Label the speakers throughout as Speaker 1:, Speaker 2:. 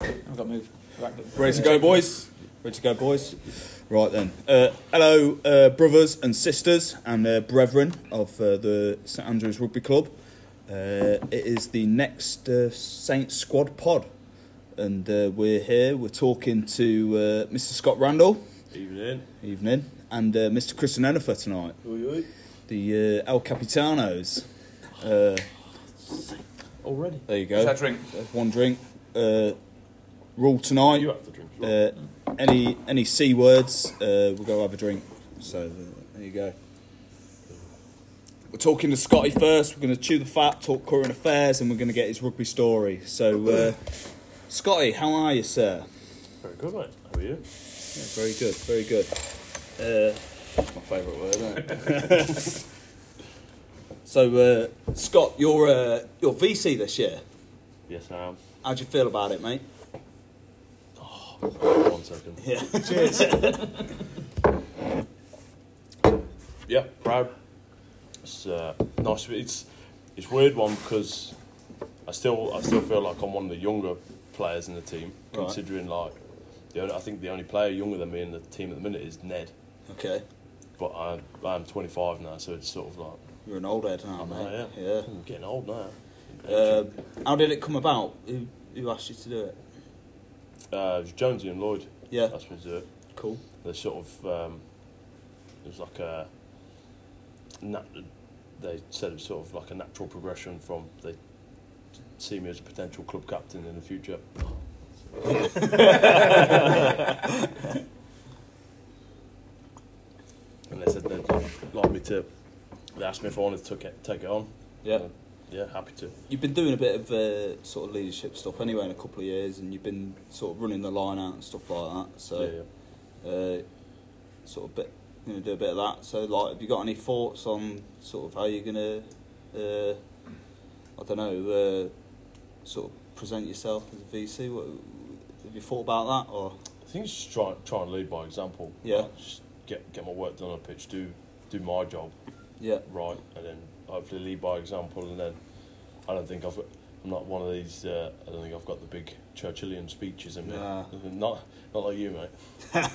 Speaker 1: I've got to move. Right, but-
Speaker 2: Ready to go, boys? Ready to go, boys? Right then. Uh, hello, uh, brothers and sisters and uh, brethren of uh, the St Andrews Rugby Club. Uh, it is the next uh, Saints squad pod, and uh, we're here. We're talking to uh, Mr. Scott Randall.
Speaker 3: Evening.
Speaker 2: Evening. And uh, Mr. Chris Enofa tonight. The uh, El Capitanos. Uh,
Speaker 3: Already?
Speaker 2: there you
Speaker 1: Is that
Speaker 2: go.
Speaker 1: drink?
Speaker 2: One drink. Uh, rule tonight.
Speaker 3: You have to drink. Sure.
Speaker 2: Uh, any any c words, uh, we'll go have a drink. So th- there you go. We're talking to Scotty first. We're going to chew the fat, talk current affairs, and we're going to get his rugby story. So, uh, Scotty, how are you, sir?
Speaker 3: Very good, mate. How are you?
Speaker 2: Yeah, very good, very good. Uh, my favourite word, isn't it? so, uh, Scott, you're uh, you're VC this year.
Speaker 3: Yes, I am.
Speaker 2: How do you feel about it, mate?
Speaker 3: One second.
Speaker 2: Yeah.
Speaker 3: Yeah, proud. It's uh, nice. It's it's a weird one because I still I still feel like I'm one of the younger players in the team,
Speaker 2: Right.
Speaker 3: considering like the only, I think the only player younger than me in the team at the minute is Ned,
Speaker 2: Okay.
Speaker 3: but I'm I'm 25 now, so it's sort of like
Speaker 2: You're an old head, aren't you,
Speaker 3: oh,
Speaker 2: mate?
Speaker 3: yeah,
Speaker 2: yeah.
Speaker 3: I'm getting old now.
Speaker 2: Uh, how did it come about? Who, who asked you to do it?
Speaker 3: Uh, it was Jonesy and Lloyd. uh,
Speaker 2: Yeah.
Speaker 3: that's what it.
Speaker 2: Cool.
Speaker 3: they sort of um, it was like a nat- they said it was sort of like a natural progression from they see me as a potential club captain in the future. and they said they'd like me to. They asked me if I wanted to took it, take it on.
Speaker 2: Yeah.
Speaker 3: Uh, yeah, happy to.
Speaker 2: You've been doing a bit of uh, sort of leadership stuff anyway in a couple of years, and you've been sort of running the line out and stuff like that.
Speaker 3: yeah, yeah.
Speaker 2: So, Uh, sort of bit, gonna do a bit of that. So, like, have you got any thoughts on sort of how you're gonna, uh, I don't know, uh, sort of present yourself as a VC? What, have you thought about that or?
Speaker 3: I think it's just try try and lead by example.
Speaker 2: Yeah.
Speaker 3: Like, just get get my work done on the pitch. Do do my job.
Speaker 2: Yeah.
Speaker 3: right, and then hopefully lead by example. And then I don't think I've I'm not one of these. Uh, I don't think I've got the big Churchillian speeches in me.
Speaker 2: Nah.
Speaker 3: Not not like you, mate. I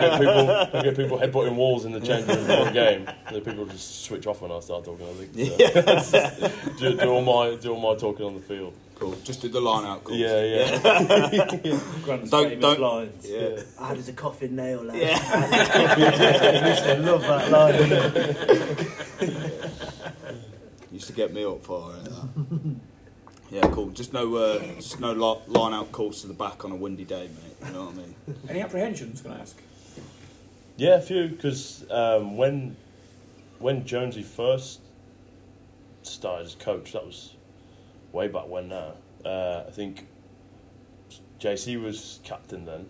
Speaker 3: get people, I get people headbutting walls in the changing room before a game. And then people just switch off when I start talking. I think so. do, do all my do all my talking on the field.
Speaker 2: Cool. Just do the line out. Cool.
Speaker 3: Yeah, yeah.
Speaker 4: Grant's
Speaker 2: Don't-
Speaker 4: famous
Speaker 2: don't-
Speaker 4: lines.
Speaker 2: Yeah.
Speaker 5: How does a coffin nail that?
Speaker 2: Yeah.
Speaker 5: I used to love that line. innit?
Speaker 2: used to get me up for it. that. yeah, cool. Just no, uh, just no li- line out calls to the back on a windy day, mate. You know what I mean?
Speaker 1: Any apprehensions? Can I ask?
Speaker 3: Yeah, a few. Because um, when when Jonesy first started as coach, that was way back when. Now uh, I think JC was captain then.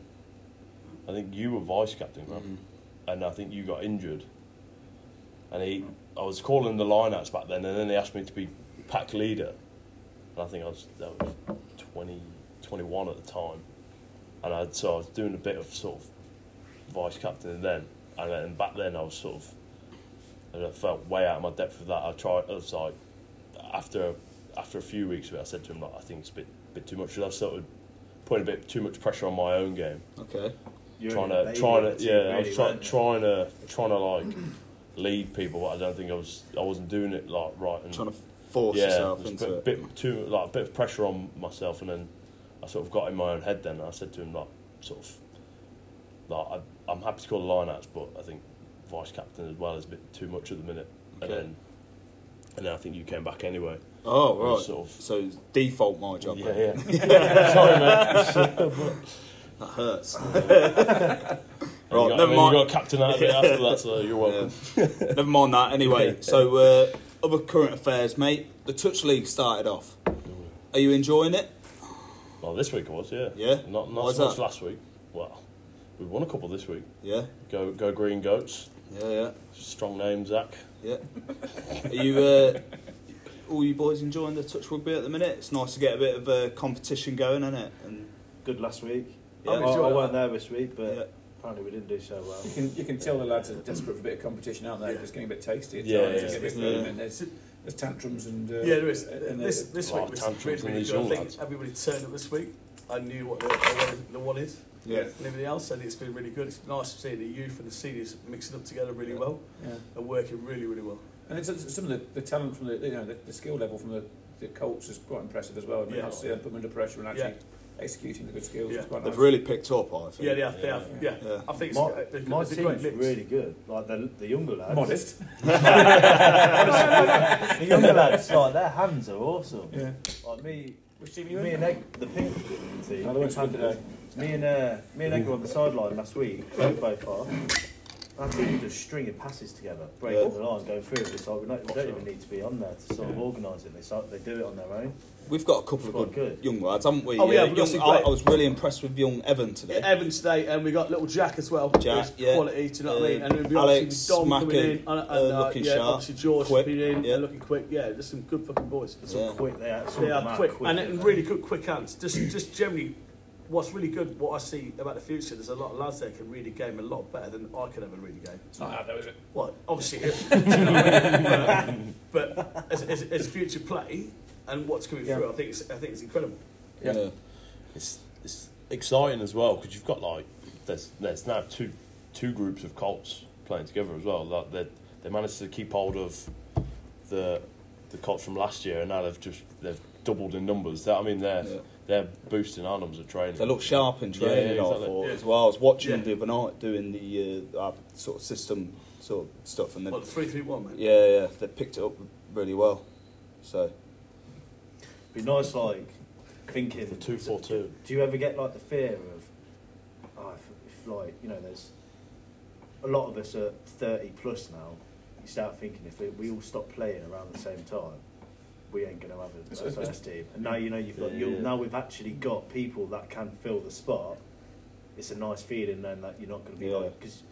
Speaker 3: I think you were vice captain, Graham, and I think you got injured. And he, I was calling the lineouts back then, and then they asked me to be pack leader. And I think I was that was 20, 21 at the time, and I so I was doing a bit of sort of vice captain then, and then back then I was sort of, I don't know, felt way out of my depth with that. I tried. I was like, after after a few weeks of it, I said to him like, I think it's a bit bit too much. 'cause I've sort of putting a bit too much pressure on my own game,
Speaker 2: Okay.
Speaker 4: You're
Speaker 3: trying
Speaker 4: a
Speaker 3: to
Speaker 4: baby
Speaker 3: trying
Speaker 4: at
Speaker 3: to
Speaker 4: the
Speaker 3: yeah,
Speaker 4: team,
Speaker 3: I
Speaker 4: really,
Speaker 3: was trying
Speaker 4: weren't you?
Speaker 3: trying to trying to like lead people. But I don't think I was I wasn't doing it like right and
Speaker 2: Trying to force yourself
Speaker 3: it was
Speaker 2: into
Speaker 3: a
Speaker 2: it.
Speaker 3: bit, bit too like a bit of pressure on myself, and then I sort of got in my own head. Then and I said to him like sort of like I, I'm happy to call the lineouts, but I think vice captain as well is a bit too much at the minute.
Speaker 2: Okay.
Speaker 3: And then and then I think you came back anyway.
Speaker 2: oh right.
Speaker 3: sort of-
Speaker 2: So it's default my job.
Speaker 3: yeah,
Speaker 2: then.
Speaker 3: yeah. Sorry, mate.
Speaker 2: That hurts.
Speaker 3: And you
Speaker 2: right.
Speaker 3: got,
Speaker 2: Never
Speaker 3: and then you
Speaker 2: mind.
Speaker 3: got captain out of it after that, so you're welcome.
Speaker 2: Never mind that. Anyway. So uh, other current affairs, mate. The touch league started off.
Speaker 3: Oh,
Speaker 2: Are you enjoying it?
Speaker 3: Well, this week it was, yeah.
Speaker 2: Yeah?
Speaker 3: Not
Speaker 2: Why
Speaker 3: not
Speaker 2: is
Speaker 3: so much
Speaker 2: that?
Speaker 3: last week. Well, we won a couple this week.
Speaker 2: Yeah.
Speaker 3: Go go green goats.
Speaker 2: Yeah. Yeah.
Speaker 3: Strong name, Zach.
Speaker 2: Yeah. Are you uh, all you boys enjoying the touch rugby at the minute? It's nice to get a bit of uh, competition going, isn't it? And
Speaker 5: Good last week.
Speaker 2: Yeah.
Speaker 5: I, I weren't there this week, but
Speaker 2: Yeah.
Speaker 5: apparently we didn't do so well.
Speaker 1: You can you can tell the lads are desperate for a bit of competition, aren't they? It's getting a bit tasty. At
Speaker 3: Yeah,
Speaker 1: times.
Speaker 3: yeah.
Speaker 1: It's getting a bit
Speaker 2: Yeah.
Speaker 1: foaming. There's, there's tantrums and uh,
Speaker 6: Yeah, there is.
Speaker 1: And
Speaker 6: This this
Speaker 3: Well,
Speaker 6: week was
Speaker 3: tantrums
Speaker 6: really,
Speaker 3: and
Speaker 6: really
Speaker 3: these
Speaker 6: good. I
Speaker 3: young
Speaker 6: think
Speaker 3: lads.
Speaker 6: everybody turned up this week. I knew what the, the, one, the one is.
Speaker 1: Yeah.
Speaker 6: And everything else, and it's been really good. It's been nice seeing the youth and the seniors mixing up together really
Speaker 1: Yeah.
Speaker 6: well
Speaker 1: yeah.
Speaker 6: and working really, really well.
Speaker 1: And it's, it's some of the, the talent from the you know the, the skill level from the, the Colts is quite impressive as well. I mean,
Speaker 6: Yeah.
Speaker 1: that's, uh, put them under pressure and actually executing the good skills.
Speaker 6: Yeah.
Speaker 1: Is quite
Speaker 2: They've
Speaker 1: nice.
Speaker 2: really picked up, I think.
Speaker 6: Yeah, they have, they have, yeah.
Speaker 2: Yeah.
Speaker 6: I think it's,
Speaker 5: My,
Speaker 6: it's
Speaker 5: my
Speaker 6: a great
Speaker 5: team's
Speaker 6: mix.
Speaker 5: really good. Like the, the younger lads.
Speaker 1: modest.
Speaker 5: The younger lads, like their hands are awesome.
Speaker 1: Yeah.
Speaker 5: Like me,
Speaker 1: Which team are you
Speaker 5: me
Speaker 1: in?
Speaker 5: and Egg, the pink team.
Speaker 1: Oh, they went to hand today.
Speaker 5: Me and uh, me and Egg were on the sideline last week. so both are. Our team were just stringing passes together, breaking
Speaker 2: Yeah.
Speaker 5: the line, going through it. It's like we don't, we don't even need to be on there to sort of organise it. They start, they do it on their own.
Speaker 2: We've got a couple of good,
Speaker 5: Quite good.
Speaker 2: young lads, haven't we?
Speaker 6: Oh, yeah, we've got
Speaker 2: young,
Speaker 6: some
Speaker 2: I,
Speaker 6: great-
Speaker 2: I was really impressed with young Evan
Speaker 6: Yeah,
Speaker 2: today.
Speaker 6: Evan today, and we got little Jack as well.
Speaker 2: Jack,
Speaker 6: Who's
Speaker 2: yeah.
Speaker 6: quality, do you know what I mean?
Speaker 2: Uh,
Speaker 6: And we've
Speaker 2: Alex,
Speaker 6: obviously Dom coming
Speaker 2: smacking,
Speaker 6: in, and, and,
Speaker 2: uh,
Speaker 6: uh,
Speaker 2: looking
Speaker 6: yeah,
Speaker 2: sharp,
Speaker 6: obviously George
Speaker 2: quick,
Speaker 6: coming in,
Speaker 2: yeah.
Speaker 6: and looking quick. Yeah, there's some good fucking boys.
Speaker 2: Yeah.
Speaker 5: Quick, they are, some
Speaker 6: They
Speaker 5: of them
Speaker 6: are quick, and,
Speaker 5: aren't
Speaker 6: and
Speaker 5: they?
Speaker 6: really good quick hands. Just, just generally, what's really good, what I see about the future, there's a lot of lads there can read a game a lot better than I can ever read a game.
Speaker 1: It's not out though, is it?
Speaker 6: Well, obviously, do you know what I mean? but, but as, as, as future play and what's coming
Speaker 1: Yeah.
Speaker 6: through, I think it's, I think it's incredible.
Speaker 1: Yeah.
Speaker 3: It's it's exciting as well because you've got like there's there's now two two groups of Colts playing together as well. Like they they managed to keep hold of the the Colts from last year and now they've just they've doubled in numbers. That I mean they're
Speaker 2: Yeah.
Speaker 3: they're boosting our numbers of training.
Speaker 2: They look sharp in
Speaker 3: Yeah,
Speaker 2: training,
Speaker 3: yeah,
Speaker 2: I
Speaker 3: exactly.
Speaker 2: thought,
Speaker 6: Yeah.
Speaker 2: as well. I was watching
Speaker 6: Yeah.
Speaker 2: the other night doing the uh, our sort of system sort of stuff, and they,
Speaker 6: Well, three three one, man.
Speaker 2: yeah, yeah, they picked it up really well. So,
Speaker 5: Be nice, like thinking
Speaker 3: the two four two.
Speaker 5: Do you ever get like the fear of, oh, if, if like you know, there's a lot of us are thirty plus now. You start thinking if we, we all stop playing around the same time, we ain't gonna have a, a first team. And now you know you've got
Speaker 3: Yeah,
Speaker 5: you
Speaker 3: yeah.
Speaker 5: now we've actually got people that can fill the spot. It's a nice feeling knowing that you're not gonna be
Speaker 2: Yeah.
Speaker 5: like because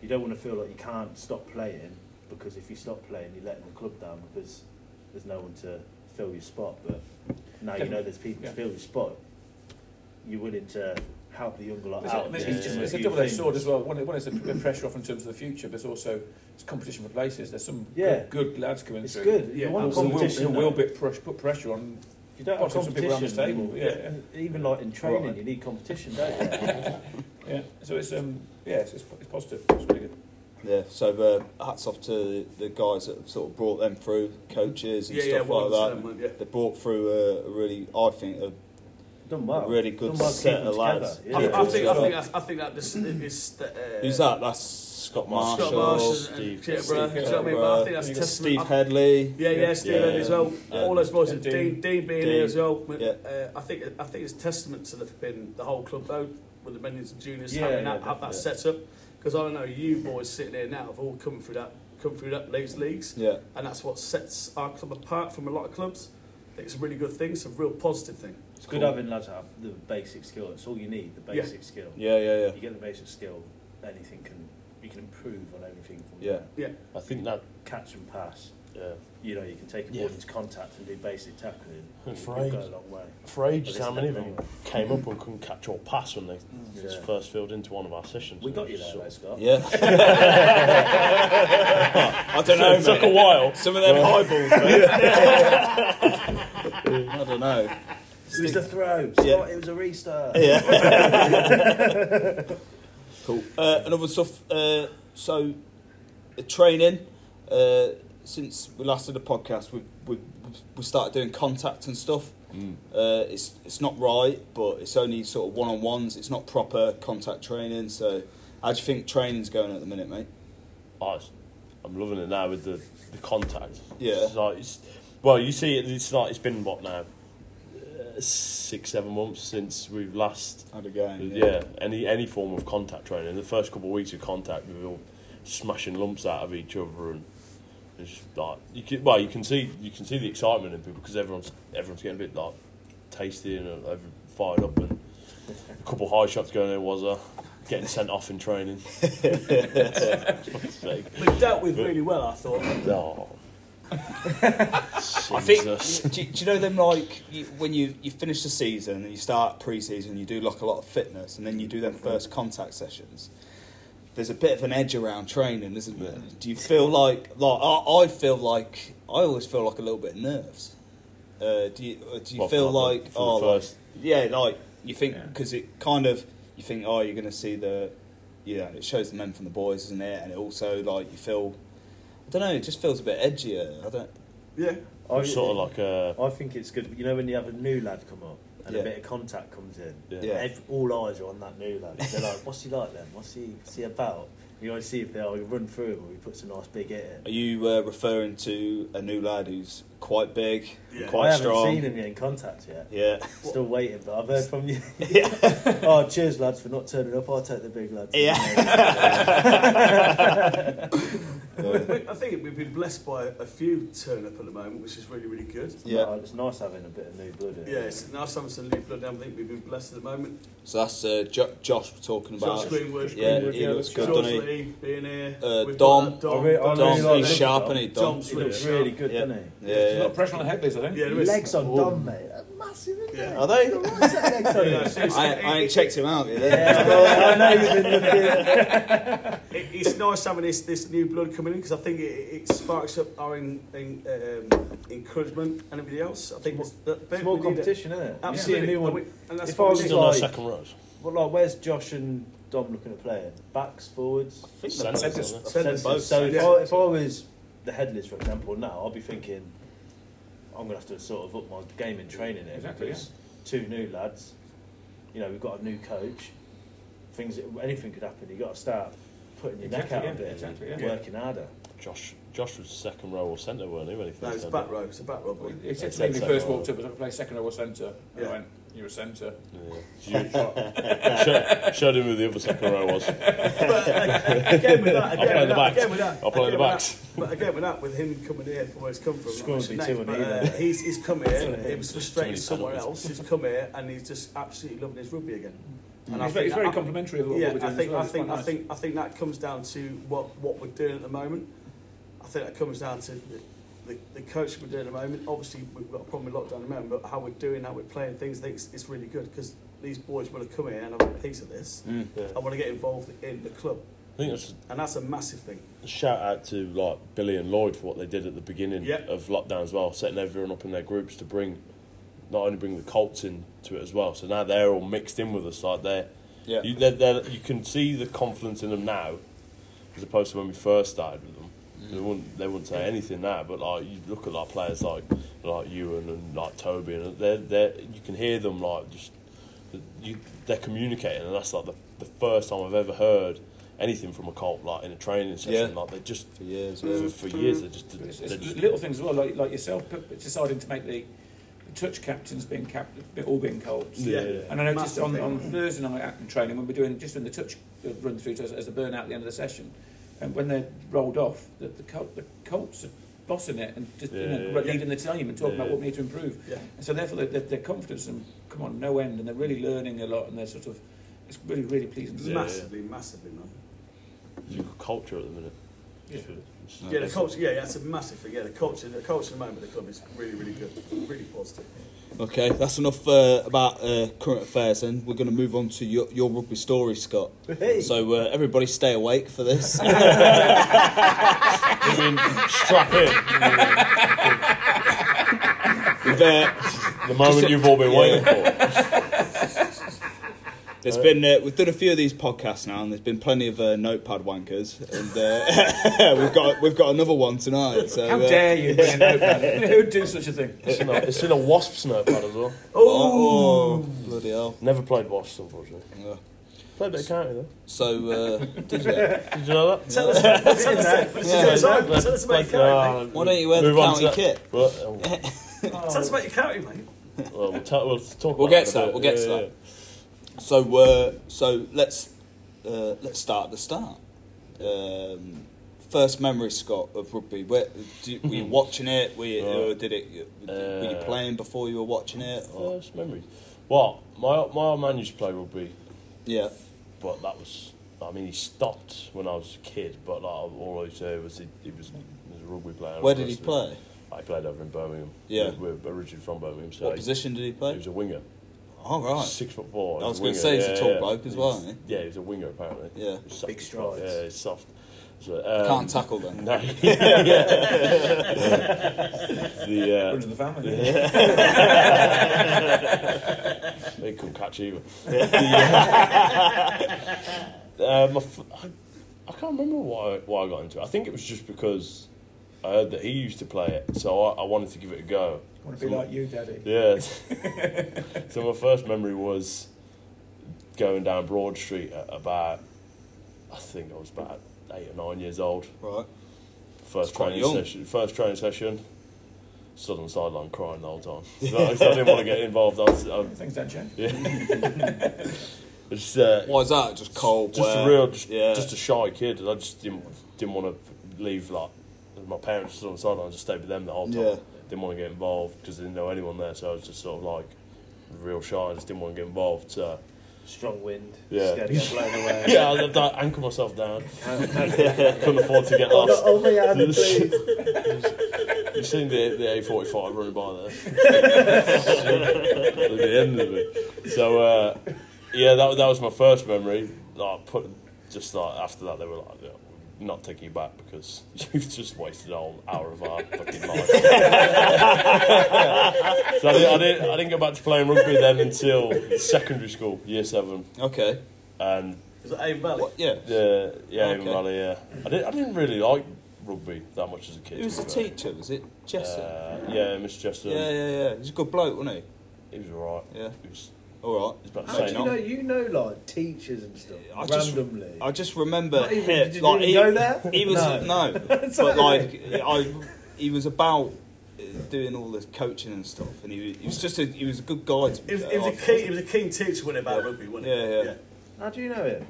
Speaker 5: you don't want to feel like you can't stop playing because if you stop playing, you're letting the club down because there's no one to fill your spot. But now you know there's people
Speaker 1: Yeah.
Speaker 5: to fill your spot. You're willing to help the younger lot
Speaker 1: It's,
Speaker 5: out.
Speaker 1: a, it's,
Speaker 5: teach
Speaker 1: just-
Speaker 5: them
Speaker 1: it's a
Speaker 5: few
Speaker 1: double-edged
Speaker 5: things.
Speaker 1: sword as well. One, one is a bit of pressure off in terms of the future, but it's also it's competition for places. There's some
Speaker 5: Yeah.
Speaker 1: good, good lads coming
Speaker 5: It's
Speaker 1: through.
Speaker 5: good. You
Speaker 6: Yeah,
Speaker 5: want
Speaker 1: Also,
Speaker 5: competition.
Speaker 1: Will, will
Speaker 5: though.
Speaker 1: bit push, put pressure on.
Speaker 5: If you don't have
Speaker 1: bottom some people around this
Speaker 5: competition,
Speaker 1: table, yeah,
Speaker 5: even like in training,
Speaker 2: Right.
Speaker 5: you need competition, don't you?
Speaker 1: Yeah. So it's um yeah, it's, it's, it's positive. It's really good.
Speaker 2: yeah, so uh, hats off to the guys that have sort of brought them through, coaches and
Speaker 6: Yeah, yeah,
Speaker 2: stuff
Speaker 6: well
Speaker 2: like
Speaker 6: done to
Speaker 2: that.
Speaker 6: them, yeah.
Speaker 2: They brought through a, a really, I think, a
Speaker 5: Done well.
Speaker 2: Really good
Speaker 5: Done well
Speaker 2: set
Speaker 5: keeping
Speaker 2: of
Speaker 5: together,
Speaker 2: lads.
Speaker 5: yeah.
Speaker 6: I, I
Speaker 2: Yeah.
Speaker 6: think, I think, I, I think that this is the, uh,
Speaker 2: Who's that? That's Scott Marshall.
Speaker 6: Scott Marshall,
Speaker 3: Steve-
Speaker 6: Steve, Peter Brown,
Speaker 1: Steve
Speaker 6: do you know what I mean? But I think
Speaker 2: Peterborough,
Speaker 6: that's a
Speaker 1: Steve
Speaker 6: testament.
Speaker 2: Steve
Speaker 6: I-
Speaker 2: Headley.
Speaker 6: Yeah, yeah, Steve
Speaker 2: Yeah.
Speaker 6: Headley as well.
Speaker 2: Yeah.
Speaker 6: All those boys,
Speaker 1: And
Speaker 6: Dean, Dean, being
Speaker 2: Dean.
Speaker 6: here as well.
Speaker 2: Yeah.
Speaker 6: Uh, I think I think it's testament to the, been the whole club though, with the men's and juniors
Speaker 5: Yeah,
Speaker 6: having
Speaker 5: yeah,
Speaker 6: that, have that
Speaker 5: definitely.
Speaker 6: set up. Because I don't know you boys sitting here now have all come through that come through that those leagues,
Speaker 2: Yeah.
Speaker 6: and that's what sets our club apart from a lot of clubs. I think it's a really good thing. It's a real positive thing.
Speaker 5: It's good having lads that have the basic skill. It's all you need, the
Speaker 6: Yeah.
Speaker 5: basic skill.
Speaker 2: Yeah, yeah, yeah.
Speaker 5: You get the basic skill, anything can you can improve on everything from
Speaker 2: Yeah.
Speaker 5: there.
Speaker 6: Yeah,
Speaker 3: I think that
Speaker 5: Catch and pass.
Speaker 3: yeah.
Speaker 5: You know, you can take a
Speaker 3: Yeah.
Speaker 5: ball into contact and do basic tackling.
Speaker 3: And
Speaker 5: It
Speaker 3: for
Speaker 5: will go
Speaker 3: ages.
Speaker 5: a long way.
Speaker 3: For ages,
Speaker 5: But
Speaker 3: how many of
Speaker 5: it's
Speaker 3: them came up and couldn't catch or pass when they
Speaker 5: Yeah.
Speaker 3: first filled into one of our sessions?
Speaker 5: We
Speaker 3: And it
Speaker 5: got you
Speaker 3: was
Speaker 5: there,
Speaker 3: sort
Speaker 5: though,
Speaker 3: of-
Speaker 6: Oh.
Speaker 5: Scott.
Speaker 2: Yeah. I don't know.
Speaker 3: It took a
Speaker 2: mate.
Speaker 3: while.
Speaker 2: Some of them eyeballs. I don't know.
Speaker 5: It was a throw.
Speaker 2: Yeah.
Speaker 5: Scott, it was a restart.
Speaker 2: Yeah. cool. Uh, and other stuff. Uh, so, uh, training. Uh, since we last did the podcast, we we we started doing contact and stuff. Uh, it's it's not right, but it's only sort of one on ones. It's not proper contact training. So, how do you think training's going at the minute, mate?
Speaker 3: Oh, it's- I'm loving it now with the, the contact.
Speaker 2: Yeah.
Speaker 3: It's like, it's, well, you see, it, it's like it's been what now, uh, six seven months since we've last.
Speaker 2: Had a game.
Speaker 3: Yeah. Any any form of contact training. The first couple of weeks of contact, we were all smashing lumps out of each other and. It's just like you can, well, you can see you can see the excitement in people because everyone's everyone's getting a bit like tasty and uh, every- fired up and a couple of high shots going in was uh, getting sent off in training.
Speaker 6: they dealt with really well. I thought.
Speaker 3: No.
Speaker 2: I think. Do, you- do you know them like you, when you, you finish the season and you start pre-season, you do like a lot of fitness, and then you do them first contact sessions. There's a bit of an edge around training, isn't there? Do you feel like like I, I feel like I always feel like a little bit nerves. Uh, do you uh, do you
Speaker 3: What,
Speaker 2: feel
Speaker 3: for like
Speaker 2: like
Speaker 3: the- for the
Speaker 2: oh like-
Speaker 3: first-
Speaker 2: yeah like You think
Speaker 1: Yeah.
Speaker 2: because it kind of you think oh you're going to see the you know it shows the men from the boys isn't it and it also like you feel I don't know it just feels a bit edgier I don't
Speaker 6: Yeah.
Speaker 5: I,
Speaker 3: sort of like uh, a
Speaker 5: I think it's good. You know when you have a new lad come up and
Speaker 2: Yeah.
Speaker 5: a bit of contact comes in,
Speaker 3: Yeah.
Speaker 2: Yeah.
Speaker 5: ev- all eyes are on that new lad. They're like, "What's he like then? What's he? What's he about?" You want to see if they are. You run through him or he puts a nice big hit
Speaker 2: are
Speaker 5: in.
Speaker 2: you uh, referring to a new lad who's quite big and
Speaker 6: Yeah.
Speaker 2: quite
Speaker 5: I haven't
Speaker 2: strong
Speaker 5: seen him yet in contact yet.
Speaker 2: yeah
Speaker 5: Still waiting, but I've heard from you. oh, cheers, lads, for not turning up. I'll take the big lads.
Speaker 6: We- we- I think we've been blessed by a few turn up at the moment, which is really, really good.
Speaker 2: Yeah.
Speaker 5: It's nice having a bit of new blood in.
Speaker 6: Yeah, it's nice having some new blood. down. I think we've been blessed at the moment.
Speaker 2: so that's uh, jo- Josh we're talking about
Speaker 6: Josh Greenwood,
Speaker 2: yeah
Speaker 1: Greenwood,
Speaker 2: he
Speaker 1: yeah,
Speaker 2: looks
Speaker 1: that's
Speaker 2: good
Speaker 1: good.
Speaker 6: George
Speaker 2: doesn't he
Speaker 6: Lee being here.
Speaker 2: Uh,
Speaker 6: We've
Speaker 2: Dom.
Speaker 6: got that Dom.
Speaker 5: I really- I
Speaker 6: Dom's-
Speaker 5: really
Speaker 2: Dom
Speaker 5: like
Speaker 2: he's
Speaker 5: Dom.
Speaker 2: sharp isn't he Dom
Speaker 6: Dom's
Speaker 5: He
Speaker 6: really
Speaker 5: looks
Speaker 6: sharp.
Speaker 5: really good,
Speaker 2: Yeah.
Speaker 5: doesn't he?
Speaker 1: There's a
Speaker 2: yeah
Speaker 1: lot of pressure on the Hegleys, I think.
Speaker 6: Yeah, there is.
Speaker 5: Legs on
Speaker 2: Oh.
Speaker 5: Dom, mate. They're massive, isn't
Speaker 6: Yeah.
Speaker 5: they?
Speaker 2: Are they?
Speaker 5: They're right set legs on him.
Speaker 6: Yeah, so it's-
Speaker 2: I, I ain't checked him out yet
Speaker 5: Yeah, well, I know you've been looking.
Speaker 6: It, it's nice having this, this new blood coming in because I think it, it sparks up our in, in, um, encouragement and everything else. I think it's, that
Speaker 5: It's more
Speaker 6: we need it.
Speaker 5: competition, isn't it?
Speaker 6: Absolutely.
Speaker 5: You see a new
Speaker 6: And
Speaker 5: one.
Speaker 6: we- and that's
Speaker 5: If
Speaker 6: what
Speaker 5: I
Speaker 6: we
Speaker 5: was
Speaker 6: need.
Speaker 3: still no
Speaker 5: like-
Speaker 3: second rows.
Speaker 5: Well, like, where's Josh and Dom looking at playing? Backs, forwards,
Speaker 3: Centres,
Speaker 1: centres.
Speaker 3: isn't it?
Speaker 5: centres.
Speaker 2: both
Speaker 5: So if,
Speaker 6: sides.
Speaker 5: I, if I was the headless, for example, now I'd be thinking I'm gonna have to sort of up my game in training here
Speaker 1: Exactly,
Speaker 5: because two new lads. You know, we've got a new coach. Things, anything could happen. You got to start putting your neck out
Speaker 1: Exactly,
Speaker 5: a
Speaker 1: yeah,
Speaker 5: bit,
Speaker 1: exactly,
Speaker 5: and
Speaker 1: yeah.
Speaker 5: working harder.
Speaker 3: Josh, Josh was second row or centre, weren't he? When he
Speaker 6: No,
Speaker 3: first
Speaker 6: it's a
Speaker 3: turned
Speaker 6: back
Speaker 3: up?
Speaker 6: row. It's a back row. boy.
Speaker 1: He said to
Speaker 3: Yeah,
Speaker 1: me when he
Speaker 3: centre
Speaker 1: first
Speaker 3: or-
Speaker 1: walked up, I play second row or centre. And
Speaker 6: Yeah.
Speaker 1: I went, you're a centre.
Speaker 3: Yeah. Show- showed him who the other second row was.
Speaker 6: But uh, again, with that,
Speaker 3: I'll play the
Speaker 6: again, with that,
Speaker 3: backs.
Speaker 6: again, with that,
Speaker 3: I'll play the
Speaker 6: again with that-
Speaker 3: backs.
Speaker 6: But again, with that, with him coming here from where he's come from,
Speaker 5: Scoring
Speaker 6: obviously,
Speaker 5: be two
Speaker 6: mate,
Speaker 5: and
Speaker 6: but,
Speaker 5: even.
Speaker 6: uh, he's he's come here. He was frustrated
Speaker 3: Too many
Speaker 6: somewhere
Speaker 3: penalties.
Speaker 6: else. He's come here and he's just absolutely loving his rugby again. And I
Speaker 1: He's very, he's
Speaker 6: think
Speaker 1: very
Speaker 6: that-
Speaker 1: complimentary of what
Speaker 6: Yeah,
Speaker 1: we're doing
Speaker 6: I think
Speaker 1: as well.
Speaker 6: I
Speaker 1: it's
Speaker 6: think
Speaker 1: quite
Speaker 6: I
Speaker 1: nice.
Speaker 6: think I think that comes down to what what we're doing at the moment. I think that comes down to the, the, the coach we're doing at the moment. Obviously, we've got a problem with lockdown at the moment, but how we're doing, how we're playing things, I think it's, it's really good because these boys want to come here and have a piece of this.
Speaker 2: Mm.
Speaker 3: Yeah.
Speaker 6: I want to get involved in the club,
Speaker 3: I think that's
Speaker 6: and that's a massive thing.
Speaker 3: a shout out to like Billy and Lloyd for what they did at the beginning
Speaker 6: Yeah.
Speaker 3: of lockdown as well, setting everyone up in their groups to bring not only bring the Colts in to it as well. So now they're all mixed in with us, like they're
Speaker 2: Yeah.
Speaker 3: You, they're, they're, you can see the confidence in them now, as opposed to when we first started with them.
Speaker 2: Mm.
Speaker 3: They wouldn't they wouldn't say anything now, but like you look at like players like like Ewan and like Toby, and they they you can hear them like just you they're communicating, and that's like the the first time I've ever heard anything from a cult like in a training session.
Speaker 2: Yeah.
Speaker 3: Like they just
Speaker 2: for years yeah.
Speaker 3: for, for years they just
Speaker 1: It's,
Speaker 3: they
Speaker 1: it's
Speaker 3: just
Speaker 1: little things as well, like, like yourself p- deciding to make the, the touch captains being cap, all being colds.
Speaker 3: Yeah, yeah.
Speaker 1: And I noticed
Speaker 6: Massive
Speaker 1: on,
Speaker 6: thing.
Speaker 1: on Thursday night after training when we're doing just doing the touch run through to as, as the burn out at the end of the session, and when they're rolled off, the the, Col- the Colts are bossing it and just you
Speaker 3: Yeah,
Speaker 1: know,
Speaker 3: yeah,
Speaker 1: right-
Speaker 6: yeah.
Speaker 1: leading the team and talking
Speaker 3: Yeah,
Speaker 1: about
Speaker 3: yeah.
Speaker 1: what we need to improve.
Speaker 6: Yeah.
Speaker 1: And so therefore their, their, their confidence and come on no end, and they're really learning a lot, and they're sort of it's really really pleasing. to see.
Speaker 3: Yeah.
Speaker 6: massively, massively, man.
Speaker 3: it's a culture at the minute.
Speaker 1: Yeah.
Speaker 3: It's-
Speaker 6: Yeah, the culture. Yeah, that's a massive thing. Yeah, the culture, the culture at the moment, at the club is really, really good, really positive.
Speaker 2: Okay, that's enough uh, about uh, current affairs, and we're going to move on to your, your rugby story, Scott.
Speaker 5: Hey.
Speaker 2: So uh, everybody, stay awake for this.
Speaker 3: I mean, strap in.
Speaker 2: We've, uh,
Speaker 3: The moment you've all been waiting for.
Speaker 2: there's been uh, we've done a few of these podcasts now, and there's been plenty of uh, notepad wankers, and uh, we've got we've got another one tonight. So
Speaker 1: How
Speaker 2: uh,
Speaker 1: dare you bring a notepad? Who'd do such a thing?
Speaker 3: It's in a, it's in a wasps notepad as well.
Speaker 2: Oh, bloody hell!
Speaker 3: Never played wasps, unfortunately.
Speaker 2: Uh,
Speaker 3: Played a bit of county though.
Speaker 2: So uh, did you?
Speaker 3: Did you know that?
Speaker 6: Tell us, tell us, tell us about tell us about your
Speaker 3: uh,
Speaker 6: county, mate.
Speaker 2: Why don't you wear the
Speaker 3: Move on
Speaker 2: county
Speaker 3: to that.
Speaker 2: kit?
Speaker 3: Well, uh,
Speaker 6: Tell us about your county, mate.
Speaker 3: well, we'll, ta- we'll talk.
Speaker 2: We'll
Speaker 3: about
Speaker 2: get to
Speaker 3: that.
Speaker 2: that. We'll get to
Speaker 3: Yeah,
Speaker 2: that. So uh, so let's uh, let's start at the start. Um, first memory, Scott, of rugby. Where, do, were you watching it? Were you,
Speaker 3: Hmm. Right.
Speaker 2: or did it? Were you
Speaker 3: Uh,
Speaker 2: playing before you were watching it?
Speaker 3: yeah, yeah.
Speaker 2: Or,
Speaker 3: First memories. Well, my my old man used to play rugby,
Speaker 2: yeah,
Speaker 3: but that was. I mean, he stopped when I was a kid, but like all I say was he, he was he was a rugby player.
Speaker 2: where did he play?
Speaker 3: I played over in Birmingham.
Speaker 2: Yeah.
Speaker 3: we're, we're originally from Birmingham. So
Speaker 2: What
Speaker 3: he,
Speaker 2: position did he
Speaker 3: he
Speaker 2: play?
Speaker 3: was a winger.
Speaker 2: All right.
Speaker 3: Six foot four.
Speaker 2: I
Speaker 3: He
Speaker 2: was gonna
Speaker 3: winger,
Speaker 2: say he's a
Speaker 3: yeah,
Speaker 2: tall
Speaker 3: yeah.
Speaker 2: bloke as
Speaker 3: He
Speaker 2: well,
Speaker 3: was-
Speaker 2: isn't
Speaker 3: Yeah, he was a winger apparently.
Speaker 2: Yeah.
Speaker 3: He was soft
Speaker 5: Big
Speaker 3: as fuck.
Speaker 5: strides.
Speaker 3: Yeah, he's soft. So, um,
Speaker 2: Can't tackle then.
Speaker 3: No. yeah. the, uh,
Speaker 1: Runs in the family.
Speaker 3: They couldn't catch either. The, uh, uh, my f- I, I can't remember why, why I got into it. I think it was just because I heard that he used to play it, so I, I wanted to give it a go.
Speaker 1: I want to be like you, Daddy.
Speaker 3: Yeah. so my first memory was going down Broad Street at about, I think I was about eight or nine years old.
Speaker 2: Right.
Speaker 3: First
Speaker 2: That's quite
Speaker 3: training
Speaker 2: young.
Speaker 3: session. First training session. Southern sideline crying the whole time. So, 'cause I didn't want to get involved. I was, I,
Speaker 1: Things don't change.
Speaker 3: yeah. it's uh,
Speaker 2: Why is that? Just cold.
Speaker 3: just
Speaker 2: wet?
Speaker 3: a real, just,
Speaker 2: yeah.
Speaker 3: just a shy kid. and I just didn't didn't want to leave. Like my parents stood on the sideline, I just stayed with them the whole time.
Speaker 2: Yeah.
Speaker 3: Didn't want to get involved because I didn't know anyone there. So I was just sort of like real shy. I just didn't want to get involved. So
Speaker 5: Strong wind.
Speaker 3: Yeah.
Speaker 5: Scared to get blown away.
Speaker 3: yeah, I, I anchor myself down.
Speaker 5: oh,
Speaker 3: Couldn't afford to get
Speaker 5: no,
Speaker 3: lost.
Speaker 5: oh my God, please.
Speaker 3: You've seen the the A forty five running by there. At the end of it. So uh, yeah, that that was my first memory. Like put just like after that they were like "Yeah, we're not taking you back because you've just wasted a whole hour of our fucking life. so I didn't, I didn't I didn't go back to playing rugby then until secondary school, year seven.
Speaker 2: Okay.
Speaker 3: And
Speaker 6: Is that Avon Valley?
Speaker 2: What? Yeah.
Speaker 3: yeah, yeah,
Speaker 2: Okay.
Speaker 3: Raleigh, yeah. I didn't, I didn't really like rugby that much as a kid.
Speaker 2: Who was
Speaker 3: to
Speaker 2: the
Speaker 3: be fair.
Speaker 2: teacher? Was it Jessup?
Speaker 3: Uh, yeah, Mr. Chester.
Speaker 2: yeah, yeah, yeah. He's a good bloke, wasn't
Speaker 3: He was alright.
Speaker 2: he? Yeah.
Speaker 3: He was,
Speaker 2: All
Speaker 3: he was about the
Speaker 5: How do
Speaker 3: same.
Speaker 5: you know? You know, like teachers and stuff.
Speaker 2: I just-
Speaker 5: randomly.
Speaker 2: right. I just remember
Speaker 5: Not even-
Speaker 2: here,
Speaker 5: did you
Speaker 2: like
Speaker 5: even
Speaker 2: he,
Speaker 5: go there?
Speaker 2: he was no, but like I, he was about uh, doing all this coaching and stuff, and he, was- he was just a, he was a good guy. To be
Speaker 6: It was,
Speaker 2: fair.
Speaker 6: it was
Speaker 2: I
Speaker 6: a keen, it was a keen teacher when about rugby, wasn't it?
Speaker 2: Yeah, yeah.
Speaker 5: How do you know him?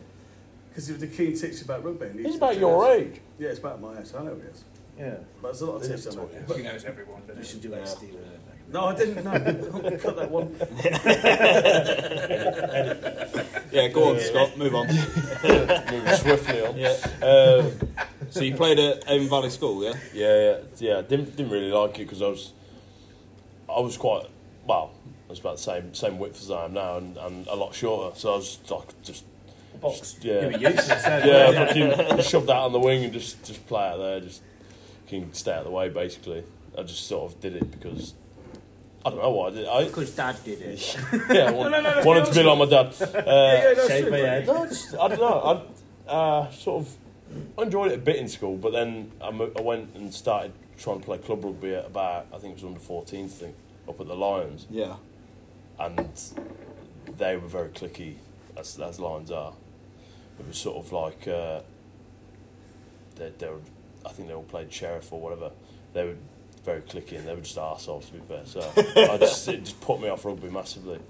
Speaker 6: Because he was a keen teacher about rugby. and he
Speaker 3: He's
Speaker 6: used to
Speaker 3: about
Speaker 6: do
Speaker 3: your
Speaker 6: that.
Speaker 3: age.
Speaker 6: Yeah, it's about my age. I know it is.
Speaker 5: Yeah.
Speaker 6: But there's a lot of tips on it. But-
Speaker 1: He knows everyone. doesn't
Speaker 5: You
Speaker 1: he?
Speaker 5: should do XD with it.
Speaker 6: No, I didn't. No, cut that one.
Speaker 2: Yeah, go on, Scott. Move on.
Speaker 3: Moving swiftly on.
Speaker 2: Yeah.
Speaker 3: Uh,
Speaker 2: So you played at Avon Valley School, yeah?
Speaker 3: yeah, yeah, yeah. Didn't didn't really like it because I was, I was quite well. I was about the same same width as I am now, and, and a lot shorter. So I was like just
Speaker 1: Box.
Speaker 3: yeah.
Speaker 5: You were useless, then.
Speaker 3: Yeah, fucking shove that on the wing and just just play out there. Just can stay out of the way, basically. I just sort of did it because I don't know why I did. it. I
Speaker 4: Because Dad did it.
Speaker 3: yeah, I want, wanted to be like my dad. Uh,
Speaker 6: no,
Speaker 5: Shave my head.
Speaker 3: no, I just, I don't know. I uh, sort of I enjoyed it a bit in school, but then I, mo- I went and started trying to play club rugby at about I think it was under 14, I think, up at the Lions,
Speaker 2: Yeah.
Speaker 3: and they were very clicky, as as Lions are. It was sort of like uh, they they were, I think they all played sheriff or whatever. They were very clicky and they were just arseholes to be fair. So I just it just put me off rugby massively.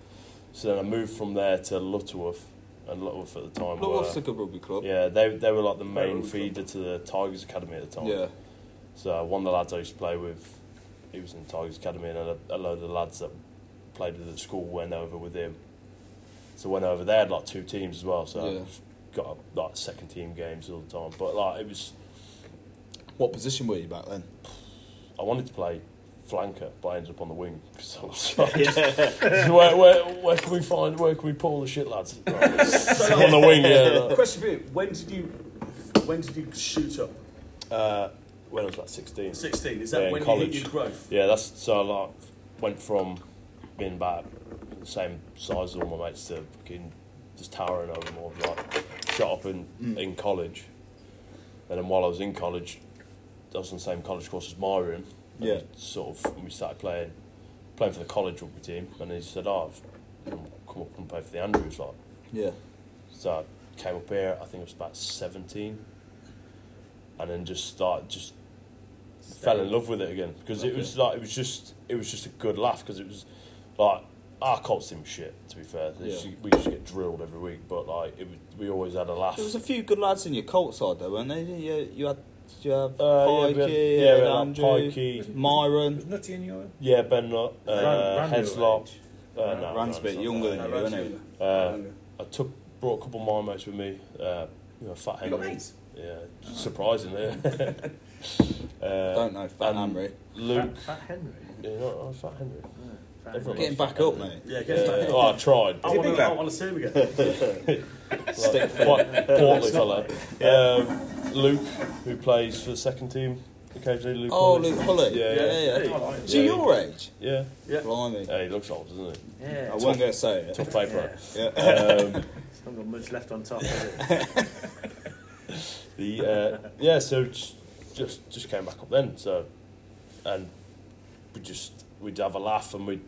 Speaker 3: So then I moved from there to Lutterworth, and Lutterworth at the time
Speaker 2: Look,
Speaker 3: were
Speaker 2: what's a good rugby club?
Speaker 3: yeah they they were like the main
Speaker 6: Rugby club.
Speaker 3: feeder to the Tigers Academy at the time.
Speaker 2: Yeah.
Speaker 3: So one of the lads I used to play with, he was in Tigers Academy, and a, a load of the lads that played with at school went over with him. So went over. They had like two teams as well. So
Speaker 2: Yeah.
Speaker 3: got like second team games all the time. But like it was,
Speaker 2: What position were you back then?
Speaker 3: I wanted to play flanker, but I ended up on the wing. So I was like, where, where, where can we find? Where can we pull the shit lads? Right, on the wing, yeah.
Speaker 6: Question for you: When did you, when did you shoot up?
Speaker 3: Uh, when I was like sixteen.
Speaker 6: Sixteen. Is that
Speaker 3: Yeah, in
Speaker 6: when
Speaker 3: college.
Speaker 6: you hit your growth?
Speaker 3: Yeah, that's so I like went from being about the same size as all my mates to fucking just towering over more of like shot up in in college. And then while I was in college, I was on the same college course as Myron. and
Speaker 2: Yeah.
Speaker 3: Sort of and we started playing playing for the college rugby team and he said, Oh I've come up and play for the Andrews like
Speaker 2: Yeah.
Speaker 3: so I came up here, I think it was about 17, and then just started, just fell in love with it again because it was like it was just it was just a good laugh because it was like our Colts team was shit to be fair. They
Speaker 2: Yeah.
Speaker 3: just- we just get drilled every week, but like it was, we always had a laugh.
Speaker 2: There was a few good lads in your Colt side though, weren't there? You, you had you have
Speaker 3: Uh, yeah,
Speaker 2: Pikey,
Speaker 3: we had-
Speaker 2: you
Speaker 3: yeah, we
Speaker 2: had
Speaker 3: had, like,
Speaker 2: Andrew,
Speaker 3: Pikey.
Speaker 1: Was
Speaker 2: Myron.
Speaker 1: Nutty in your.
Speaker 3: yeah, Ben Nut, uh,
Speaker 5: Ran- Randall
Speaker 3: Heslop,
Speaker 5: age.
Speaker 3: uh, no,
Speaker 2: Rand's a
Speaker 3: no,
Speaker 2: bit
Speaker 3: it's not
Speaker 2: younger
Speaker 3: that.
Speaker 2: than
Speaker 6: No,
Speaker 2: you,
Speaker 6: Rand's
Speaker 2: isn't
Speaker 6: younger.
Speaker 3: Uh,
Speaker 6: Younger.
Speaker 3: I took brought a couple of my mates with me. Uh, you know, Fat
Speaker 1: You got
Speaker 3: Henry.
Speaker 1: mates?
Speaker 3: Yeah, surprisingly. uh,
Speaker 2: Don't know, Fat
Speaker 3: and
Speaker 2: Henry.
Speaker 3: Luke.
Speaker 5: Fat Henry.
Speaker 3: Yeah, no, I'm Fat oh, Henry.
Speaker 5: Fat
Speaker 3: Everyone
Speaker 2: Getting
Speaker 3: loves
Speaker 2: back
Speaker 3: Fat
Speaker 2: up,
Speaker 3: Henry.
Speaker 2: mate.
Speaker 6: Yeah,
Speaker 3: Yeah,
Speaker 6: get back.
Speaker 3: oh, I tried.
Speaker 1: Is it
Speaker 6: I
Speaker 1: big
Speaker 6: want, to, I
Speaker 1: lad?
Speaker 6: want to see him again.
Speaker 3: Stick Portly fellow. Um, Luke, who plays for the second team, occasionally. Luke
Speaker 2: Oh,
Speaker 3: Hollis.
Speaker 2: Luke Hullet.
Speaker 3: Yeah,
Speaker 2: yeah,
Speaker 3: yeah.
Speaker 2: yeah.
Speaker 1: I like it.
Speaker 2: Is he your age?
Speaker 3: Yeah.
Speaker 6: Yeah.
Speaker 2: Blimey.
Speaker 3: Yeah, he looks old, doesn't he?
Speaker 2: I
Speaker 1: Yeah.
Speaker 2: wasn't going to say it.
Speaker 3: Tough paper.
Speaker 2: Yeah. uh,
Speaker 3: um,
Speaker 5: It's not got much left on top, has it?
Speaker 3: the uh, yeah, so j- just just came back up then. So, and we just we'd have a laugh and we'd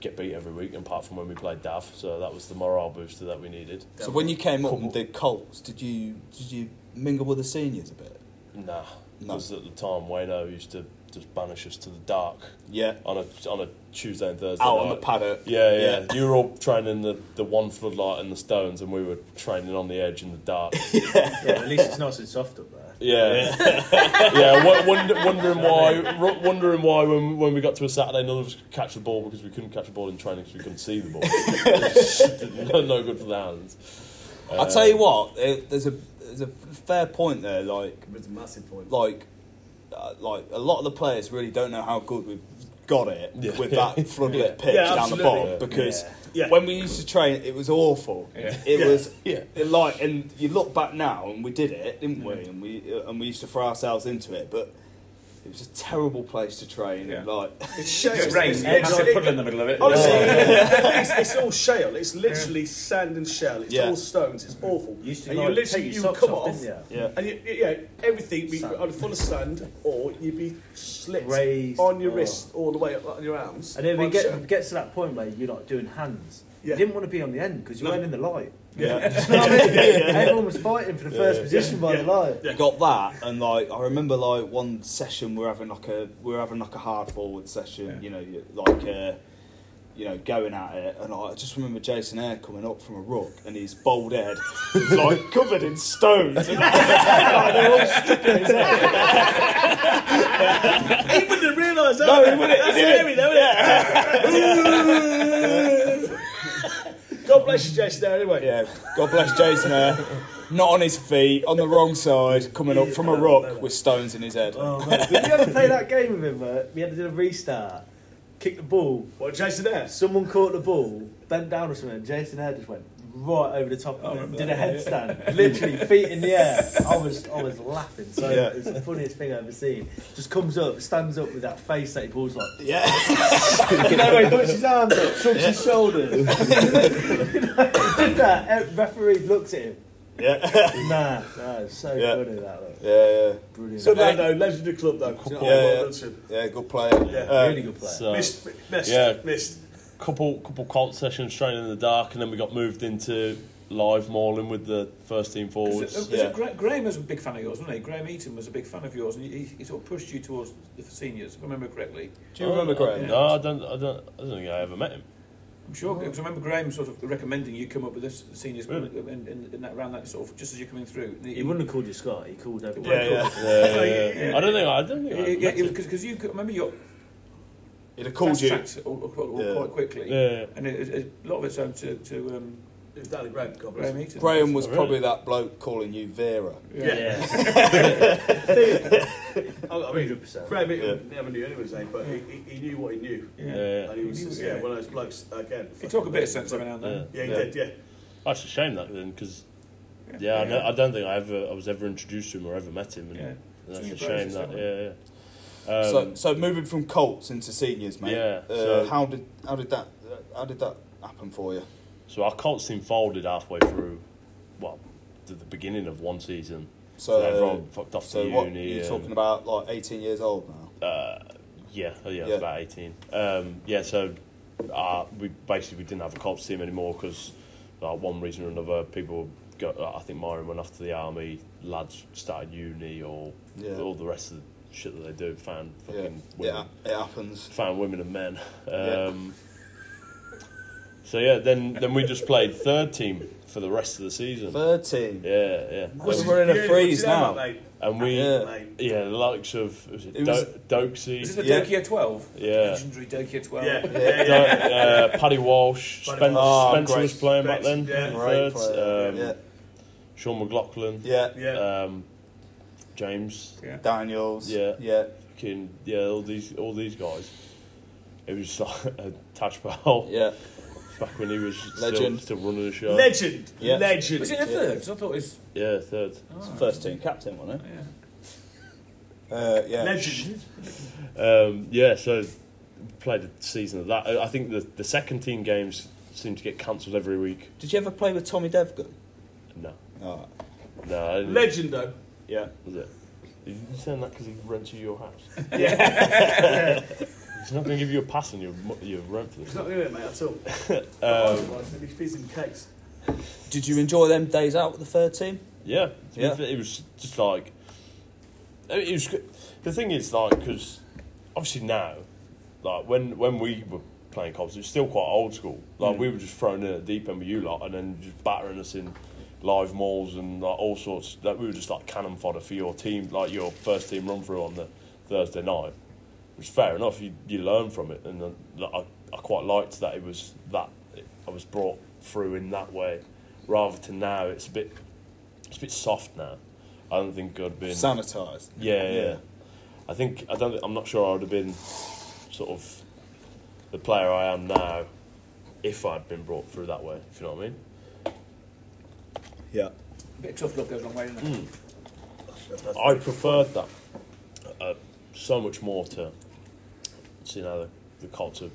Speaker 3: get beat every week, apart from when we played Dav. So that was the morale booster that we needed.
Speaker 2: So when you came up with
Speaker 3: Cool.
Speaker 2: the Colts, did you did you mingle with the seniors a bit?
Speaker 3: Nah,
Speaker 2: No.
Speaker 3: because at the time Wayno used to just banish us to the dark
Speaker 2: Yeah.
Speaker 3: on a on a Tuesday and Thursday.
Speaker 2: Out on the
Speaker 3: night.
Speaker 2: paddock.
Speaker 3: Yeah, yeah,
Speaker 2: Yeah.
Speaker 3: You were all training the, the one floodlight and the stones, and we were training on the edge in the dark.
Speaker 5: yeah, at least it's nice and soft up there.
Speaker 3: Yeah, yeah. wo- wonder, wondering why, ru- wondering why when, when we got to a Saturday, none of us could catch the ball because we couldn't catch the ball in training because we couldn't see the ball. no, no good for the hands. uh,
Speaker 2: I tell you what, eh, there's a there's a fair point there. Like
Speaker 4: It's a massive point.
Speaker 2: like uh, like a lot of the players really don't know how good we've got it
Speaker 3: Yeah.
Speaker 2: with that floodlit
Speaker 3: Yeah.
Speaker 2: pitch
Speaker 4: Yeah,
Speaker 2: down the
Speaker 4: absolutely.
Speaker 2: bottom
Speaker 3: Yeah.
Speaker 2: because
Speaker 4: Yeah.
Speaker 2: when we used to train it was awful
Speaker 1: Yeah.
Speaker 2: it
Speaker 4: Yeah.
Speaker 2: was
Speaker 3: Yeah.
Speaker 2: it like and you look back now and we did it didn't we and we uh, and we used to throw ourselves into it but it was a terrible place to train and
Speaker 1: Yeah.
Speaker 2: like
Speaker 6: It's
Speaker 1: It
Speaker 6: shale.
Speaker 1: rains,
Speaker 6: It's-
Speaker 1: massive
Speaker 6: it's-
Speaker 1: puddle in the middle of it.
Speaker 6: Honestly,
Speaker 1: Yeah.
Speaker 6: it's, it's all shale. It's literally sand and shale. It's
Speaker 2: Yeah.
Speaker 6: all stones. It's awful.
Speaker 5: You used to
Speaker 6: and
Speaker 5: like,
Speaker 6: you literally
Speaker 5: take
Speaker 6: you
Speaker 5: your socks
Speaker 6: would come
Speaker 5: off,
Speaker 6: off,
Speaker 5: didn't
Speaker 2: yeah
Speaker 6: and you, yeah, everything be
Speaker 5: Sand.
Speaker 6: either full of sand or you'd be slipped
Speaker 5: Raised,
Speaker 6: on your
Speaker 5: oh.
Speaker 6: wrist all the way up on your arms.
Speaker 5: And then we
Speaker 6: One
Speaker 5: get,
Speaker 6: shot.
Speaker 5: it gets to that point where you're like doing hands.
Speaker 6: Yeah.
Speaker 5: You didn't want to be on the end because you
Speaker 6: No.
Speaker 5: weren't in the light.
Speaker 2: yeah
Speaker 5: You know what I mean? Everyone was fighting for the first
Speaker 3: Yeah.
Speaker 5: position by the light.
Speaker 2: I got that and like I remember like one session we we're having like a we we're having like a hard forward session
Speaker 1: Yeah.
Speaker 2: you know you- like uh, you know going at it and I just remember Jason Eyre coming up from a ruck and his bald head was like covered in stones and they're all sticking his head
Speaker 6: He wouldn't have realised that.
Speaker 2: No, he wouldn't. He
Speaker 6: That's
Speaker 2: didn't.
Speaker 6: scary, though, isn't it? God bless you, Jason. there, Anyway,
Speaker 2: yeah God bless Jason Eyre not on his feet on the wrong side coming up from a ruck with stones in his head
Speaker 6: Oh.
Speaker 5: Did you ever play that game with him? Uh, we had to do a restart, kick the ball.
Speaker 6: what Jason there?
Speaker 5: Someone caught the ball, bent down or something. and Jason Hare just went right over the top
Speaker 1: I
Speaker 5: of him,
Speaker 1: remember
Speaker 5: did a
Speaker 1: that,
Speaker 5: headstand, literally feet in the air. I was I was laughing. So
Speaker 2: Yeah.
Speaker 5: it's the funniest thing I've ever seen. Just comes up, stands up with that face that he pulls like.
Speaker 2: yeah
Speaker 5: No, wait, puts his arms up, shrugs his shoulders. You know, he did that. eh, Referee looked at him.
Speaker 2: yeah
Speaker 5: Nah, nah, it's so
Speaker 2: Yeah.
Speaker 5: funny that look.
Speaker 2: yeah
Speaker 5: Brilliant.
Speaker 6: So no, no, legendary club though. Do you
Speaker 2: Yeah, yeah.
Speaker 6: know what I mean? Oh, Well done to him.
Speaker 2: yeah good player
Speaker 6: Yeah.
Speaker 2: Uh,
Speaker 5: really good player.
Speaker 3: So,
Speaker 6: Missed, missed,
Speaker 3: Yeah.
Speaker 6: missed.
Speaker 3: couple couple cult sessions training in the dark, and then we got moved into live mauling with the first team
Speaker 1: Was
Speaker 3: forwards.
Speaker 1: it, was
Speaker 2: yeah.
Speaker 1: it Gra- Graham was a big fan of yours, wasn't he? Graham Eaton was a big fan of yours, and he, he sort of pushed you towards the seniors, if I remember correctly.
Speaker 2: do you remember Graham
Speaker 3: Oh, No, I don't. I don't. I don't think I ever met him.
Speaker 1: I'm sure, because I remember Graham sort of recommending you come up with this seniors
Speaker 3: Mm-hmm. Really?
Speaker 1: in, in, in that round, that sort of just as you're coming through. And
Speaker 5: He wouldn't have called you Scott. He called everyone.
Speaker 2: yeah yeah
Speaker 3: Yeah, yeah. I don't think. I don't think. I met him.
Speaker 1: because you could- remember you
Speaker 2: he'd have called
Speaker 1: fast
Speaker 2: you
Speaker 1: tracked all, all, all
Speaker 2: Yeah.
Speaker 1: quite quickly,
Speaker 3: Yeah.
Speaker 1: and it, it, a lot of it's owed to, to um,
Speaker 6: It was down at Graham, God bless
Speaker 1: Graham
Speaker 6: him.
Speaker 1: Eaton.
Speaker 2: Graham was
Speaker 3: Oh, really?
Speaker 2: probably that bloke calling you Vera.
Speaker 1: Yeah.
Speaker 6: Oh, I mean,
Speaker 5: 100%.
Speaker 6: Graham Eaton never knew anyone's name, but he, he- he knew what he knew.
Speaker 1: Yeah.
Speaker 3: Yeah.
Speaker 6: And he was,
Speaker 1: He
Speaker 6: yeah,
Speaker 1: knew,
Speaker 6: one of those blokes, again.
Speaker 1: He talk a bit of sense every now and
Speaker 3: yeah.
Speaker 1: then.
Speaker 6: Yeah, he
Speaker 2: Yeah.
Speaker 6: did, yeah.
Speaker 3: That's a shame that then, because yeah, I, know, I don't think I ever I was ever introduced to him or ever met him, and
Speaker 1: Yeah.
Speaker 3: that's
Speaker 1: Junior
Speaker 3: a shame
Speaker 1: prizes,
Speaker 3: that.
Speaker 1: don't
Speaker 3: Yeah, yeah. Um,
Speaker 2: so, so moving from Colts into seniors, mate.
Speaker 3: Yeah,
Speaker 2: Uh,
Speaker 3: so-
Speaker 2: how did how did that how did that happen for you?
Speaker 3: so our Colts team folded halfway through, well, the, the beginning of one season.
Speaker 2: So,
Speaker 3: everyone fucked off
Speaker 2: so
Speaker 3: to
Speaker 2: what
Speaker 3: uni.
Speaker 2: you're
Speaker 3: and-
Speaker 2: talking about, like 18 years old now.
Speaker 3: Uh, yeah, oh yeah,
Speaker 2: Yeah.
Speaker 3: I was about 18. Um, yeah, so uh, we basically we didn't have a cops team anymore because uh, one reason or another, people got. uh, I think Myron went off to the army. Lads started uni or
Speaker 2: Yeah.
Speaker 3: all the rest of the shit that they do. Found
Speaker 2: Yeah,
Speaker 3: fucking
Speaker 2: yeah,
Speaker 3: women,
Speaker 2: it happens.
Speaker 3: found women and men.
Speaker 2: Yeah.
Speaker 3: Um, So yeah, then then we just played third team for the rest of the season.
Speaker 2: Third team.
Speaker 3: Yeah, yeah,
Speaker 2: We're
Speaker 6: Which is
Speaker 2: running a
Speaker 6: beautiful, do you
Speaker 2: freeze
Speaker 6: know
Speaker 2: now.
Speaker 6: that, mate?
Speaker 3: and we
Speaker 2: Yeah.
Speaker 3: yeah,
Speaker 6: Mate.
Speaker 3: the likes of was it
Speaker 2: It was-
Speaker 3: Do- Doxy,
Speaker 1: Is this the
Speaker 2: Yeah.
Speaker 1: Dokia 12?
Speaker 3: Yeah.
Speaker 1: Legendary Dokia 12.
Speaker 6: Yeah,
Speaker 2: Yeah.
Speaker 6: yeah,
Speaker 3: Don't-
Speaker 6: yeah.
Speaker 3: uh, Paddy Walsh,
Speaker 6: Paddy
Speaker 3: Spen-
Speaker 2: Walsh.
Speaker 3: Spencer
Speaker 2: Oh,
Speaker 3: was
Speaker 2: great.
Speaker 3: playing
Speaker 6: Great,
Speaker 3: back then.
Speaker 6: yeah.
Speaker 2: Great
Speaker 3: Third,
Speaker 2: player.
Speaker 3: um,
Speaker 2: yeah.
Speaker 3: Sean McLaughlin,
Speaker 2: yeah,
Speaker 6: Yeah.
Speaker 3: um, James,
Speaker 1: Yeah.
Speaker 2: Daniels.
Speaker 3: Yeah.
Speaker 2: yeah,
Speaker 3: fucking yeah, all these all these guys. It was like a Taj Mahal
Speaker 2: yeah.
Speaker 3: back when he was still,
Speaker 2: Legend.
Speaker 3: still running the show.
Speaker 6: Legend,
Speaker 2: Yeah.
Speaker 1: Was
Speaker 6: legend.
Speaker 1: it the third? 'Cause I thought it was.
Speaker 3: Yeah, third.
Speaker 1: Oh,
Speaker 2: First team captain, wasn't it?
Speaker 1: Yeah.
Speaker 2: Uh, yeah.
Speaker 6: Legend.
Speaker 3: Um, yeah, so played a season of that. I I think the the second team games seem to get cancelled every week.
Speaker 2: Did you ever play with Tommy Devgan?
Speaker 3: No,
Speaker 2: Oh,
Speaker 3: no, I didn't-
Speaker 6: Legend though.
Speaker 2: yeah.
Speaker 3: was it? Did you send that because he rented your house?
Speaker 6: Yeah.
Speaker 3: He's not going to give you a pass on your mo- your rent for
Speaker 6: He's
Speaker 3: this.
Speaker 6: not doing it, mate, at all. Otherwise, he'd be feeding cakes.
Speaker 2: Did you enjoy them days out with the third team?
Speaker 3: Yeah, to be
Speaker 2: Yeah.
Speaker 3: fair, it was just like I mean, it was. good- The thing is, like, because obviously now, like when when we were playing cops, it was still quite old school. Like we were just thrown in at the deep end with you lot, and then just battering us in live malls and like all sorts. Like we were just like cannon fodder for your team, like your first team run through on the Thursday night. Which is fair enough. You you learn from it, and uh, like, I I quite liked that it was that I was brought through in that way, rather to now it's a bit it's a bit soft now. I don't think I'd been.
Speaker 2: Sanitised.
Speaker 3: yeah, yeah, I think I don't. I'm not sure I would have been sort of the player I am now if I'd been brought through that way. If you know what I mean.
Speaker 2: Yeah.
Speaker 1: A bit of tough luck goes a long way, doesn't
Speaker 2: Mm.
Speaker 1: it?
Speaker 3: I preferred that uh, so much more to seeing how the, the Colts are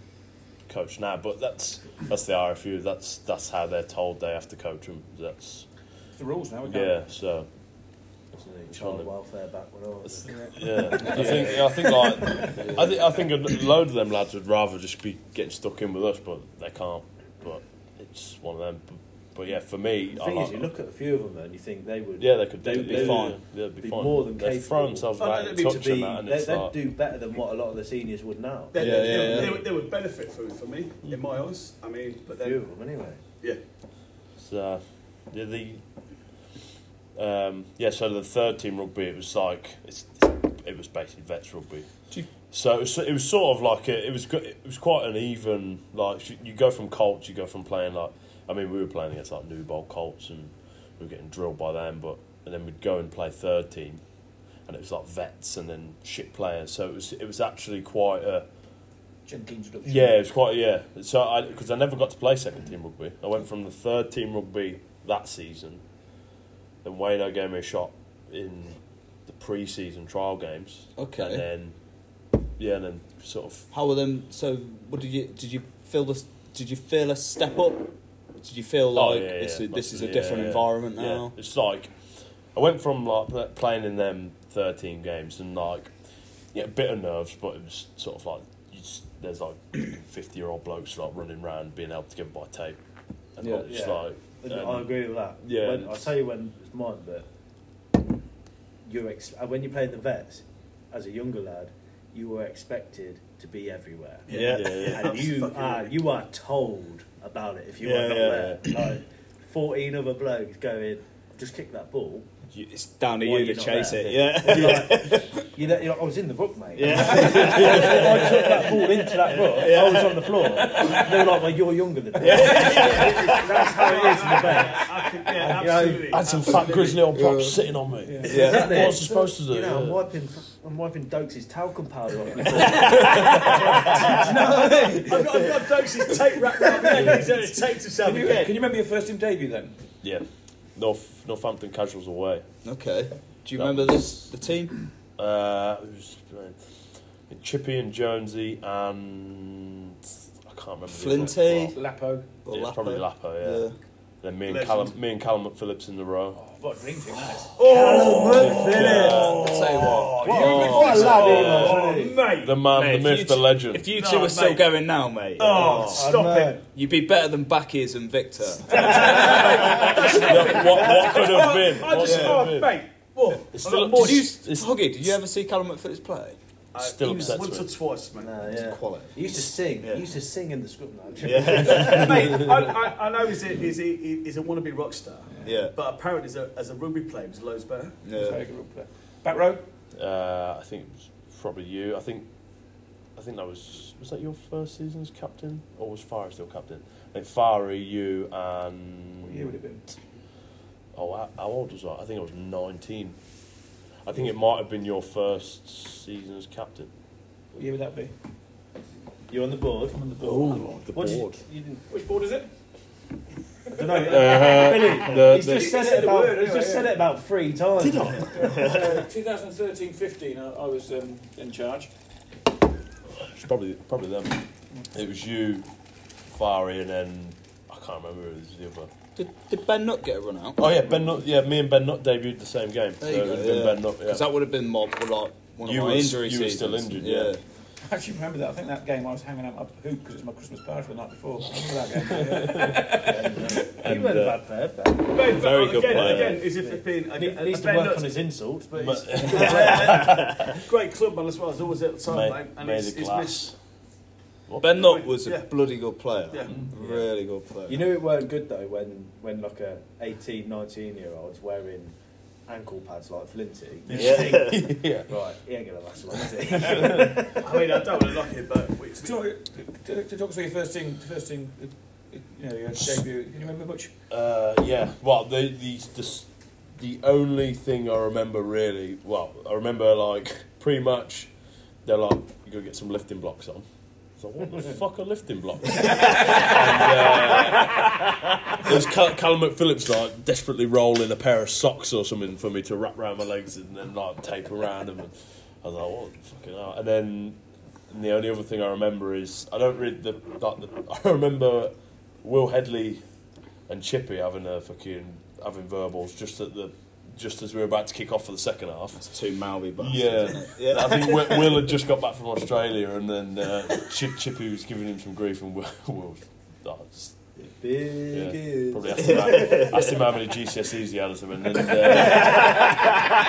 Speaker 3: coached now. But that's that's the RFU. That's that's how they're told they have to coach them. That's
Speaker 1: It's the rules now, we can't.
Speaker 3: yeah. So
Speaker 5: Absolutely.
Speaker 3: It's
Speaker 5: Child
Speaker 3: one
Speaker 5: welfare back when I was.
Speaker 3: Yeah, I think I think like I think I think a load of them lads would rather just be getting stuck in with us, but they can't. But it's one of them. But, but yeah, for me,
Speaker 5: The
Speaker 3: I
Speaker 5: thing
Speaker 3: like
Speaker 5: is, you
Speaker 3: them.
Speaker 5: look at a few of them though, and you think they would.
Speaker 3: yeah, they could
Speaker 5: they
Speaker 3: do
Speaker 5: would
Speaker 3: be
Speaker 5: do-
Speaker 3: fine. They'd be,
Speaker 5: be
Speaker 3: fine.
Speaker 5: more than
Speaker 3: they
Speaker 5: capable.
Speaker 3: throw themselves
Speaker 6: Oh, no,
Speaker 3: right
Speaker 6: they'd
Speaker 3: in
Speaker 6: be
Speaker 3: touch
Speaker 5: To
Speaker 3: and
Speaker 5: be,
Speaker 3: that, and
Speaker 5: they,
Speaker 3: it's
Speaker 5: they'd
Speaker 3: like,
Speaker 5: do better than what a lot of the seniors would now.
Speaker 6: They,
Speaker 2: Yeah,
Speaker 6: they,
Speaker 2: yeah,
Speaker 6: they
Speaker 2: yeah.
Speaker 6: would- they would benefit from it for me, in my eyes. I mean, but
Speaker 5: a few
Speaker 6: then,
Speaker 5: of them anyway.
Speaker 6: yeah.
Speaker 3: so, yeah, the um, yeah. So the third team rugby, it was like it's, it was basically vets rugby.
Speaker 2: Do you-
Speaker 3: So it was, it was sort of like a, it was go- it was quite an even like you- you go from Colts, you go from playing like I mean we were playing against like New Bowl Colts and we were getting drilled by them, but and then we'd go and play third team, and it was like vets and then shit players. So it was it was actually quite a
Speaker 1: Gentle introduction.
Speaker 3: yeah it was quite yeah. So I because I never got to play second team rugby. I went from the third team rugby that season, then Wayno gave me a shot in the pre-season trial games,
Speaker 2: Okay.
Speaker 3: and then yeah, and then sort of.
Speaker 2: How were them? So, what did you did you feel this? Did you feel a step up? Did you feel
Speaker 3: Oh,
Speaker 2: like
Speaker 3: yeah, yeah,
Speaker 2: this,
Speaker 3: yeah.
Speaker 2: is, this is a
Speaker 3: Yeah,
Speaker 2: different
Speaker 3: yeah.
Speaker 2: environment
Speaker 3: Yeah.
Speaker 2: now?
Speaker 3: It's like I went from like pl- playing in them thirteen games and like yeah, a bit of nerves, but it was sort of like you just, there's like fifty year old blokes like running around being held together by tape, and
Speaker 2: Yeah.
Speaker 3: yeah, just
Speaker 5: Yeah.
Speaker 3: like
Speaker 5: And
Speaker 3: um,
Speaker 5: I agree with that.
Speaker 3: yeah,
Speaker 5: When,
Speaker 3: and
Speaker 5: I'll
Speaker 3: it's-
Speaker 5: tell you when it's mine, but you're ex- uh, when you play in the vets, as a younger lad, you were expected to be everywhere.
Speaker 3: yeah, yeah, yeah.
Speaker 5: And you
Speaker 6: Fucking
Speaker 5: are,
Speaker 6: right.
Speaker 5: you are told about it if you
Speaker 3: Yeah,
Speaker 5: are not
Speaker 3: yeah,
Speaker 5: there. Like, 14 other blokes going, just kick that ball.
Speaker 2: You- it's down to
Speaker 5: Why
Speaker 2: you
Speaker 5: you're
Speaker 2: to
Speaker 5: not
Speaker 2: chase
Speaker 5: there?
Speaker 2: it. Yeah.
Speaker 5: You're like, you know, you're like, I was in the book, mate. I took that ball into that book. I was on the floor. They were like, well, you're younger than me. That's how it is in the vets.
Speaker 6: I could, yeah,
Speaker 5: You know,
Speaker 6: absolutely.
Speaker 3: I had some fat grizzly old props sitting on me.
Speaker 2: Yeah.
Speaker 5: Exactly.
Speaker 3: What's it supposed to do?
Speaker 5: You know, I'm
Speaker 3: Yeah.
Speaker 5: wiping, I'm wiping Dokes' talcum powder off. me.
Speaker 6: I've got, I've got Dokes' tape wrapped around my head. He's only taped himself
Speaker 1: Can you,
Speaker 6: again.
Speaker 1: can you remember your first team debut then?
Speaker 3: Yeah, North Northampton casuals away.
Speaker 2: Okay. Do you
Speaker 3: That
Speaker 2: remember this? The team?
Speaker 3: Uh, who's playing? Chippy and Jonesy and I can't remember. the other
Speaker 2: Flinty?
Speaker 3: one.
Speaker 1: Lapo.
Speaker 2: Or
Speaker 3: Yeah, it's
Speaker 2: Lappo?
Speaker 3: probably Lapo, yeah.
Speaker 2: Yeah.
Speaker 3: Then me and
Speaker 6: Legend.
Speaker 3: Callum, me and Callum McPhillips in the row.
Speaker 1: Oh, what a dream team that is.
Speaker 2: I'll tell you what.
Speaker 5: What a lad he was, wasn't he?
Speaker 6: Oh, mate.
Speaker 3: The man,
Speaker 2: Mate,
Speaker 3: the
Speaker 2: if you
Speaker 3: myth, the
Speaker 2: t-
Speaker 3: legend.
Speaker 2: If you
Speaker 6: No,
Speaker 2: two are still
Speaker 6: mate.
Speaker 2: going now, mate,
Speaker 6: Oh,
Speaker 5: I
Speaker 6: stop
Speaker 5: know.
Speaker 6: it.
Speaker 2: you'd be better than Backies and Victor.
Speaker 3: what, what could have been?
Speaker 6: I
Speaker 3: What
Speaker 6: just,
Speaker 3: could have
Speaker 6: oh,
Speaker 3: been?
Speaker 6: mate. Whoa.
Speaker 3: It's
Speaker 6: I
Speaker 3: still-
Speaker 6: got more
Speaker 2: did you,
Speaker 3: it's- it's-
Speaker 2: Hoggy, did you ever see Callum McPhillips play?
Speaker 6: Uh,
Speaker 3: Still
Speaker 6: he was
Speaker 3: upsets
Speaker 6: Once
Speaker 3: me.
Speaker 6: or twice, mate.
Speaker 5: No, yeah.
Speaker 2: Quality.
Speaker 5: He used to sing.
Speaker 2: Yeah.
Speaker 5: He used to sing in the script now.
Speaker 6: mate, I, I, I know he's a, he's, a, he's a wannabe rock star,
Speaker 2: Yeah.
Speaker 6: but apparently as a, as a rugby player, he's loads better.
Speaker 2: Yeah.
Speaker 1: Very good rugby player. Back row.
Speaker 3: Uh, I think it was probably you. I think, I think that was was that your first season as captain, or was Farah still captain? I think Farah, you, and
Speaker 1: What year would it have been?
Speaker 3: Oh, how, how old was I? I think I was 19. I think it might have been your first season as captain.
Speaker 1: What year would that be?
Speaker 5: You're on Oh, the board.
Speaker 1: I'm on the board.
Speaker 5: What did You, you didn't,
Speaker 1: Which board is it?
Speaker 5: don't know.
Speaker 3: Uh,
Speaker 5: Billy,
Speaker 3: the-
Speaker 5: he's
Speaker 3: the-
Speaker 5: just said
Speaker 1: You said
Speaker 5: it
Speaker 1: the
Speaker 5: about.
Speaker 1: word
Speaker 5: he's just
Speaker 1: anyway,
Speaker 5: said
Speaker 1: yeah.
Speaker 5: it about three times. Did I?
Speaker 1: Uh, 2013-15, I, I was um, in charge.
Speaker 3: It's probably probably them. It was you, Fari, and then I can't remember who was the other.
Speaker 2: Did, did Ben Nutt get a run out?
Speaker 3: Oh yeah, Ben Nutt. Yeah, me and Ben Nutt debuted the same game.
Speaker 2: There
Speaker 3: so
Speaker 2: you
Speaker 3: it
Speaker 2: go.
Speaker 3: would have been
Speaker 2: yeah.
Speaker 3: Ben Nutt. Yeah.
Speaker 2: 'Cause that would have been my like one of
Speaker 3: You
Speaker 2: my
Speaker 3: were-
Speaker 2: injury
Speaker 3: you were still
Speaker 2: seasons.
Speaker 3: injured, yeah.
Speaker 1: I actually remember that. I think that game I was hanging out my hoop because it was my Christmas party the night before. I remember that game.
Speaker 5: He
Speaker 3: And,
Speaker 5: weren't
Speaker 3: uh,
Speaker 5: a bad player, Ben.
Speaker 6: Very
Speaker 3: Very good
Speaker 6: again,
Speaker 3: player.
Speaker 6: Again, is if they've been.
Speaker 5: He
Speaker 6: Again,
Speaker 5: needs to
Speaker 6: Ben
Speaker 5: work
Speaker 6: Nutt's
Speaker 5: on his insults, but
Speaker 3: But-
Speaker 5: he's,
Speaker 6: great clubman as well as always at the time,
Speaker 3: Ma-
Speaker 6: mate, and
Speaker 3: made
Speaker 6: he's,
Speaker 3: the
Speaker 6: he's missed.
Speaker 3: class.
Speaker 2: Ben Nutt was a
Speaker 6: Yeah.
Speaker 2: bloody good player.
Speaker 6: Yeah.
Speaker 2: Really good player.
Speaker 5: you knew it weren't good though when when like a 18, 19 year old's wearing ankle pads like Flinty. You
Speaker 2: Yeah.
Speaker 5: think,
Speaker 3: Yeah.
Speaker 5: right, he ain't gonna last long, is he?
Speaker 6: I mean, I don't want to knock him, but we,
Speaker 1: to, talk, to, to talk us through your first team, first team, uh, you know, your debut. Can you remember much?
Speaker 3: Uh, yeah. Well, the, the the s- the only thing I remember really, well, I remember like pretty much they're like, you go get some lifting blocks on. So what the fuck are lifting blocks? and, uh, it was Cal- Callum McPhillips like desperately rolling a pair of socks or something for me to wrap around my legs and then like tape around them. And I was like, what the fucking hell? And then and the only other thing I remember is I don't read the like the I remember Will Headley and Chippy having a fucking having verbals just at the just as we were about to kick off for the second half.
Speaker 2: That's two Malby bastards.
Speaker 3: Yeah.
Speaker 2: Yeah.
Speaker 3: I think Will, Will had just got back from Australia, and then uh, Chip, Chippy was giving him some grief, and Will, Will oh, it's-
Speaker 5: Big
Speaker 3: yeah,
Speaker 5: ears.
Speaker 3: probably asked him, how, asked him how many GCSEs he had or something. And, uh,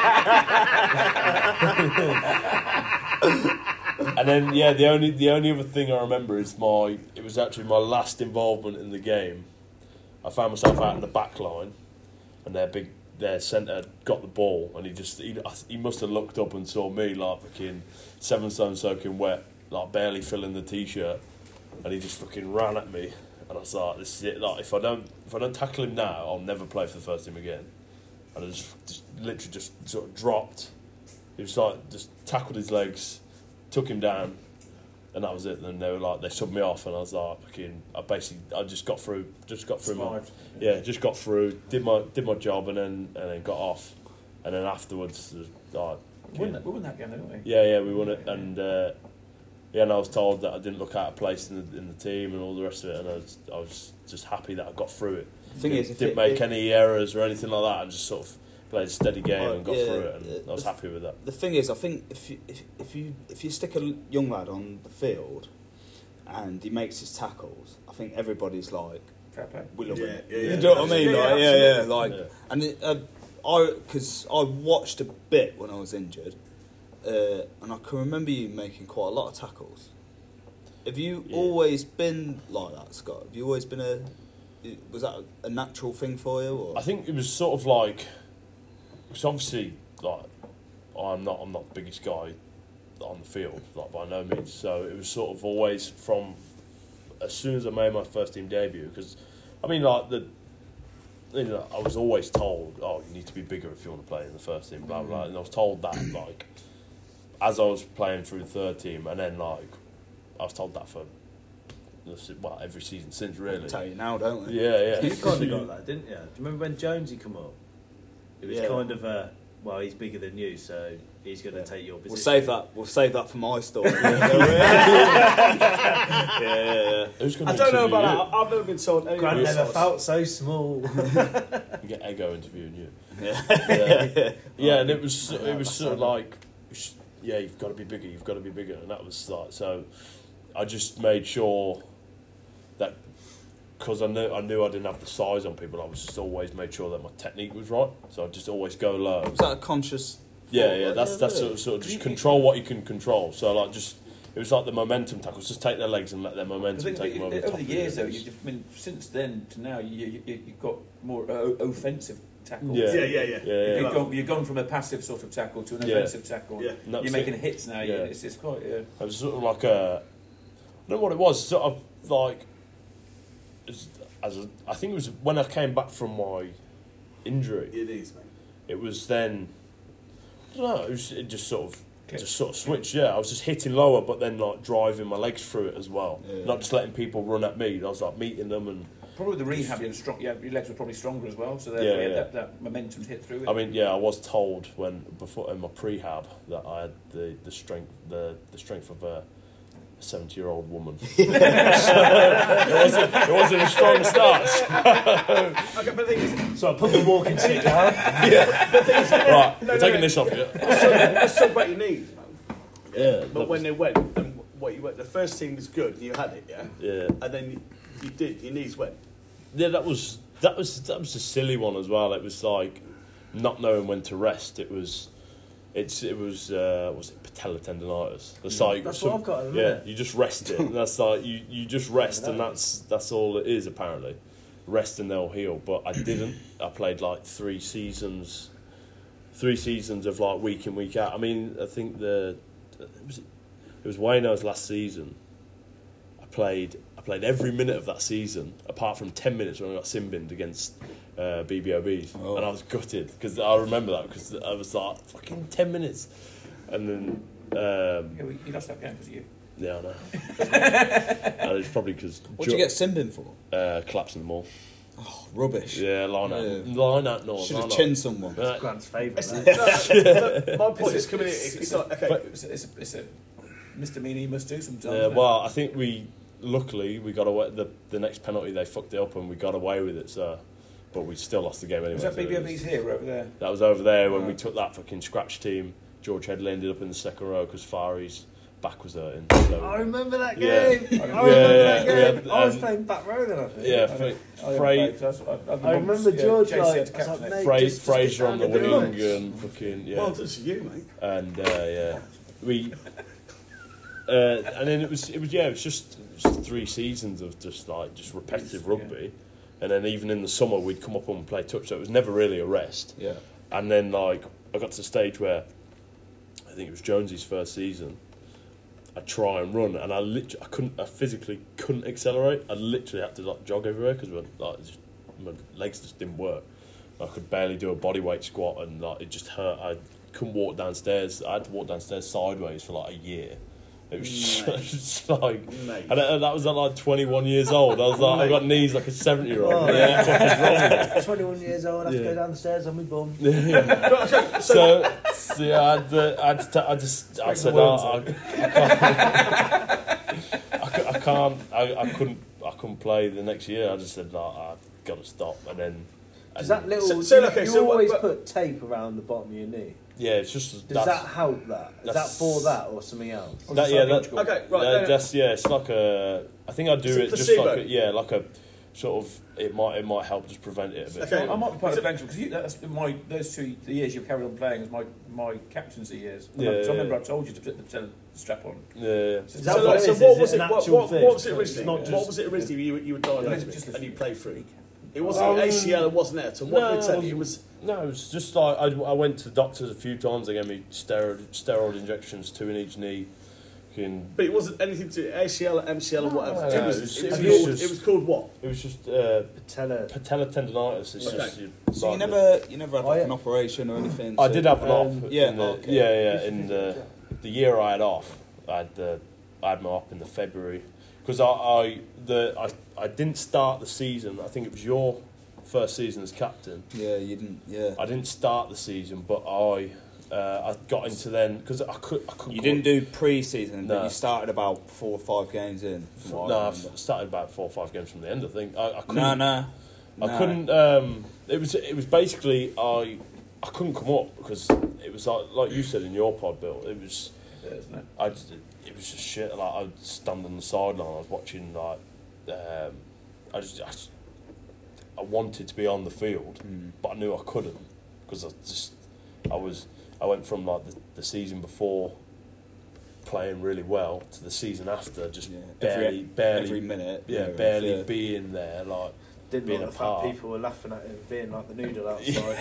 Speaker 3: uh, and then yeah, the only the only other thing I remember is my it was actually my last involvement in the game. I found myself out in the back line, and their big their centre got the ball, and he just he, he must have looked up and saw me like fucking seven stone soaking wet, like barely filling the t-shirt, and he just fucking ran at me, and I was like, this is it. Like if I don't if I don't tackle him now, I'll never play for the first team again. And I just, just literally just sort of dropped. He was like just tackled his legs, took him down. And that was it. Then they were like, they subbed me off, and I was like, fucking, I basically, I just got through, just got through my,
Speaker 1: Survived.
Speaker 3: yeah, just got through, did my did my job, and then and then got off, and then afterwards, uh, I-
Speaker 1: We won, that, we won that game, didn't we?
Speaker 3: yeah, yeah, we won it, and uh, yeah, and I was told that I didn't look out of place in the, in the team and all the rest of it, and I was, I was just happy that I got through it.
Speaker 2: Thing
Speaker 3: didn't,
Speaker 2: is, if
Speaker 3: didn't
Speaker 2: it-
Speaker 3: make
Speaker 2: if-
Speaker 3: any errors or anything like that, and just sort of played a steady game
Speaker 2: Well,
Speaker 3: and got
Speaker 2: yeah,
Speaker 3: through it, and
Speaker 2: yeah,
Speaker 3: I was
Speaker 2: the-
Speaker 3: happy with that.
Speaker 2: The thing is, I think if you if, if you if you stick a l- young lad on the field, and he makes his tackles, I think everybody's like,
Speaker 1: Fair play.
Speaker 2: "We love
Speaker 6: Yeah,
Speaker 2: him."
Speaker 6: yeah,
Speaker 2: you
Speaker 6: yeah,
Speaker 2: know what I mean?
Speaker 6: absolutely.
Speaker 2: like,
Speaker 6: Yeah,
Speaker 2: yeah, yeah,
Speaker 6: absolutely.
Speaker 2: like,
Speaker 3: Yeah.
Speaker 2: and it, uh, I because I watched a bit when I was injured, uh, and I can remember you making quite a lot of tackles. Have you
Speaker 3: Yeah.
Speaker 2: always been like that, Scott? Have you always been a was that a natural thing for you? Or?
Speaker 3: I think it was sort of like, because obviously, like, I'm not, I'm not the biggest guy on the field, like by no means. So it was sort of always from, as soon as I made my first team debut, because, I mean, like the, you know, I was always told, oh, you need to be bigger if you want to play in the first team, blah blah, blah. and I was told that like, as I was playing through the third team, and then like, I was told that for, well, every season since really.
Speaker 2: tell you now, don't they?
Speaker 3: Yeah, yeah.
Speaker 5: You kind of got that, didn't you? Do you remember when Jonesy come up? It was
Speaker 2: Yeah.
Speaker 5: kind of a well, he's bigger than you, so he's going to take your position.
Speaker 2: We'll save that. We'll save that for my story. yeah, yeah,
Speaker 3: Who's gonna
Speaker 6: I don't know
Speaker 3: interview
Speaker 6: about
Speaker 3: you?
Speaker 6: that. I've never been told anything.
Speaker 5: Grant
Speaker 3: Yes.
Speaker 5: never felt so small.
Speaker 3: You get Ego interviewing you.
Speaker 2: yeah.
Speaker 3: Yeah, yeah and it was
Speaker 5: I know,
Speaker 3: it was
Speaker 5: that's
Speaker 3: sort of
Speaker 5: sad.
Speaker 3: like, sh- yeah, you've got to be bigger, you've got to be bigger, and that was like so. I just made sure that because I knew I knew I didn't have the size on people. I was just always made sure that my technique was right, so I just always go low.
Speaker 2: Was that a conscious?
Speaker 3: Yeah,
Speaker 2: thought?
Speaker 3: yeah,
Speaker 2: Like,
Speaker 3: that's that's sort
Speaker 2: really?
Speaker 3: of, sort of just control what you can control. So like just. It was like the momentum tackles. Just take their legs and let their
Speaker 1: I
Speaker 3: momentum
Speaker 1: think
Speaker 3: take them
Speaker 1: over
Speaker 3: over the
Speaker 1: the,
Speaker 3: top. of you.
Speaker 1: years, though, you, I mean, since then to now, you, you, you- you've got more uh, offensive tackles.
Speaker 3: Yeah.
Speaker 6: Yeah, yeah, yeah.
Speaker 3: Yeah, yeah.
Speaker 1: You've, gone, you've gone from a passive sort of tackle to an
Speaker 3: Yeah.
Speaker 1: offensive tackle.
Speaker 6: Yeah.
Speaker 3: And that
Speaker 1: You're
Speaker 3: was
Speaker 1: making
Speaker 3: it.
Speaker 1: hits now.
Speaker 3: Yeah.
Speaker 1: Yeah. It's, it's quite. Uh,
Speaker 3: It was sort of like a, I don't know what it was. Sort of like, as, as a, I think it was when I came back from my injury.
Speaker 6: It is, mate.
Speaker 3: It was then, I don't know. It, was, it just sort of,
Speaker 1: Clicked.
Speaker 3: just sort of switched. Yeah, I was just hitting lower, but then like driving my legs through it as well,
Speaker 2: Yeah.
Speaker 3: not just letting people run at me. I was like meeting them and
Speaker 1: Probably the rehab, you had a strong, yeah, your legs were probably stronger as well, so therefore
Speaker 3: Yeah,
Speaker 1: you had
Speaker 3: yeah.
Speaker 1: That, that momentum to hit through it.
Speaker 3: I mean, yeah, I was told when before in my prehab that I had the, the strength the, the strength of a seventy year old woman. so it, wasn't, it wasn't a strong start.
Speaker 6: Okay, but the thing is,
Speaker 5: So I put the walking stick down.
Speaker 3: Right,
Speaker 6: No,
Speaker 3: we're
Speaker 6: no,
Speaker 3: taking
Speaker 6: no.
Speaker 3: this off you.
Speaker 6: that's still- that's still what you need.
Speaker 3: Yeah,
Speaker 6: But when they went, then what you went, the first team was good, you had it, yeah?
Speaker 3: yeah,
Speaker 6: And then you, you did, your knees went.
Speaker 3: yeah, that was that was that was a silly one as well. It was like not knowing when to rest. It was. It's it was uh, was it patella tendonitis. That's like
Speaker 5: That's
Speaker 3: some-
Speaker 5: what I've got at the
Speaker 3: Yeah,
Speaker 5: minute.
Speaker 3: you just rest it. And that's like you, you just rest, and
Speaker 5: that
Speaker 3: that's that's all it is apparently. Rest and they'll heal. But I didn't. I played like three seasons, three seasons of like week in week out. I mean, I think the it was it was Wayno's last season. I played I played every minute of that season apart from ten minutes when I got simbined against. Uh, BBOBs
Speaker 2: Oh.
Speaker 3: and I was gutted because I remember that because I was like fucking ten minutes, and then um,
Speaker 1: yeah, we, you lost that game because of you.
Speaker 3: yeah, I know. and it's probably because
Speaker 2: What'd you get Simbin for?
Speaker 3: Uh, collapsing the mall.
Speaker 2: Oh, rubbish.
Speaker 3: Yeah, line out,
Speaker 2: Yeah.
Speaker 3: line out, north.
Speaker 2: Should have
Speaker 3: line out.
Speaker 2: chinned someone.
Speaker 3: Uh,
Speaker 5: Grant's favourite.
Speaker 6: No,
Speaker 5: that.
Speaker 6: no, no, my point
Speaker 1: a-
Speaker 6: is coming in, it's, it's like, okay,
Speaker 1: It's a, it's a, it's a misdemeanor you must do sometimes.
Speaker 3: yeah,
Speaker 1: isn't it?
Speaker 3: well, I think we luckily we got away. The the next penalty they fucked it up and we got away with it. So, but we still lost the game anyway.
Speaker 1: was that
Speaker 3: so it
Speaker 1: BBM's here or over there?
Speaker 3: That was over there when we
Speaker 1: Right.
Speaker 3: took that fucking scratch team. George Headley ended up in the second row because Fari's back was hurting. So,
Speaker 5: I remember that
Speaker 3: Yeah.
Speaker 5: game. I
Speaker 1: Yeah,
Speaker 5: remember that
Speaker 3: yeah,
Speaker 5: game.
Speaker 3: yeah,
Speaker 5: I was
Speaker 3: um,
Speaker 5: playing back row then. I think.
Speaker 3: yeah,
Speaker 1: I
Speaker 3: Fra-
Speaker 1: I,
Speaker 3: Frey-
Speaker 1: don't know, 'cause I, was- I, I,
Speaker 5: I remember
Speaker 1: yeah,
Speaker 5: George
Speaker 1: JC
Speaker 5: like,
Speaker 1: had to
Speaker 5: I was
Speaker 1: captain it.
Speaker 5: like, mate,
Speaker 3: Fra-
Speaker 5: just- just
Speaker 3: Fraser
Speaker 5: get
Speaker 3: on the
Speaker 5: down and do
Speaker 3: wing
Speaker 5: it.
Speaker 3: and fucking yeah.
Speaker 6: well, this is you, mate.
Speaker 3: and uh, yeah, we uh, and then it was it was yeah, it was just, just three seasons of just like just repetitive
Speaker 1: Yeah.
Speaker 3: rugby, and then even in the summer we'd come up and play touch, so it was never really a rest.
Speaker 2: Yeah.
Speaker 3: And then like I got to the stage where I think it was Jonesy's first season. I try and run, and I literally I couldn't I physically couldn't accelerate. I literally had to like jog everywhere because like just, my legs just didn't work. I could barely do a body weight squat, and like it just hurt. I couldn't walk downstairs. I had to walk downstairs sideways for like a year. It was just, just like,
Speaker 6: Mate.
Speaker 3: and uh, that that was at like 21 years old. I was like, I've got knees like a 70 year old.
Speaker 5: Oh,
Speaker 3: yeah.
Speaker 5: I'm 21 years old, I have
Speaker 3: Yeah.
Speaker 5: to go downstairs on my bum.
Speaker 3: so, so yeah, uh, I, had to, I, had to, ta- I just I said no, I, I can't, I, can't I, I couldn't I couldn't play the next year. I just said no, I've got to stop, and then
Speaker 5: Does
Speaker 3: and-
Speaker 5: that little.
Speaker 6: So- so,
Speaker 5: you-
Speaker 6: okay,
Speaker 5: you
Speaker 6: so what-
Speaker 5: always
Speaker 6: what-
Speaker 5: put tape around the bottom of your knee.
Speaker 3: yeah, it's just
Speaker 5: Does
Speaker 3: that's-
Speaker 5: that help that? Is that
Speaker 3: that's-
Speaker 5: for that or something else?
Speaker 1: Or was
Speaker 3: That-
Speaker 1: it
Speaker 3: Oh, yeah, that-
Speaker 1: psychological?
Speaker 6: Okay, right,
Speaker 3: Yeah,
Speaker 6: no, no.
Speaker 3: that's yeah. It's like a. I think I do
Speaker 6: It's a
Speaker 3: it just
Speaker 6: placebo.
Speaker 3: like a, yeah, like a sort of. It might it might help just prevent it a bit.
Speaker 6: Okay.
Speaker 1: I might be
Speaker 6: Is
Speaker 1: part
Speaker 6: it-
Speaker 1: of Benjamin because that's been my those two the years you've carried on playing is my my captaincy years.
Speaker 3: Yeah,
Speaker 1: so I remember
Speaker 3: yeah.
Speaker 1: I told you to put the tele- strap on.
Speaker 3: Yeah.
Speaker 1: So
Speaker 5: Is
Speaker 6: So,
Speaker 5: that
Speaker 6: like,
Speaker 5: what
Speaker 6: so
Speaker 5: it is?
Speaker 6: what
Speaker 5: Is
Speaker 6: was
Speaker 5: it
Speaker 6: it?
Speaker 5: an
Speaker 6: What,
Speaker 5: actual
Speaker 6: what,
Speaker 5: thing?
Speaker 6: what was it
Speaker 5: So it's
Speaker 6: originally?
Speaker 5: not
Speaker 6: what
Speaker 5: just-
Speaker 6: was it originally? You, you were
Speaker 1: Yeah, it's
Speaker 6: diagnosed
Speaker 1: just
Speaker 6: with
Speaker 1: a-
Speaker 6: and you played through. It wasn't
Speaker 3: Um,
Speaker 6: ACL, it wasn't it? So what
Speaker 3: no,
Speaker 6: did they tell
Speaker 3: it
Speaker 6: you? It was
Speaker 3: No, it's just like I, I went to the doctors a few times. They gave me steroid steroid injections, two in each knee. Can
Speaker 6: But it wasn't anything to ACL, MCL, or whatever.
Speaker 3: no,
Speaker 6: it, was,
Speaker 3: it was- it was
Speaker 6: it, was called,
Speaker 3: just-
Speaker 6: it was called what?
Speaker 3: it was just uh,
Speaker 5: Patella.
Speaker 3: patella tendonitis. It's
Speaker 6: Okay.
Speaker 3: just you,
Speaker 2: So you
Speaker 3: like the-
Speaker 2: never, you never had
Speaker 5: Oh,
Speaker 2: like
Speaker 5: yeah.
Speaker 2: an operation or anything.
Speaker 3: I
Speaker 2: to-
Speaker 3: did have an
Speaker 2: Um,
Speaker 3: off.
Speaker 2: Yeah.
Speaker 3: in the,
Speaker 2: okay.
Speaker 3: yeah, yeah. In the the year I had off, I had the I had my op in the February because I, I the I, I didn't start the season. I think it was your first season as captain.
Speaker 2: Yeah, you didn't. Yeah.
Speaker 3: I didn't start the season, but I uh, I got into then because I could I could
Speaker 2: You didn't do pre-season,
Speaker 3: No.
Speaker 2: but you started about four or five games in. from
Speaker 3: No,
Speaker 2: what I
Speaker 3: I
Speaker 2: remember.
Speaker 3: f- started about four or five games from the end. I think I, I couldn't.
Speaker 2: no, no,
Speaker 3: I
Speaker 2: no.
Speaker 3: couldn't. Um, it was it was basically I I couldn't come up because it was like like you said in your pod, Bill. It was
Speaker 1: Isn't it?
Speaker 3: I just, it was just shit. Like I would stand on the sideline. I was watching like um, I just I, just- I wanted to be on the field, but I knew I couldn't because I just I was I went from like the, the season before playing really well to the season after just
Speaker 2: Yeah,
Speaker 3: barely
Speaker 2: every,
Speaker 3: barely
Speaker 2: every minute.
Speaker 3: yeah,
Speaker 2: near
Speaker 3: barely
Speaker 2: enough,
Speaker 3: being there like
Speaker 5: Didn't
Speaker 3: Being
Speaker 5: like
Speaker 3: a
Speaker 5: the
Speaker 3: part.
Speaker 5: fact people were laughing at him being like the noodle outside,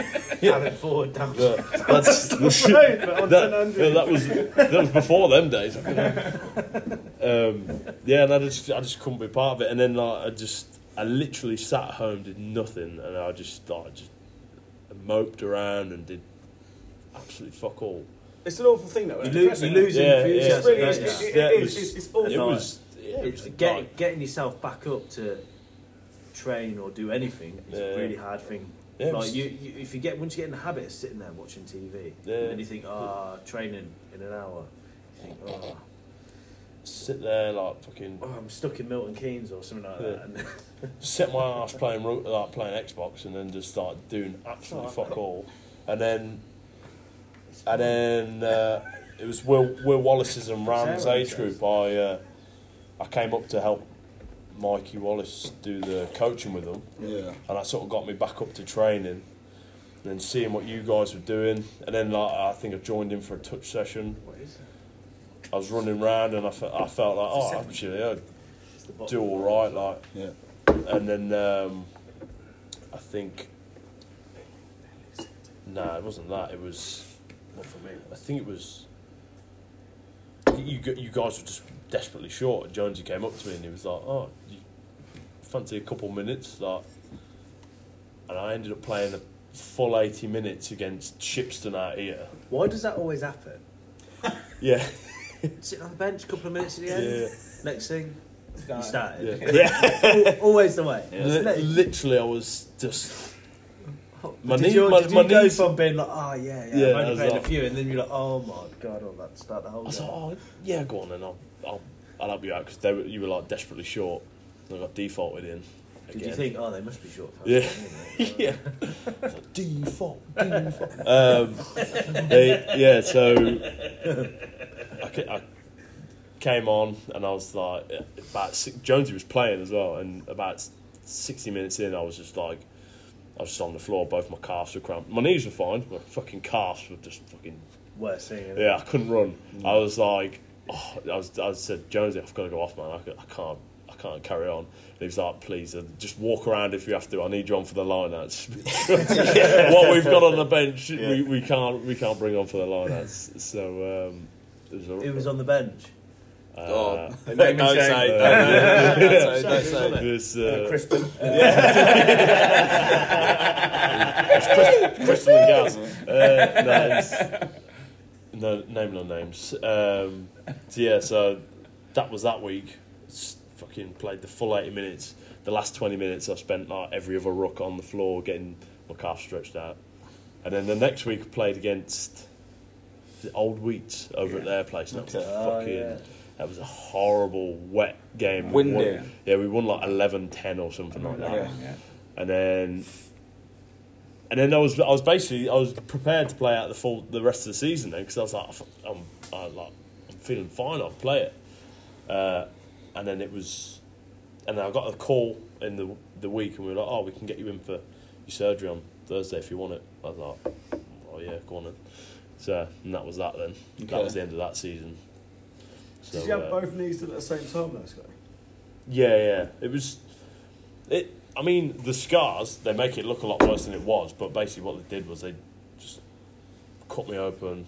Speaker 5: having forward down
Speaker 3: Yeah, that's,
Speaker 5: on the road, but on
Speaker 3: that,
Speaker 5: 1000.
Speaker 3: yeah, that was that was before them days. I think. Um, yeah, and I just I just couldn't be part of it. And then like I just I literally sat at home, did nothing, and I just like just moped around and did absolutely fuck all.
Speaker 6: It's an awful thing, though.
Speaker 5: You
Speaker 6: isn't
Speaker 5: lose, you
Speaker 6: it?
Speaker 5: lose
Speaker 3: Yeah, yeah,
Speaker 5: enthusiasm.
Speaker 6: It's really-
Speaker 5: don't
Speaker 6: it's-
Speaker 5: you?
Speaker 6: it's-
Speaker 3: Yeah, it
Speaker 6: it's-
Speaker 3: was-
Speaker 6: it's- it's awful.
Speaker 3: It was yeah, it
Speaker 5: It's
Speaker 3: was
Speaker 5: get,
Speaker 3: like-
Speaker 5: getting yourself back up to train or do anything is
Speaker 3: Yeah.
Speaker 5: a really hard thing.
Speaker 3: Yeah,
Speaker 5: like
Speaker 3: it's-
Speaker 5: you, you, if you get once you get in the habit of sitting there watching TV,
Speaker 3: Yeah.
Speaker 5: and you think, ah, training in an hour, you think, oh,
Speaker 3: Sit there like fucking
Speaker 5: oh, I'm stuck in Milton Keynes or something like that. And
Speaker 3: sit my ass playing ru- like playing Xbox and then just start doing absolutely fuck all, and then and then uh, it was Will Will Wallace's and Rams
Speaker 5: Sarah
Speaker 3: age group. I uh, I came up to help Mikey Wallace do the coaching with them,
Speaker 2: Yeah.
Speaker 3: and that sort of got me back up to training. And then seeing what you guys were doing, and then like I think I joined in for a touch session.
Speaker 5: what is it?
Speaker 3: I was running round and I, fe- I felt like oh actually I
Speaker 5: It's the bottom.
Speaker 3: do all right like
Speaker 2: Yeah.
Speaker 3: and then um, I think no, nah, it wasn't that. It was not for me. I think it was you. gu- You guys were just desperately short. Jonesy came up to me and he was like, "Oh, you fancy a couple minutes?" Like, and I ended up playing a full eighty minutes against Shipston out here.
Speaker 5: Why does that always happen?
Speaker 3: Yeah,
Speaker 5: Sitting on the bench, a couple of minutes at the end.
Speaker 3: yeah,
Speaker 5: Next thing, you started.
Speaker 3: yeah.
Speaker 5: Al- always the way.
Speaker 3: Li- literally, I was just my
Speaker 5: Oh, Did
Speaker 3: knee-
Speaker 5: you,
Speaker 3: my-
Speaker 5: did
Speaker 3: my
Speaker 5: you go
Speaker 3: knees-
Speaker 5: from being like, oh yeah, yeah,
Speaker 3: Yeah,
Speaker 5: I've
Speaker 3: I
Speaker 5: only
Speaker 3: was
Speaker 5: played
Speaker 3: like-
Speaker 5: a few, and then you're like, oh my god, I'll have to start the whole
Speaker 3: I was
Speaker 5: game.
Speaker 3: like, oh, yeah, go on then, I'll, I'll, I'll help you out because were, you were like desperately short. And I got defaulted in.
Speaker 5: Did
Speaker 3: again.
Speaker 5: you think, oh, they must be short? fans,
Speaker 3: Yeah.
Speaker 5: don't they?"
Speaker 3: yeah. I was like, default, default. Um, they, yeah, so I, ca- I came on and I was like, about six, Jonesy was playing as well, and about s- 60 minutes in, I was just like, I was just on the floor, both my calves were cramped. My knees were fine, my fucking calves were just fucking
Speaker 5: Worst thing. innit?
Speaker 3: yeah, I couldn't run. I was like, oh, I, was, I said, Jonesy, I've got to go off, man. I, ca- I can't, I can't carry on. And he was like, please, uh, just walk around if you have to. I need you on for the lineouts. what we've got on the bench, we, we can't, we can't bring on for the lineouts. So um, it was, a,
Speaker 5: It was on the bench.
Speaker 3: uh,
Speaker 4: God.
Speaker 1: Uh,
Speaker 4: Don't
Speaker 1: name and
Speaker 4: say.
Speaker 1: shame.
Speaker 4: Don't don't say. Don't say.
Speaker 3: it was,
Speaker 1: Uh,
Speaker 3: uh, Chris,
Speaker 1: Crispin. Uh,
Speaker 3: Chris and Gaz. Uh, no, it's- no, name no names. Um, so yeah, so that was that week. S- fucking played the full eighty minutes. The last twenty minutes, I spent like every other ruck on the floor, getting my calf stretched out. And then the next week, I played against the Old Wheats over at their place. And that was a
Speaker 5: Oh,
Speaker 3: fucking.
Speaker 5: yeah.
Speaker 3: That was a horrible wet game. We
Speaker 4: Windy.
Speaker 3: won- Yeah, we won like 11-10 or something like that
Speaker 1: Uh, yeah.
Speaker 3: and then and then I was I was basically I was prepared to play out the full the rest of the season then because I was like I'm, i like I'm feeling fine I'll play it uh, and then it was and then I got a call in the the week and we were like oh we can get you in for your surgery on Thursday if you want it I was like oh yeah go on then so and that was that then that
Speaker 2: Okay.
Speaker 3: was the end of that season so,
Speaker 6: Did you have
Speaker 3: uh,
Speaker 6: both knees at the same time, though, Scott?
Speaker 3: yeah, yeah. It was. It. I mean, the scars they make it look a lot worse than it was. But basically, what they did was they just cut me open,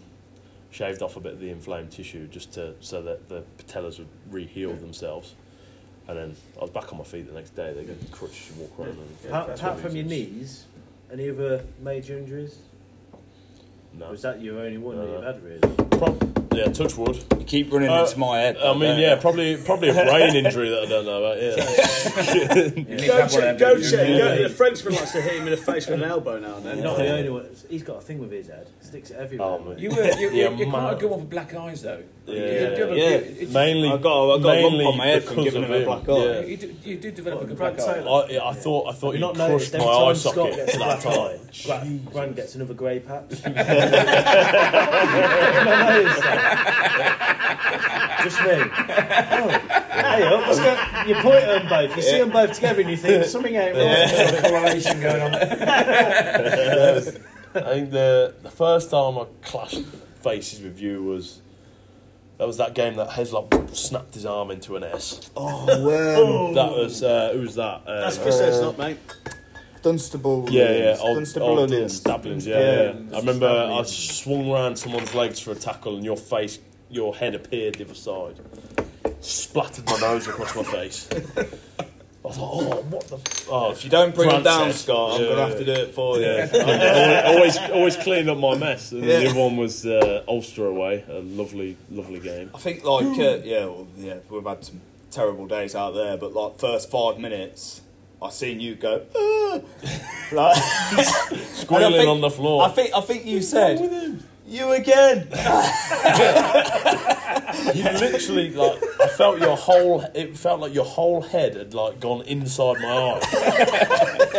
Speaker 3: shaved off a bit of the inflamed tissue just to so that the patellas would reheal themselves. And then I was back on my feet the next day. They got crutches to walk around. And
Speaker 5: apart apart from your knees, any other major injuries?
Speaker 3: No.
Speaker 5: Was that your only one that
Speaker 3: No.
Speaker 5: you've had, really?
Speaker 3: Pro- yeah, touch wood.
Speaker 2: You keep running
Speaker 3: Uh,
Speaker 2: into my head.
Speaker 3: I mean,
Speaker 2: don't
Speaker 3: yeah,
Speaker 2: you?
Speaker 3: probably probably a brain injury that I don't know about. Yeah.
Speaker 6: Go check, go check.
Speaker 5: Yeah.
Speaker 6: Go, the Frenchman likes to hit him in the face with an elbow now and then.
Speaker 5: You're not the only one. He's got a thing with his head. Sticks it everywhere.
Speaker 3: Oh, man.
Speaker 1: You were you,
Speaker 3: Yeah,
Speaker 1: you, you're
Speaker 3: man.
Speaker 1: quite a good one for black eyes though.
Speaker 3: Yeah.
Speaker 1: You, you do have a,
Speaker 2: Yeah.
Speaker 1: You, it's-
Speaker 2: I
Speaker 3: Mainly,
Speaker 2: got- I got a lump
Speaker 3: mainly
Speaker 2: on my head from
Speaker 3: because
Speaker 2: giving
Speaker 3: of
Speaker 2: him a black eye.
Speaker 3: Yeah.
Speaker 1: you, do, you do develop a
Speaker 6: What,
Speaker 1: good
Speaker 6: Brad
Speaker 1: black eye.
Speaker 6: Taylor?
Speaker 3: I, yeah, I thought I thought you
Speaker 5: You've not
Speaker 3: crushed my
Speaker 5: noticed every
Speaker 3: eye
Speaker 5: time Scott
Speaker 3: socket
Speaker 5: gets a
Speaker 3: that
Speaker 5: black eye,
Speaker 3: time.
Speaker 5: Gran, Gran gets another grey patch. Just me. Oh, hey, up, what's going- you point at them both. You see them both together, and you think something ain't right.
Speaker 1: There's a correlation going on.
Speaker 3: I think the the first time I clashed faces with you was that was that game that Heslop snapped his arm into an S.
Speaker 2: Oh, well.
Speaker 3: That was uh, who was that? Uh,
Speaker 6: That's Chris says not, mate.
Speaker 2: Dunstable.
Speaker 3: yeah, yeah,
Speaker 2: Williams,
Speaker 3: old,
Speaker 2: Dunstable
Speaker 3: old
Speaker 2: Williams.
Speaker 3: Stablins. Yeah,
Speaker 2: Yeah,
Speaker 3: yeah. I remember I swung round someone's legs for a tackle, and your face, your head appeared the other side, splattered my nose across my face. I was like, oh, what the? F-? Oh,
Speaker 2: If you don't bring him
Speaker 3: Grant
Speaker 2: down,
Speaker 3: said-
Speaker 2: Scott, I'm
Speaker 3: Yeah,
Speaker 2: going to
Speaker 3: yeah.
Speaker 2: have to do it for you.
Speaker 3: Yeah. always, always, always cleaning up my mess. And then
Speaker 2: Yeah.
Speaker 3: the other one was uh, Ulster away, a lovely, lovely game.
Speaker 2: I think like uh, yeah, well, yeah, we've had some terrible days out there, but like first five minutes, I seen you go, "Ah." like,
Speaker 3: Squealing
Speaker 2: and I think-
Speaker 3: on the floor.
Speaker 2: I think I think you said you again.
Speaker 3: You literally like I felt your whole it felt like your whole head had like gone inside my arm.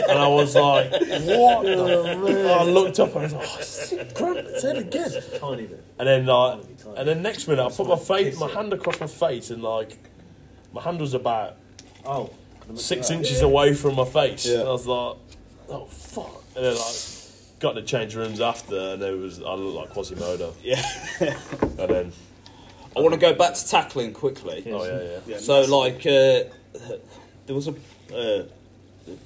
Speaker 3: and I was like, What the I looked up and I was like, oh, shit, Grant's head again.
Speaker 5: Tiny bit.
Speaker 3: And then like and then next minute I put my face my hand across my face and like my hand was about
Speaker 5: Oh.
Speaker 3: six inches away from my face.
Speaker 2: Yeah.
Speaker 3: And I was like, Oh fuck and then like got to change rooms after and it was I looked like Quasimodo.
Speaker 2: Yeah.
Speaker 3: And then
Speaker 2: I want to go back to tackling quickly.
Speaker 3: oh yeah, yeah.
Speaker 2: So like uh, there was a uh,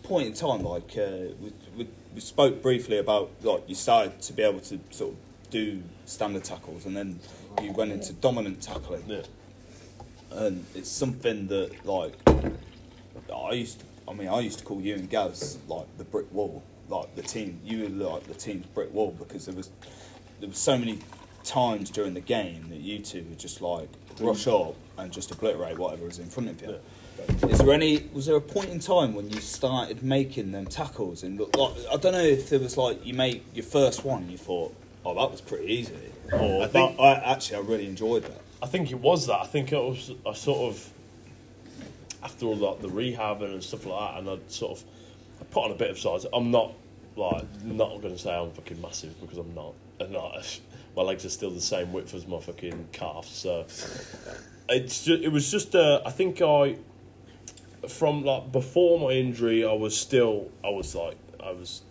Speaker 2: point in time like uh, we, we, we spoke briefly about like you started to be able to sort of do standard tackles and then you went into dominant tackling
Speaker 3: Yeah.
Speaker 2: and it's something that like I used to, I mean I used to call you and Gaz like the brick wall like the team you were like the team's brick wall because there was there was so many times during the game that you two would just like rush up and just obliterate whatever was in front of you. Is there any? Was there a point in time when you started making them tackles and look like I don't know if there was like you made your first one and you thought oh that was pretty easy or
Speaker 3: I
Speaker 2: I
Speaker 3: think-
Speaker 2: think I actually I really enjoyed that.
Speaker 3: I think it was that. I think it was I sort of after all that the rehabbing and stuff like that, and I sort of I put on a bit of size. I'm not like not going to say I'm fucking massive because I'm not. And I, my legs are still the same width as my fucking calves. So it's just, it was just uh, I think I from like before my injury I was still I was like I was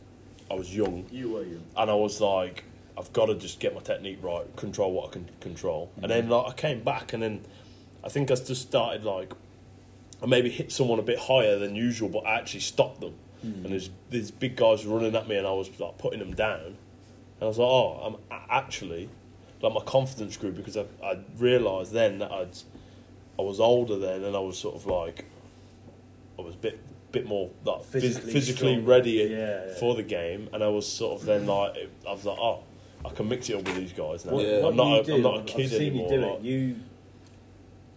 Speaker 3: I was young
Speaker 5: You were young.
Speaker 3: and I was like, I've got to just get my technique right, control what I can control. And then like I came back, and then I think I just started like, I maybe hit someone a bit higher than usual, but I actually stopped them. And
Speaker 5: Hmm.
Speaker 3: there's these big guys running at me, and I was like putting them down. And I was like, oh, I'm a- actually like my confidence grew because I I realised then that I'd I was older then, and I was sort of like, I was a bit bit more like physically,
Speaker 5: Physically
Speaker 3: physically
Speaker 5: strong.
Speaker 3: ready
Speaker 5: Yeah, yeah.
Speaker 3: for the game, and I was sort of then like, I was like, oh, I can mix it up with these guys now.
Speaker 5: What,
Speaker 2: Yeah.
Speaker 5: what
Speaker 3: I'm not,
Speaker 5: you
Speaker 3: a, I'm
Speaker 5: do,
Speaker 3: not a kid
Speaker 5: I've seen
Speaker 3: anymore.
Speaker 5: You do
Speaker 3: like-
Speaker 5: it. You,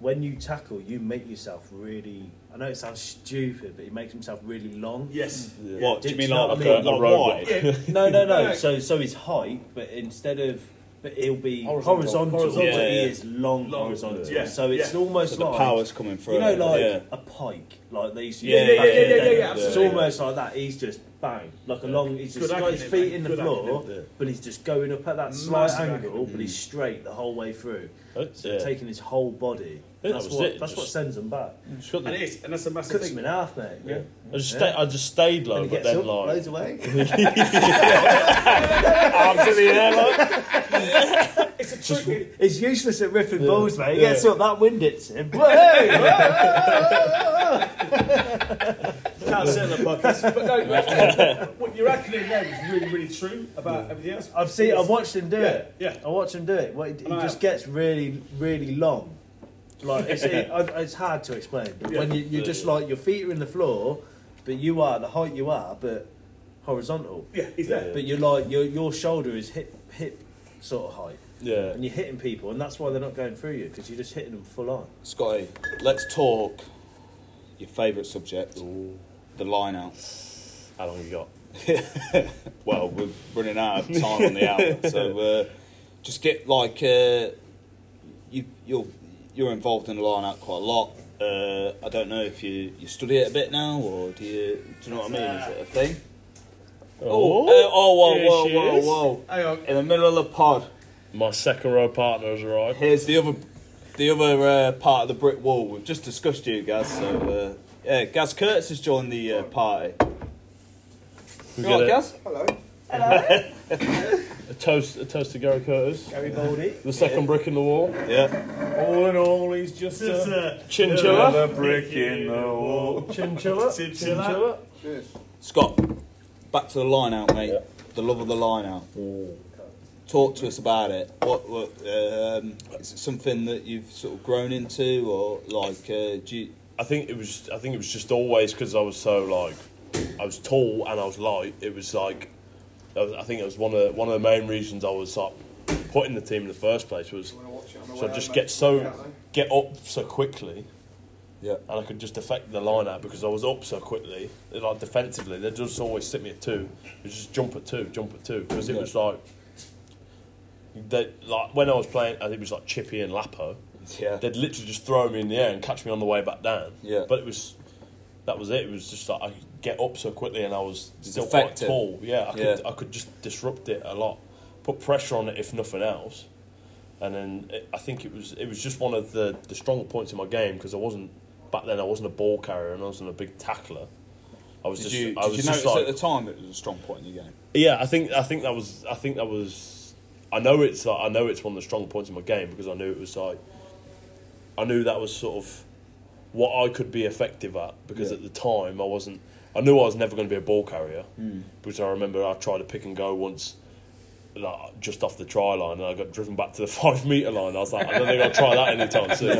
Speaker 5: when you tackle, you make yourself really. I know it sounds stupid, but he makes himself really long.
Speaker 6: Yes.
Speaker 3: Yeah.
Speaker 2: What do you
Speaker 5: Did
Speaker 2: mean
Speaker 5: you
Speaker 2: like,
Speaker 5: not
Speaker 2: like,
Speaker 5: mean-
Speaker 2: like,
Speaker 3: Like road
Speaker 2: wide?
Speaker 3: wide?
Speaker 5: No, no, no.
Speaker 6: No.
Speaker 5: So, so his height, but instead of, but he'll be
Speaker 1: Horizontal.
Speaker 5: horizontal. horizontal.
Speaker 6: Horizontal.
Speaker 5: but
Speaker 2: Yeah.
Speaker 5: He is long,
Speaker 6: Long.
Speaker 5: horizontal.
Speaker 6: Yeah.
Speaker 5: So it's
Speaker 6: Yeah.
Speaker 5: almost
Speaker 2: So the
Speaker 5: like
Speaker 2: power's coming through.
Speaker 5: you know, like
Speaker 2: yeah.
Speaker 5: a pike, like they used to
Speaker 2: Yeah,
Speaker 5: use
Speaker 2: yeah,
Speaker 5: back
Speaker 2: yeah,
Speaker 5: in the
Speaker 2: yeah,
Speaker 5: day.
Speaker 2: yeah, yeah, absolutely.
Speaker 5: It's almost like that. He's just bang, like a long. He's just
Speaker 6: Good
Speaker 5: got his
Speaker 6: acronym,
Speaker 5: feet
Speaker 6: mate.
Speaker 5: in the
Speaker 6: Good
Speaker 5: floor,
Speaker 6: acronym. Yeah.
Speaker 5: but he's just going up at that
Speaker 6: Massive
Speaker 5: slight
Speaker 6: acronym.
Speaker 5: angle, but he's straight the whole way through.
Speaker 3: Uh,
Speaker 5: So
Speaker 3: yeah.
Speaker 5: taking his whole body.
Speaker 3: Yeah,
Speaker 5: that's
Speaker 3: that was
Speaker 5: what.
Speaker 3: it,
Speaker 5: That's
Speaker 3: just- Mm.
Speaker 5: what sends him back.
Speaker 3: It's got the-
Speaker 6: And it is, and that's a massive
Speaker 5: Cuts him in
Speaker 6: thing.
Speaker 5: half, mate. Yeah.
Speaker 3: I just, stay, I just stayed
Speaker 5: And
Speaker 3: low,
Speaker 5: he
Speaker 3: but
Speaker 5: gets
Speaker 3: then
Speaker 5: up,
Speaker 3: like
Speaker 5: blows away.
Speaker 3: arms in the air, like
Speaker 6: It's a trick. it-
Speaker 5: It's useless at riffing balls, mate. He gets
Speaker 3: Yeah.
Speaker 5: up, that wind hits him. Hey!
Speaker 6: Can't say it on the podcast. But no, that's- what your acronym there is really, really true about everything else.
Speaker 5: I've seen. I've watched him do it.
Speaker 6: Yeah.
Speaker 5: I watch him do it. Well, he, he
Speaker 6: I
Speaker 5: just
Speaker 6: have.
Speaker 5: gets really, really long. Like it's, it, I- it's hard to explain. But
Speaker 6: Yeah.
Speaker 5: when you, you're
Speaker 3: Yeah,
Speaker 5: just
Speaker 3: yeah.
Speaker 5: like your feet are in the floor, but you are the height you are, but horizontal.
Speaker 6: Yeah, he's there.
Speaker 5: But you're like your your shoulder is hip hip sort of height,
Speaker 3: yeah.
Speaker 5: and you're hitting people, and that's why they're not going through you because you're just hitting them full on.
Speaker 2: Scotty, let's talk your favourite subject, the line out.
Speaker 3: How long you got?
Speaker 2: Well, we're running out of time on the hour, so uh, just get like uh, you, you're you're involved in the line out quite a lot. Uh, I don't know if you, you study it a bit now, or do you do you know what I mean? Is it a thing? Oh, uh, oh,
Speaker 3: here
Speaker 2: whoa,
Speaker 3: she
Speaker 2: whoa,
Speaker 3: is.
Speaker 2: whoa, whoa!
Speaker 6: Hang on.
Speaker 2: In the middle of the pod,
Speaker 3: My second row partner has arrived.
Speaker 2: Here's the other, the other uh, part of the brick wall. We've just discussed you, Gaz. So, uh, yeah, Gaz Kurtz has joined the uh, party.
Speaker 3: We
Speaker 2: You all right,
Speaker 3: get a,
Speaker 2: Gaz?
Speaker 4: Hello.
Speaker 3: a toast, a toast to Gary Curtis.
Speaker 5: Gary Baldy.
Speaker 3: The second brick in the wall.
Speaker 2: Yeah.
Speaker 1: All in all, he's just a
Speaker 5: uh,
Speaker 3: Chinchilla.
Speaker 1: brick in the wall.
Speaker 3: Chinchilla. Chinchilla.
Speaker 4: Cheers.
Speaker 2: Scott, back to the line out, mate. The love of the line out.
Speaker 3: Mm.
Speaker 2: Talk to us about it. What, what um, is it something that you've sort of grown into, or like, uh, do you,
Speaker 3: I think it was. I think it was just always because I was so like, I was tall and I was light. It was like, I, was, I think it was one of one of the main reasons I was like put in the team in the first place was
Speaker 4: I'm gonna watch it on the
Speaker 3: so
Speaker 4: way
Speaker 3: I just
Speaker 4: home,
Speaker 3: get
Speaker 4: mate.
Speaker 3: so
Speaker 4: Yeah, mate.
Speaker 3: get up so quickly
Speaker 2: Yeah.
Speaker 3: and I could just affect the line out because I was up so quickly. Like defensively, they just always sit me at two. It was just jump at two, jump at two because it
Speaker 2: Yeah.
Speaker 3: was like they like when I was playing, I think it was like Chippy and Lapo.
Speaker 2: Yeah.
Speaker 3: They'd literally just throw me in the air and catch me on the way back down.
Speaker 2: Yeah.
Speaker 3: but it was that was it. It was just like I could get up so quickly and I was
Speaker 2: It's
Speaker 3: still quite
Speaker 2: effective.
Speaker 3: tall. Yeah, I could
Speaker 2: Yeah.
Speaker 3: I could just disrupt it a lot, put pressure on it if nothing else. And then it, I think it was it was just one of the the strong points in my game because I wasn't back then I wasn't a ball carrier and I wasn't a big tackler. I was
Speaker 2: Did
Speaker 3: just
Speaker 2: you,
Speaker 3: I
Speaker 2: did
Speaker 3: was
Speaker 2: you
Speaker 3: just
Speaker 2: notice
Speaker 3: like
Speaker 2: at the time it was a strong point in your game?
Speaker 3: yeah, I think I think that was I think that was I know it's like, I know it's one of the strong points in my game because I knew it was like I knew that was sort of what I could be effective at because
Speaker 2: Yeah.
Speaker 3: at the time I wasn't I knew I was never going to be a ball carrier because I remember I tried to pick and go once like, just off the try line and I got driven back to the five metre line I was like I don't think I'll try that anytime soon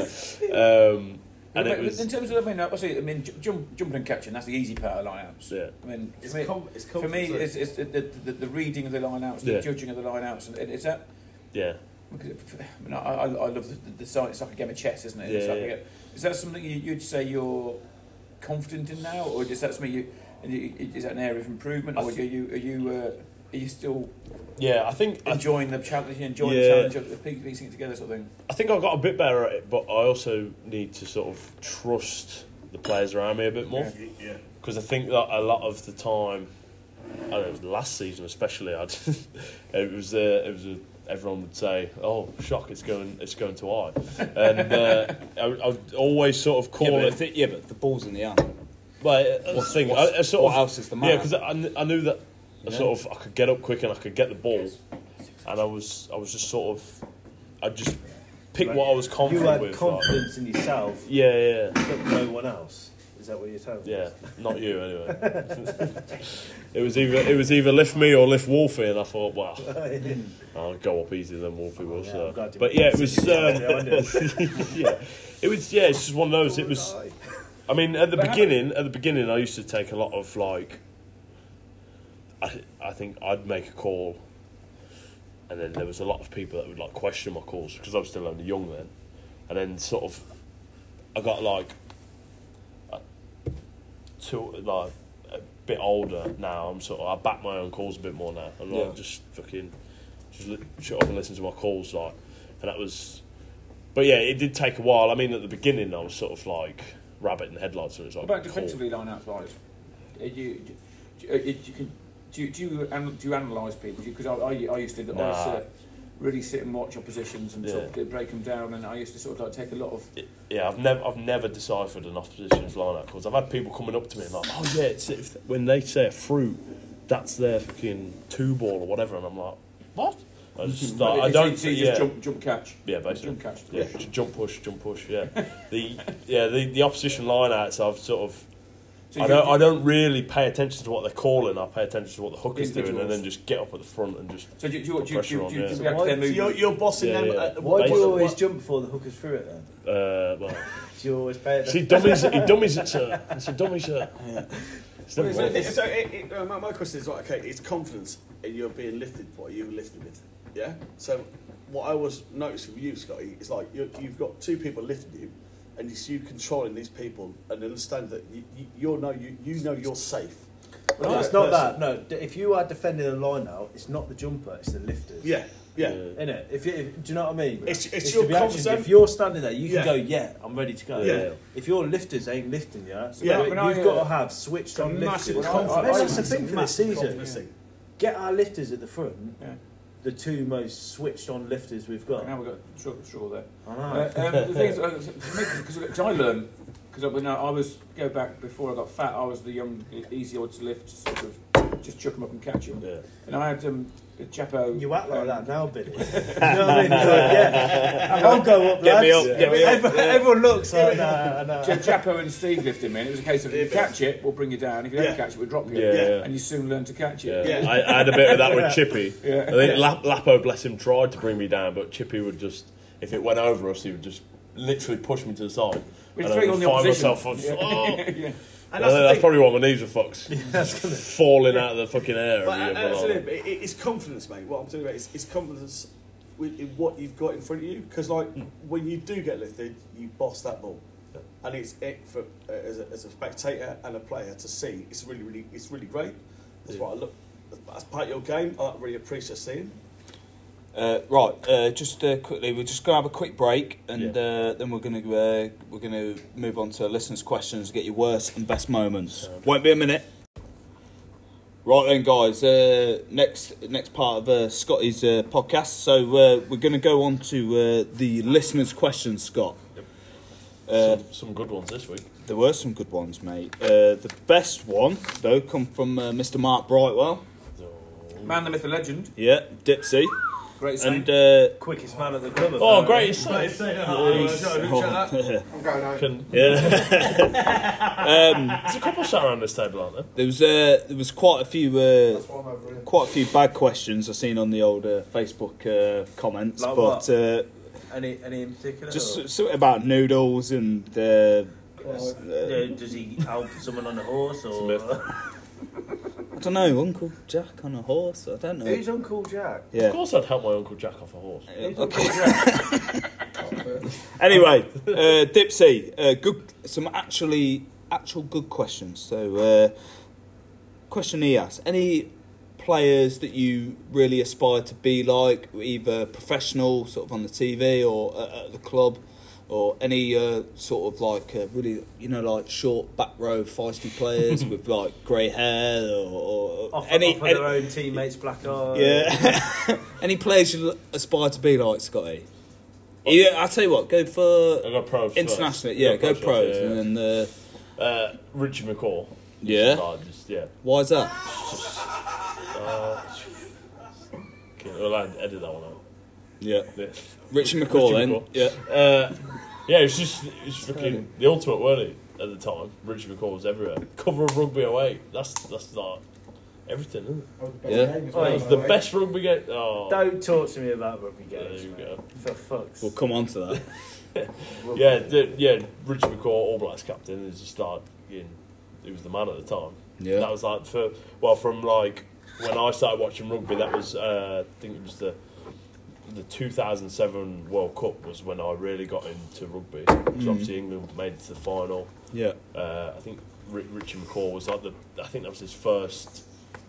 Speaker 3: um, and
Speaker 1: But
Speaker 3: it was
Speaker 1: in terms of, I mean, obviously, I mean, ju- jump, jumping and catching, that's the easy part of line-outs.
Speaker 3: Yeah.
Speaker 1: I mean, for
Speaker 6: It's
Speaker 1: me,
Speaker 6: com- it's
Speaker 1: for me,
Speaker 6: confidence.
Speaker 1: it's, it's the, the, the, the reading of the line-outs, the
Speaker 3: Yeah.
Speaker 1: judging of the line-outs, and it- it's that,
Speaker 3: yeah
Speaker 1: because it, I, mean, I, I I love the, the, the science, it's like a game of chess, isn't it? It's
Speaker 3: Yeah,
Speaker 1: like a
Speaker 3: yeah.
Speaker 1: game- is that something you, you'd say you're confident in now, or is that something you, and you is that an area of improvement,
Speaker 3: I
Speaker 1: or
Speaker 3: th-
Speaker 1: are you, are you, uh, are you still
Speaker 3: yeah I think I
Speaker 1: enjoying the challenge, enjoying
Speaker 3: Yeah.
Speaker 1: the challenge of- of piecing it together sort of thing?
Speaker 3: I think I got a bit better at it, but I also need to sort of trust the players around me a bit more
Speaker 6: Yeah.
Speaker 3: because I think that a lot of the time, I don't know, it was last season especially, I'd, it was uh, it was uh everyone would say, "Oh, shock! It's going, it's going to I," and uh, I, I'd always sort of call
Speaker 2: yeah, but
Speaker 3: it.
Speaker 2: if it- yeah, but the ball's in the air.
Speaker 3: But that's the thing, I, I sort
Speaker 2: what
Speaker 3: of,
Speaker 2: else is the
Speaker 3: Yeah,
Speaker 2: matter?
Speaker 3: because I, kn- I knew that I
Speaker 2: Yeah.
Speaker 3: sort of I could get up quick and I could get the ball, and I was I was just sort of I just picked what I was
Speaker 5: You
Speaker 3: confident
Speaker 5: had
Speaker 3: with. like-
Speaker 5: confidence in yourself,
Speaker 3: yeah, yeah, yeah.
Speaker 5: but no one else. Is that what you're telling
Speaker 3: yeah. Not you, anyway. it was either it was either lift me or lift Wolfie, and I thought, wow,
Speaker 5: me?
Speaker 3: I'll go up easier than Wolfie will.
Speaker 5: Oh, yeah,
Speaker 3: so.
Speaker 5: I'm glad you
Speaker 3: but yeah, it
Speaker 5: mentioned
Speaker 3: was.
Speaker 5: it. Yeah, I
Speaker 3: Um, yeah, it was. Yeah, it's just one of those. It was. I mean, at the
Speaker 1: But how-
Speaker 3: beginning, at the beginning, I used to take a lot of like. I I think I'd make a call, and then there was a lot of people that would like question my calls because I was still only young then, and then sort of, I got like. uh, Two like a bit older now. I'm sort of I back my own calls a bit more now. I'm like
Speaker 2: Yeah.
Speaker 3: just fucking just li- shut up and listen to my calls like, and that was but yeah, it did take a while. I mean, at the beginning, I was sort of like rabbit in the headlights, and it was like
Speaker 1: What about
Speaker 3: cool.
Speaker 1: defensively line outs wise? Are you, do, you- uh, you can, do, you- do you an, do you analyse people? Because I, I, I used to I used
Speaker 3: Nah.
Speaker 1: to really sit and watch oppositions and sort of
Speaker 3: Yeah.
Speaker 1: break them down, and I used to sort of like take a lot of.
Speaker 3: It- yeah, I've never, I've never deciphered an opposition's lineup because I've had people coming up to me and like, oh yeah, it's if when they say a fruit, that's their fucking two ball or whatever, and I'm like, what? I just start, I
Speaker 1: It's
Speaker 3: don't,
Speaker 1: easy,
Speaker 3: yeah.
Speaker 1: just jump, jump catch.
Speaker 3: Yeah,
Speaker 1: Just
Speaker 3: basically.
Speaker 1: jump catch.
Speaker 3: Yeah, j- jump push, jump push. Yeah, the yeah the, the opposition lineouts. I've sort of
Speaker 1: So
Speaker 3: I
Speaker 1: you-
Speaker 3: don't I don't really pay attention to what they're calling. I pay attention to what the hooker's doing, and
Speaker 1: Individuals.
Speaker 3: then just get up at the front and just
Speaker 1: So do, you- do, you- do, you- do,
Speaker 3: Pressure
Speaker 1: you-
Speaker 3: on,
Speaker 1: do, you
Speaker 3: yeah.
Speaker 1: react to
Speaker 5: So
Speaker 1: their
Speaker 5: why-
Speaker 6: So you're,
Speaker 1: movement?
Speaker 6: you're bossing
Speaker 3: Yeah,
Speaker 6: them.
Speaker 3: yeah.
Speaker 6: At,
Speaker 5: Why do you
Speaker 3: Basically-
Speaker 5: always jump before the hooker's through it then?
Speaker 3: uh, well.
Speaker 5: Do you always pay it?
Speaker 3: See, dummies, he dummies it, sir. It's a dummy, sir. It's never
Speaker 6: So,
Speaker 3: worth it.
Speaker 6: so it, it, uh, my, my question is right, okay, it's confidence and you're being lifted. What are you lifted with? Yeah? So, what I was noticing with you, Scotty, is like you you've got two people lifting you and it's you controlling these people and understand that you, you, you're know, you, you know you're safe.
Speaker 5: No,
Speaker 6: Another
Speaker 5: it's not that.
Speaker 6: person-
Speaker 5: No, d- if you are defending the line out, it's not the jumper, it's the lifters.
Speaker 6: Yeah, yeah.
Speaker 5: In it, if, you- if do you know what I mean?
Speaker 6: It's- it's
Speaker 5: to
Speaker 6: your
Speaker 5: be actioned.
Speaker 6: consent.
Speaker 5: If you're standing there, you can
Speaker 6: Yeah.
Speaker 5: go, "Yeah, I'm ready to go."
Speaker 6: Yeah.
Speaker 5: If your lifters ain't lifting you, so
Speaker 6: Yeah.
Speaker 5: you-
Speaker 1: When I,
Speaker 5: you've
Speaker 1: uh,
Speaker 5: got to have switched on
Speaker 6: Massive
Speaker 5: lifters.
Speaker 1: confidence.
Speaker 5: That's the thing for this
Speaker 6: Massive
Speaker 5: season.
Speaker 6: confidence thing.
Speaker 5: Get our lifters at the front.
Speaker 1: Yeah.
Speaker 5: The two most switched on lifters we've got.
Speaker 1: Now we've got struggle, struggle there.
Speaker 5: I
Speaker 1: Uh,
Speaker 5: know.
Speaker 1: um, the thing is, uh, because I learned, because when I, I was go back before I got fat, I was the young, easy odds lift, sort of just chuck them up and catch them.
Speaker 3: Yeah.
Speaker 1: And I had um, a Chapo.
Speaker 5: You act
Speaker 1: um,
Speaker 5: like that now, Billy. you know what I mean? You're like, yeah, I'll go up,
Speaker 2: Get me
Speaker 5: lads.
Speaker 2: up, get me up,
Speaker 5: Everyone, everyone looks like, nah, nah.
Speaker 1: Cha- Chapo and Steve lifted me, and it was a case of if you
Speaker 6: Yeah.
Speaker 1: catch it, we'll bring you down. If you don't
Speaker 6: Yeah.
Speaker 1: catch it, we'll drop you.
Speaker 3: Yeah, yeah.
Speaker 1: And you soon learn to catch
Speaker 3: Yeah.
Speaker 1: it.
Speaker 6: Yeah.
Speaker 3: I, I had a bit of that with Chippy.
Speaker 1: Yeah.
Speaker 3: I think Lap, Lapo, bless him, tried to bring me down, but Chippy would just, if it went over us, he would just literally push me to the side.
Speaker 1: We're
Speaker 3: and
Speaker 1: three
Speaker 3: I
Speaker 1: on the
Speaker 3: would find
Speaker 1: opposition.
Speaker 3: myself, I was,
Speaker 1: Yeah.
Speaker 3: oh.
Speaker 1: yeah.
Speaker 3: And
Speaker 6: that's
Speaker 3: that's,
Speaker 6: the thing.
Speaker 3: probably why my knees are fucked. Just falling out of the fucking air.
Speaker 6: But
Speaker 3: and
Speaker 6: uh, that's
Speaker 3: everything like
Speaker 6: it, it- it's confidence, mate. What I'm talking about is, is confidence with, in what you've got in front of you. Because like when you do get lifted, you boss that ball. and it's it for as a, as a spectator and a player to see. It's really, really, it's really great. That's what I look. That's part of your game. I really appreciate seeing.
Speaker 2: Uh, right, uh, just uh, quickly, we're just going to have a quick break, and uh, then we're going to uh, we're going to move on to listeners' questions. Get your worst and best moments. Won't be a minute. Right then, guys. Uh, next next part of uh, Scotty's uh, podcast. So uh, we're going to go on to uh, the listeners' questions, Scott. Uh,
Speaker 3: some, some good ones this week.
Speaker 2: there were some good ones, mate. Uh, the best one though come from uh, Mr. Mark Brightwell.
Speaker 1: Man, the myth, the legend.
Speaker 2: Yeah, Dipsy,
Speaker 1: Great save.
Speaker 2: and. Uh,
Speaker 5: Quickest man at the club.
Speaker 3: Oh,
Speaker 2: Um,
Speaker 3: great! It's so-
Speaker 4: I'm going home.
Speaker 3: Can,
Speaker 2: um,
Speaker 3: there's a couple sat around this table, aren't there?
Speaker 2: There was uh, there was quite a few uh,
Speaker 4: That's why I'm over here.
Speaker 2: quite a few bad questions I've seen on the old uh, Facebook uh, comments,
Speaker 5: Like
Speaker 2: but
Speaker 5: what?
Speaker 2: uh,
Speaker 5: Any, any in particular? or-
Speaker 2: just something about noodles and uh,
Speaker 5: Yeah, uh, does he help someone on a horse or?
Speaker 2: I don't know Uncle Jack on a horse. I don't know.
Speaker 5: Who's Uncle Jack?
Speaker 2: yeah.
Speaker 3: Of course, I'd help my uncle Jack off a horse.
Speaker 5: Who's
Speaker 2: Okay.
Speaker 5: Uncle Jack?
Speaker 2: Anyway, uh, Dipsy, uh, good some actually actual good questions. So, uh, question he asked: Any players that you really aspire to be like, either professional, sort of on the TV, or at, at the club, or any uh, sort of like uh, really, you know, like short back row feisty players with like grey hair or, or
Speaker 5: Off,
Speaker 2: any,
Speaker 5: off of
Speaker 2: any-
Speaker 5: their own teammates' black eye.
Speaker 2: yeah, any players you aspire to be like, Scotty. Yeah, I'll tell you what. Go for
Speaker 3: I got pros. first.
Speaker 2: Internationally, yeah,
Speaker 3: I
Speaker 2: go
Speaker 3: got
Speaker 2: pros,
Speaker 3: first, yeah,
Speaker 2: and then uh,
Speaker 3: yeah. Uh, Richie McCaw.
Speaker 2: yeah.
Speaker 3: Oh, just yeah.
Speaker 2: Why is that?
Speaker 3: Okay, well, I edit that one out.
Speaker 2: Yeah,
Speaker 3: Yeah,
Speaker 2: Richie McCaw
Speaker 3: Richie
Speaker 2: then.
Speaker 3: McCaw.
Speaker 2: Yeah,
Speaker 3: uh, yeah it's just it's fucking the ultimate, weren't it? At the time, Richie McCaw was everywhere. Cover of rugby away. That's that's not everything. Isn't it?
Speaker 4: That was the best
Speaker 2: Yeah.
Speaker 4: game as
Speaker 5: Oh,
Speaker 4: well,
Speaker 5: it was
Speaker 4: by
Speaker 3: The
Speaker 4: way.
Speaker 3: best rugby game. Oh,
Speaker 5: Don't talk to me about rugby
Speaker 3: there
Speaker 5: games.
Speaker 3: you
Speaker 5: mate.
Speaker 3: go.
Speaker 5: For fuck's
Speaker 2: we'll come on to that.
Speaker 5: rugby.
Speaker 3: Yeah, the, yeah. Richie McCaw, All Blacks captain, is just like in, he was the man at the time.
Speaker 2: Yeah.
Speaker 3: that was like for well from like when I started watching rugby. That was uh, I think it was the the 2007 World Cup was when I really got into rugby. 'Cause obviously England made it to the final.
Speaker 2: Yeah,
Speaker 3: Uh, I think Ri- Richie McCaw was like the I think that was his first.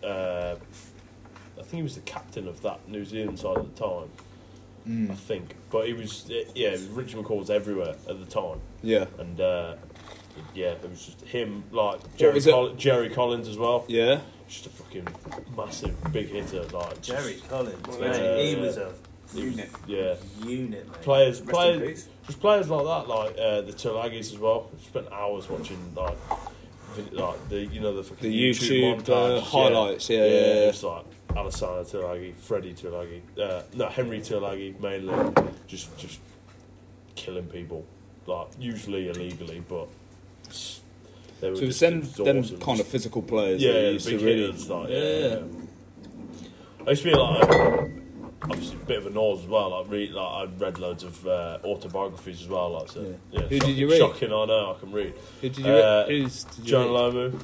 Speaker 3: Uh, I think he was the captain of that New Zealand side at the time.
Speaker 2: Mm.
Speaker 3: I think, but he was yeah. Richie McCaw was everywhere at the time
Speaker 2: yeah,
Speaker 3: and uh, yeah, it was just him, like Jerry,
Speaker 2: was it?
Speaker 3: Coll- Jerry Collins as well.
Speaker 2: yeah.
Speaker 3: Just a fucking massive big hitter, like just-
Speaker 5: Jerry Collins,
Speaker 1: Well,
Speaker 5: mate. He
Speaker 3: yeah.
Speaker 5: was a
Speaker 1: Unit.
Speaker 3: Yeah,
Speaker 5: unit, mate.
Speaker 3: players,
Speaker 1: Rest in
Speaker 3: players,
Speaker 1: peace.
Speaker 3: just players like that, like uh, the Tulagis as well. I spent hours watching like, vid- like the you know the fucking
Speaker 2: The YouTube, uh,
Speaker 3: montages,
Speaker 2: highlights, yeah, yeah, yeah.
Speaker 3: It's like Alessandro Tulagi, Freddie Tulagi, uh, no Henry Tulagi mainly, just just killing people, like usually illegally, but. They were
Speaker 2: So it's
Speaker 3: just
Speaker 2: them, them
Speaker 3: exhausting.
Speaker 2: kind of physical players.
Speaker 3: Yeah,
Speaker 2: that
Speaker 3: yeah,
Speaker 2: you used
Speaker 3: the big
Speaker 2: to really,
Speaker 3: hitters, like, yeah, yeah. I used to be like, obviously a bit of a nose as well. Like, read, like I read loads of uh, autobiographies as well. Like, so,
Speaker 2: Yeah.
Speaker 3: yeah.
Speaker 2: Who did
Speaker 3: shocking-
Speaker 2: you read?
Speaker 3: Shocking, I know. I can read.
Speaker 2: Who did you?
Speaker 3: Uh,
Speaker 2: who's, did you
Speaker 3: John
Speaker 2: read?
Speaker 3: Lomu,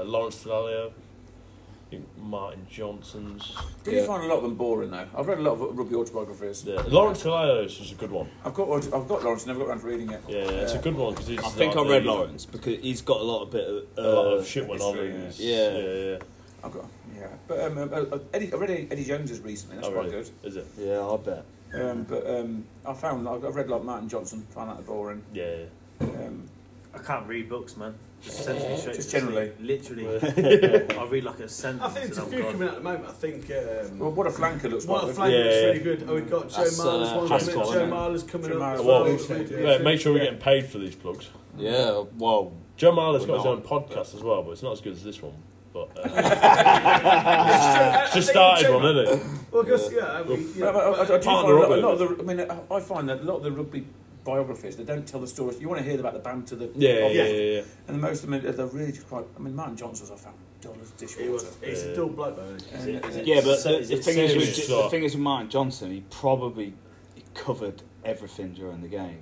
Speaker 3: uh, Lawrence Delalio, I think Martin Johnson's.
Speaker 1: Did you
Speaker 2: Yeah.
Speaker 1: find a lot of them boring though? I've read a lot of rugby autobiographies.
Speaker 3: Yeah. Lawrence Delalio is just a good one.
Speaker 1: I've got I've got Lawrence, never got around to reading it.
Speaker 3: Yeah, it's a good one because
Speaker 2: I think I read Lawrence because he's got a lot of bit of.
Speaker 3: A lot of
Speaker 2: uh,
Speaker 3: shit went on.
Speaker 1: history,
Speaker 3: and-
Speaker 2: yeah.
Speaker 3: yeah, yeah.
Speaker 1: I've got yeah. But um, um, uh, Eddie, I read Eddie Jones's recently. That's
Speaker 3: Oh,
Speaker 1: quite
Speaker 3: really?
Speaker 1: good.
Speaker 3: Is it?
Speaker 2: Yeah, I bet.
Speaker 1: Um, but um, I found I've I've read like Martin Johnson. Found that boring.
Speaker 3: Yeah.
Speaker 1: Um,
Speaker 5: I can't read books, man. Just, sends me straight
Speaker 1: Just
Speaker 5: to
Speaker 1: generally.
Speaker 5: sleep. Literally. I read like a sentence.
Speaker 6: I think there's a
Speaker 5: and
Speaker 6: few
Speaker 5: I'm gone.
Speaker 6: coming out at the moment. I think
Speaker 3: Mm.
Speaker 6: um,
Speaker 1: well, what a flanker looks
Speaker 6: one of the
Speaker 1: like.
Speaker 6: flag
Speaker 3: Yeah,
Speaker 6: looks
Speaker 3: yeah.
Speaker 6: really good. Oh, we've got Joe
Speaker 2: That's, uh,
Speaker 6: Marler's
Speaker 2: Haskell,
Speaker 6: one coming up.
Speaker 1: isn't
Speaker 6: Joe
Speaker 1: it?
Speaker 6: Marler's coming
Speaker 1: Joe
Speaker 6: up. as
Speaker 1: Marler.
Speaker 6: well.
Speaker 3: Well,
Speaker 6: Yeah.
Speaker 3: yeah. Make sure we're getting paid for these plugs.
Speaker 2: Yeah, well,
Speaker 3: Joe Marler's
Speaker 2: We're
Speaker 3: got his own
Speaker 2: not,
Speaker 3: podcast as well, but it's not as good as this one. But uh,
Speaker 6: I
Speaker 3: it's just
Speaker 6: think Joe
Speaker 3: started one,
Speaker 6: Marler-
Speaker 3: isn't it?
Speaker 6: Well, 'cause, yeah, we- yeah,
Speaker 1: But I, I, I do
Speaker 6: but-
Speaker 1: find
Speaker 3: Partner
Speaker 1: a
Speaker 3: up
Speaker 1: lot, a
Speaker 3: with
Speaker 1: lot of the. I mean, uh, I- I find that a lot of the rugby biographies they don't tell the stories. You want to hear about the banter. The
Speaker 3: Yeah,
Speaker 1: of-
Speaker 3: yeah, yeah, yeah.
Speaker 1: And most of them they're really just quite. I mean, Martin Johnson was I found dull as
Speaker 6: He
Speaker 1: dishwater.
Speaker 6: was. He's
Speaker 2: Uh,
Speaker 6: a dull bloke, though. isn't he?
Speaker 1: And-
Speaker 2: Yeah, but
Speaker 5: So-
Speaker 2: the,
Speaker 5: is
Speaker 2: the
Speaker 5: it
Speaker 2: thing is with,
Speaker 3: serious?
Speaker 2: the thing is with Martin Johnson, he probably he covered everything during the game.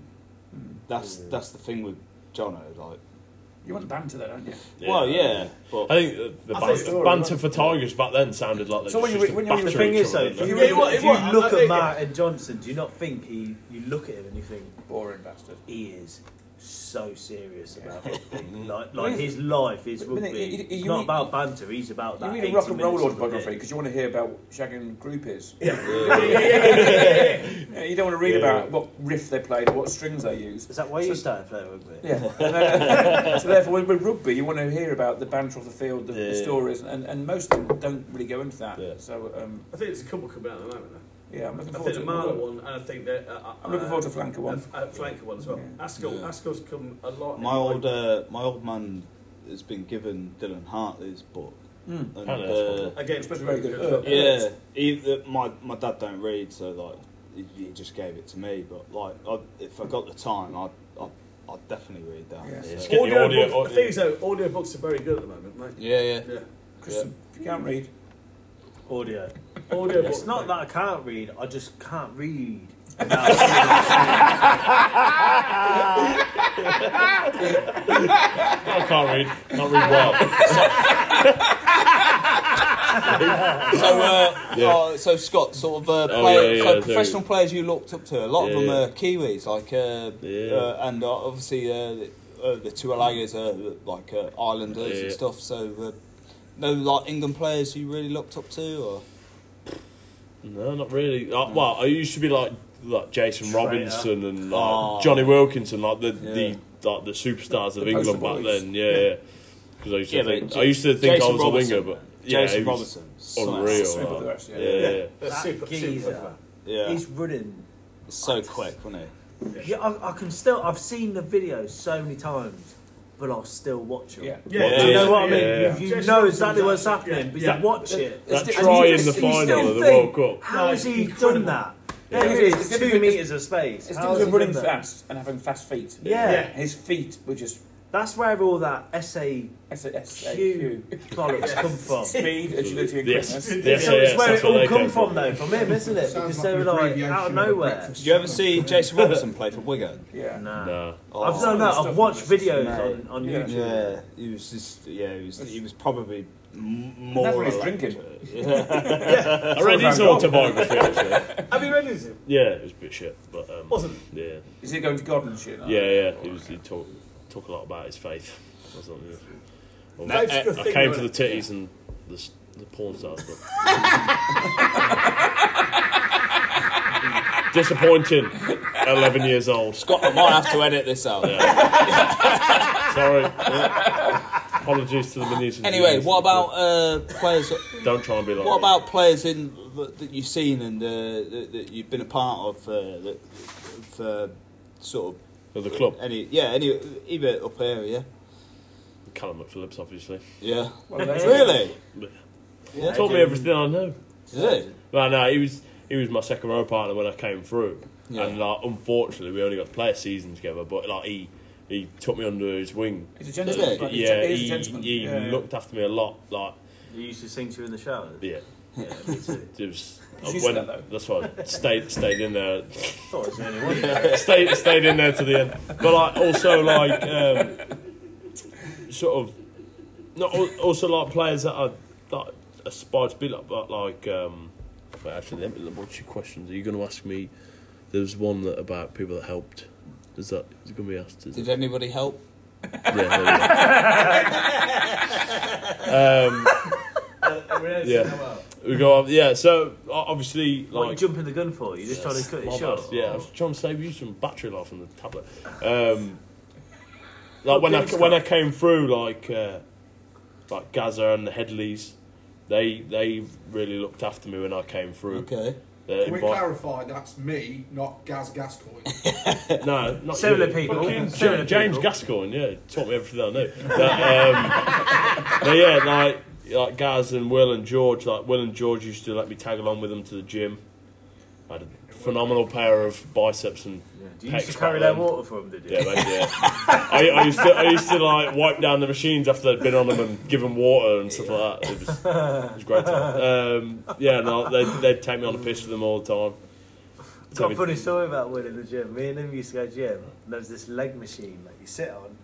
Speaker 2: That's
Speaker 3: Mm.
Speaker 2: that's the thing with Jono. Like,
Speaker 1: Mm. You want the banter there, don't you?
Speaker 2: well, yeah, but
Speaker 3: I think the, the
Speaker 1: I
Speaker 3: ban-
Speaker 1: think-
Speaker 3: the banter for Tigers back then sounded like they
Speaker 1: So when
Speaker 3: just
Speaker 1: you-
Speaker 3: used to
Speaker 1: when you-
Speaker 3: batter
Speaker 1: the thing
Speaker 3: each
Speaker 1: is, though,
Speaker 3: other, didn't
Speaker 5: If you,
Speaker 6: Yeah, it was-
Speaker 5: if
Speaker 6: it
Speaker 5: you
Speaker 6: was. I- I
Speaker 5: look
Speaker 6: think-
Speaker 5: at Martin Johnson, do you not think he? You look at him and you think
Speaker 1: Boring bastard.
Speaker 5: he is so serious about rugby. like, like his life is
Speaker 1: Mm. But- but
Speaker 5: rugby.
Speaker 1: you- you-
Speaker 5: it's
Speaker 1: you
Speaker 5: not
Speaker 1: need-
Speaker 5: about banter. He's about
Speaker 1: You
Speaker 5: that.
Speaker 1: need a
Speaker 5: 80
Speaker 1: rock and roll
Speaker 5: minutes of the
Speaker 1: autobiography
Speaker 5: day.
Speaker 1: because you want to hear about shagging groupies. Yeah, you don't want to read about what riff they played, what strings they used.
Speaker 5: Is that why
Speaker 1: So-
Speaker 5: you started playing rugby?
Speaker 1: Yeah. so therefore, with rugby, you want to hear about the banter off the field, the, the
Speaker 3: Yeah.
Speaker 1: stories, and, and most of them don't really go into that.
Speaker 3: Yeah.
Speaker 1: So um,
Speaker 6: I think there's a couple coming out at the moment. Though.
Speaker 1: yeah, I'm looking
Speaker 6: I
Speaker 1: forward
Speaker 6: think
Speaker 1: to
Speaker 6: the
Speaker 1: it.
Speaker 6: Marla one, and I think that uh,
Speaker 1: I'm looking forward to Flanker
Speaker 6: uh,
Speaker 1: one.
Speaker 6: uh, flanker one as well.
Speaker 1: Yeah.
Speaker 6: Askell,
Speaker 2: Yeah.
Speaker 6: Askell's come a lot. in
Speaker 2: My old uh, my old man has been given Dylan Hartley's book.
Speaker 1: Mm.
Speaker 2: And,
Speaker 3: Apparently that's
Speaker 2: uh,
Speaker 3: what-
Speaker 6: again,
Speaker 1: It's supposed to be very good. Uh,
Speaker 2: yeah, he, uh, my my dad don't read, so like he, he just gave it to me. But like, I, if I got the time, I'd I'd, I'd definitely read that.
Speaker 1: Yeah.
Speaker 2: So-
Speaker 3: It's Get the
Speaker 6: Audio,
Speaker 3: audio-
Speaker 6: book, the thing is, though, audio books are very good at the moment, mate.
Speaker 2: yeah, yeah.
Speaker 6: Yeah,
Speaker 1: Christian, if you can't read,
Speaker 5: Audio.
Speaker 6: audio books.
Speaker 5: It's not that
Speaker 6: mate.
Speaker 5: I can't read. I just can't read.
Speaker 3: I can't read. Can't read well.
Speaker 2: So, uh, oh, so Scott, sort of uh,
Speaker 3: Oh,
Speaker 2: play,
Speaker 3: yeah,
Speaker 2: so
Speaker 3: yeah,
Speaker 2: professional players you looked up to. A lot of
Speaker 3: Yeah,
Speaker 2: them
Speaker 3: yeah.
Speaker 2: are Kiwis, like uh,
Speaker 3: Yeah.
Speaker 2: uh, and uh, obviously uh, the- uh, the Tuolayas are like uh, Islanders
Speaker 3: Yeah,
Speaker 2: and
Speaker 3: yeah.
Speaker 2: stuff. So, uh, no, like England players you really looked up to, or
Speaker 3: No, not really. Uh, well, I used to be like like Jason
Speaker 5: Straight
Speaker 3: Robinson and like
Speaker 2: Ah.
Speaker 3: Johnny Wilkinson, like the,
Speaker 2: Yeah.
Speaker 3: the like the superstars of
Speaker 1: The poster
Speaker 3: England back
Speaker 1: boys.
Speaker 3: then. Yeah, yeah. Because I used to
Speaker 2: Yeah, but
Speaker 3: think
Speaker 2: J-
Speaker 3: I used to think
Speaker 2: Jason
Speaker 3: I was
Speaker 2: Robertson,
Speaker 3: a winger, but yeah,
Speaker 2: Jason
Speaker 3: he was
Speaker 2: Robertson, so-
Speaker 3: unreal.
Speaker 1: Super
Speaker 3: like,
Speaker 1: the rest, yeah.
Speaker 3: yeah, yeah. yeah.
Speaker 6: That's
Speaker 5: That
Speaker 6: super, super.
Speaker 5: geezer.
Speaker 2: yeah,
Speaker 5: He's running.
Speaker 2: It's so quick, wasn't it?
Speaker 5: Yeah, I, I can still. I've seen the videos so many times, but I'll still watch them.
Speaker 1: yeah.
Speaker 6: Yeah,
Speaker 3: Yeah,
Speaker 5: You know what I mean?
Speaker 3: yeah.
Speaker 5: You, you
Speaker 6: Jason
Speaker 5: know
Speaker 6: Robinson
Speaker 5: exactly what's
Speaker 6: was actually-
Speaker 5: happening, but
Speaker 3: yeah.
Speaker 5: you watch it.
Speaker 1: That
Speaker 5: And
Speaker 1: try
Speaker 5: you
Speaker 1: in
Speaker 5: just-
Speaker 3: the
Speaker 5: you still
Speaker 3: final of the
Speaker 5: think,
Speaker 3: World Cup.
Speaker 5: How has he
Speaker 6: Incredible.
Speaker 5: done that?
Speaker 1: Yeah.
Speaker 5: There it
Speaker 1: It's
Speaker 5: is, two
Speaker 1: difficult-
Speaker 5: meters of space.
Speaker 1: It's
Speaker 5: How
Speaker 1: difficult
Speaker 5: has he done
Speaker 1: running
Speaker 5: that?
Speaker 1: fast and having fast feet.
Speaker 5: Yeah.
Speaker 6: Yeah.
Speaker 1: His feet were just
Speaker 5: that's where all that SAQ
Speaker 1: S S A Q.
Speaker 5: bollocks come from.
Speaker 1: Speed, agility, and
Speaker 3: Yes.
Speaker 1: quickness.
Speaker 3: Yeah.
Speaker 5: Yeah,
Speaker 3: Yes,
Speaker 5: so
Speaker 3: yes,
Speaker 5: it's where
Speaker 3: that's
Speaker 5: it
Speaker 3: where
Speaker 5: all
Speaker 3: they
Speaker 5: come
Speaker 3: came
Speaker 5: from,
Speaker 3: from.
Speaker 5: though, from him, isn't it?
Speaker 4: Sounds
Speaker 5: Because
Speaker 4: like
Speaker 5: they were
Speaker 4: an
Speaker 5: like
Speaker 4: abbreviation
Speaker 5: out of
Speaker 4: of
Speaker 5: nowhere.
Speaker 4: breakfast.
Speaker 2: You ever see Jason Robertson play for Wigan?
Speaker 1: Yeah.
Speaker 5: Nah.
Speaker 3: No.
Speaker 5: I've, no, no, I've watched videos
Speaker 2: Mate.
Speaker 5: on, on
Speaker 1: Yeah.
Speaker 5: YouTube.
Speaker 2: Oh. Yeah, he was just yeah, he was he was probably m- more.
Speaker 1: That's what he's
Speaker 2: electric.
Speaker 1: drinking.
Speaker 2: Yeah.
Speaker 3: I read his autobiography actually.
Speaker 6: Have you read his? It
Speaker 3: Yeah, it was a bit shit, but um,
Speaker 6: wasn't. it?
Speaker 3: yeah,
Speaker 1: Is it going to God and shit?
Speaker 3: yeah, yeah. He was he talk talk a lot about his faith. Or something. yeah. Well,
Speaker 6: Faith's
Speaker 3: I,
Speaker 6: a good
Speaker 3: I
Speaker 6: thing,
Speaker 3: came for
Speaker 6: though,
Speaker 3: the titties and the s- the porn stars, but disappointing. Eleven years old.
Speaker 2: Scott, I might have to edit this out.
Speaker 3: Sorry. Apologies to the Venetians.
Speaker 2: Anyway, what about uh, players?
Speaker 3: Don't try and be like.
Speaker 2: What about players in that, that you've seen and uh, that, that you've been a part of? Uh, that, of uh, sort
Speaker 3: of the club?
Speaker 2: of any, yeah, any either up here, yeah,
Speaker 3: Callum McPhillips, obviously.
Speaker 2: yeah.
Speaker 1: Well, that's-
Speaker 2: Really? Yeah.
Speaker 3: Told me everything I know.
Speaker 2: Is it?
Speaker 3: No, no, he was he was my second row partner when I came through,
Speaker 2: Yeah.
Speaker 3: and like, unfortunately we only got to play a season together. But like he he took me under his wing.
Speaker 1: He's a gentleman.
Speaker 2: Is it?
Speaker 1: like, he's a-
Speaker 3: yeah,
Speaker 1: he's a
Speaker 3: he,
Speaker 1: gentleman.
Speaker 3: he
Speaker 1: Yeah, yeah.
Speaker 3: looked after me a lot. Like
Speaker 5: You used to sing to in the shower.
Speaker 3: yeah,
Speaker 5: Yeah, me too.
Speaker 3: it was.
Speaker 1: He's used to that,
Speaker 3: when,
Speaker 1: though.
Speaker 3: that's why I stayed stayed in there
Speaker 5: Thought it was the only one.
Speaker 3: stayed stayed in there to the end. But like also like um, sort of not al- also like players that I that aspire to be like, but like um, but actually, let me- what's your questions? Are you going to ask me? There's one that about people that helped. Is that is it going to be asked? Is it?
Speaker 2: Did anybody help?
Speaker 3: Yeah, there we go. um, yeah, we go on. Yeah, so o- obviously
Speaker 5: What are
Speaker 3: like
Speaker 5: you jumping the gun for? You're just trying to cut
Speaker 3: My
Speaker 5: it short?
Speaker 3: bad. Yeah, I was trying to save you some battery life on the tablet. Um, like when I when I came through, like uh, like Gaza and the Headleys, they they really looked after me when I came through.
Speaker 2: Okay.
Speaker 3: They
Speaker 4: Can we
Speaker 3: invite-
Speaker 4: clarify that's me, not Gaz Gascoigne?
Speaker 3: no, not
Speaker 5: Similar
Speaker 3: you.
Speaker 5: people.
Speaker 3: Fucking
Speaker 5: Similar
Speaker 3: Ja- James
Speaker 5: people.
Speaker 3: Gascoigne, yeah, taught me everything I knew. But, um, but yeah, like like Gaz and Will and George, like Will and George used to let me tag along with them to the gym. I had a phenomenal pair of biceps and
Speaker 5: Yeah. Do you used
Speaker 3: pecs
Speaker 5: to
Speaker 3: back
Speaker 5: carry their
Speaker 3: then.
Speaker 5: water for them, did you?
Speaker 3: Yeah, they did. I, I used to I used to like wipe down the machines after they'd been on them and give them water and stuff like that. It was, it was great. Time. Um, yeah, no, they'd, they'd take me on a piss with them all the time.
Speaker 5: I've got a
Speaker 3: Take
Speaker 5: funny
Speaker 3: me-
Speaker 5: story about Will in the gym. Me and him used to go to gym, and there was this leg machine that you sit on,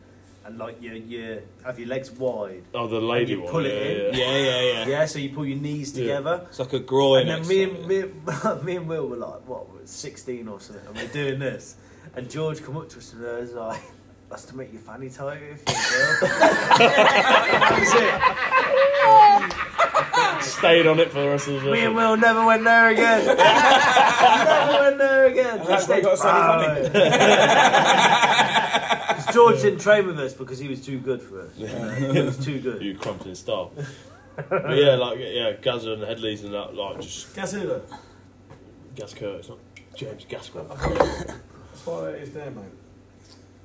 Speaker 5: and like you, you have your legs wide.
Speaker 3: Oh, the lady
Speaker 5: And you
Speaker 3: one.
Speaker 5: pull
Speaker 3: yeah,
Speaker 5: it in.
Speaker 3: yeah.
Speaker 2: Yeah, yeah, yeah.
Speaker 5: Yeah, so you pull your knees
Speaker 3: Yeah.
Speaker 5: together.
Speaker 2: It's like a groin.
Speaker 5: And then
Speaker 2: exercise.
Speaker 5: me and, me, and- me and Will were like, what, we were 16 or something, and we're doing this. And George come up to us and was like, That's to make your fanny tight if you're a girl. That's it.
Speaker 3: Stayed on it for the rest of the
Speaker 5: Me and
Speaker 3: day.
Speaker 5: Will never went there again. never went there again.
Speaker 1: that's why you got so many
Speaker 5: proud. Because George didn't train with us because he was too good for us. He was too good.
Speaker 3: You crumped in style. but yeah, like yeah, Gaza and Headley's and that, like just
Speaker 6: Gazula.
Speaker 3: Gas Curtis, not James Gaskell.
Speaker 6: That's why it is there, mate.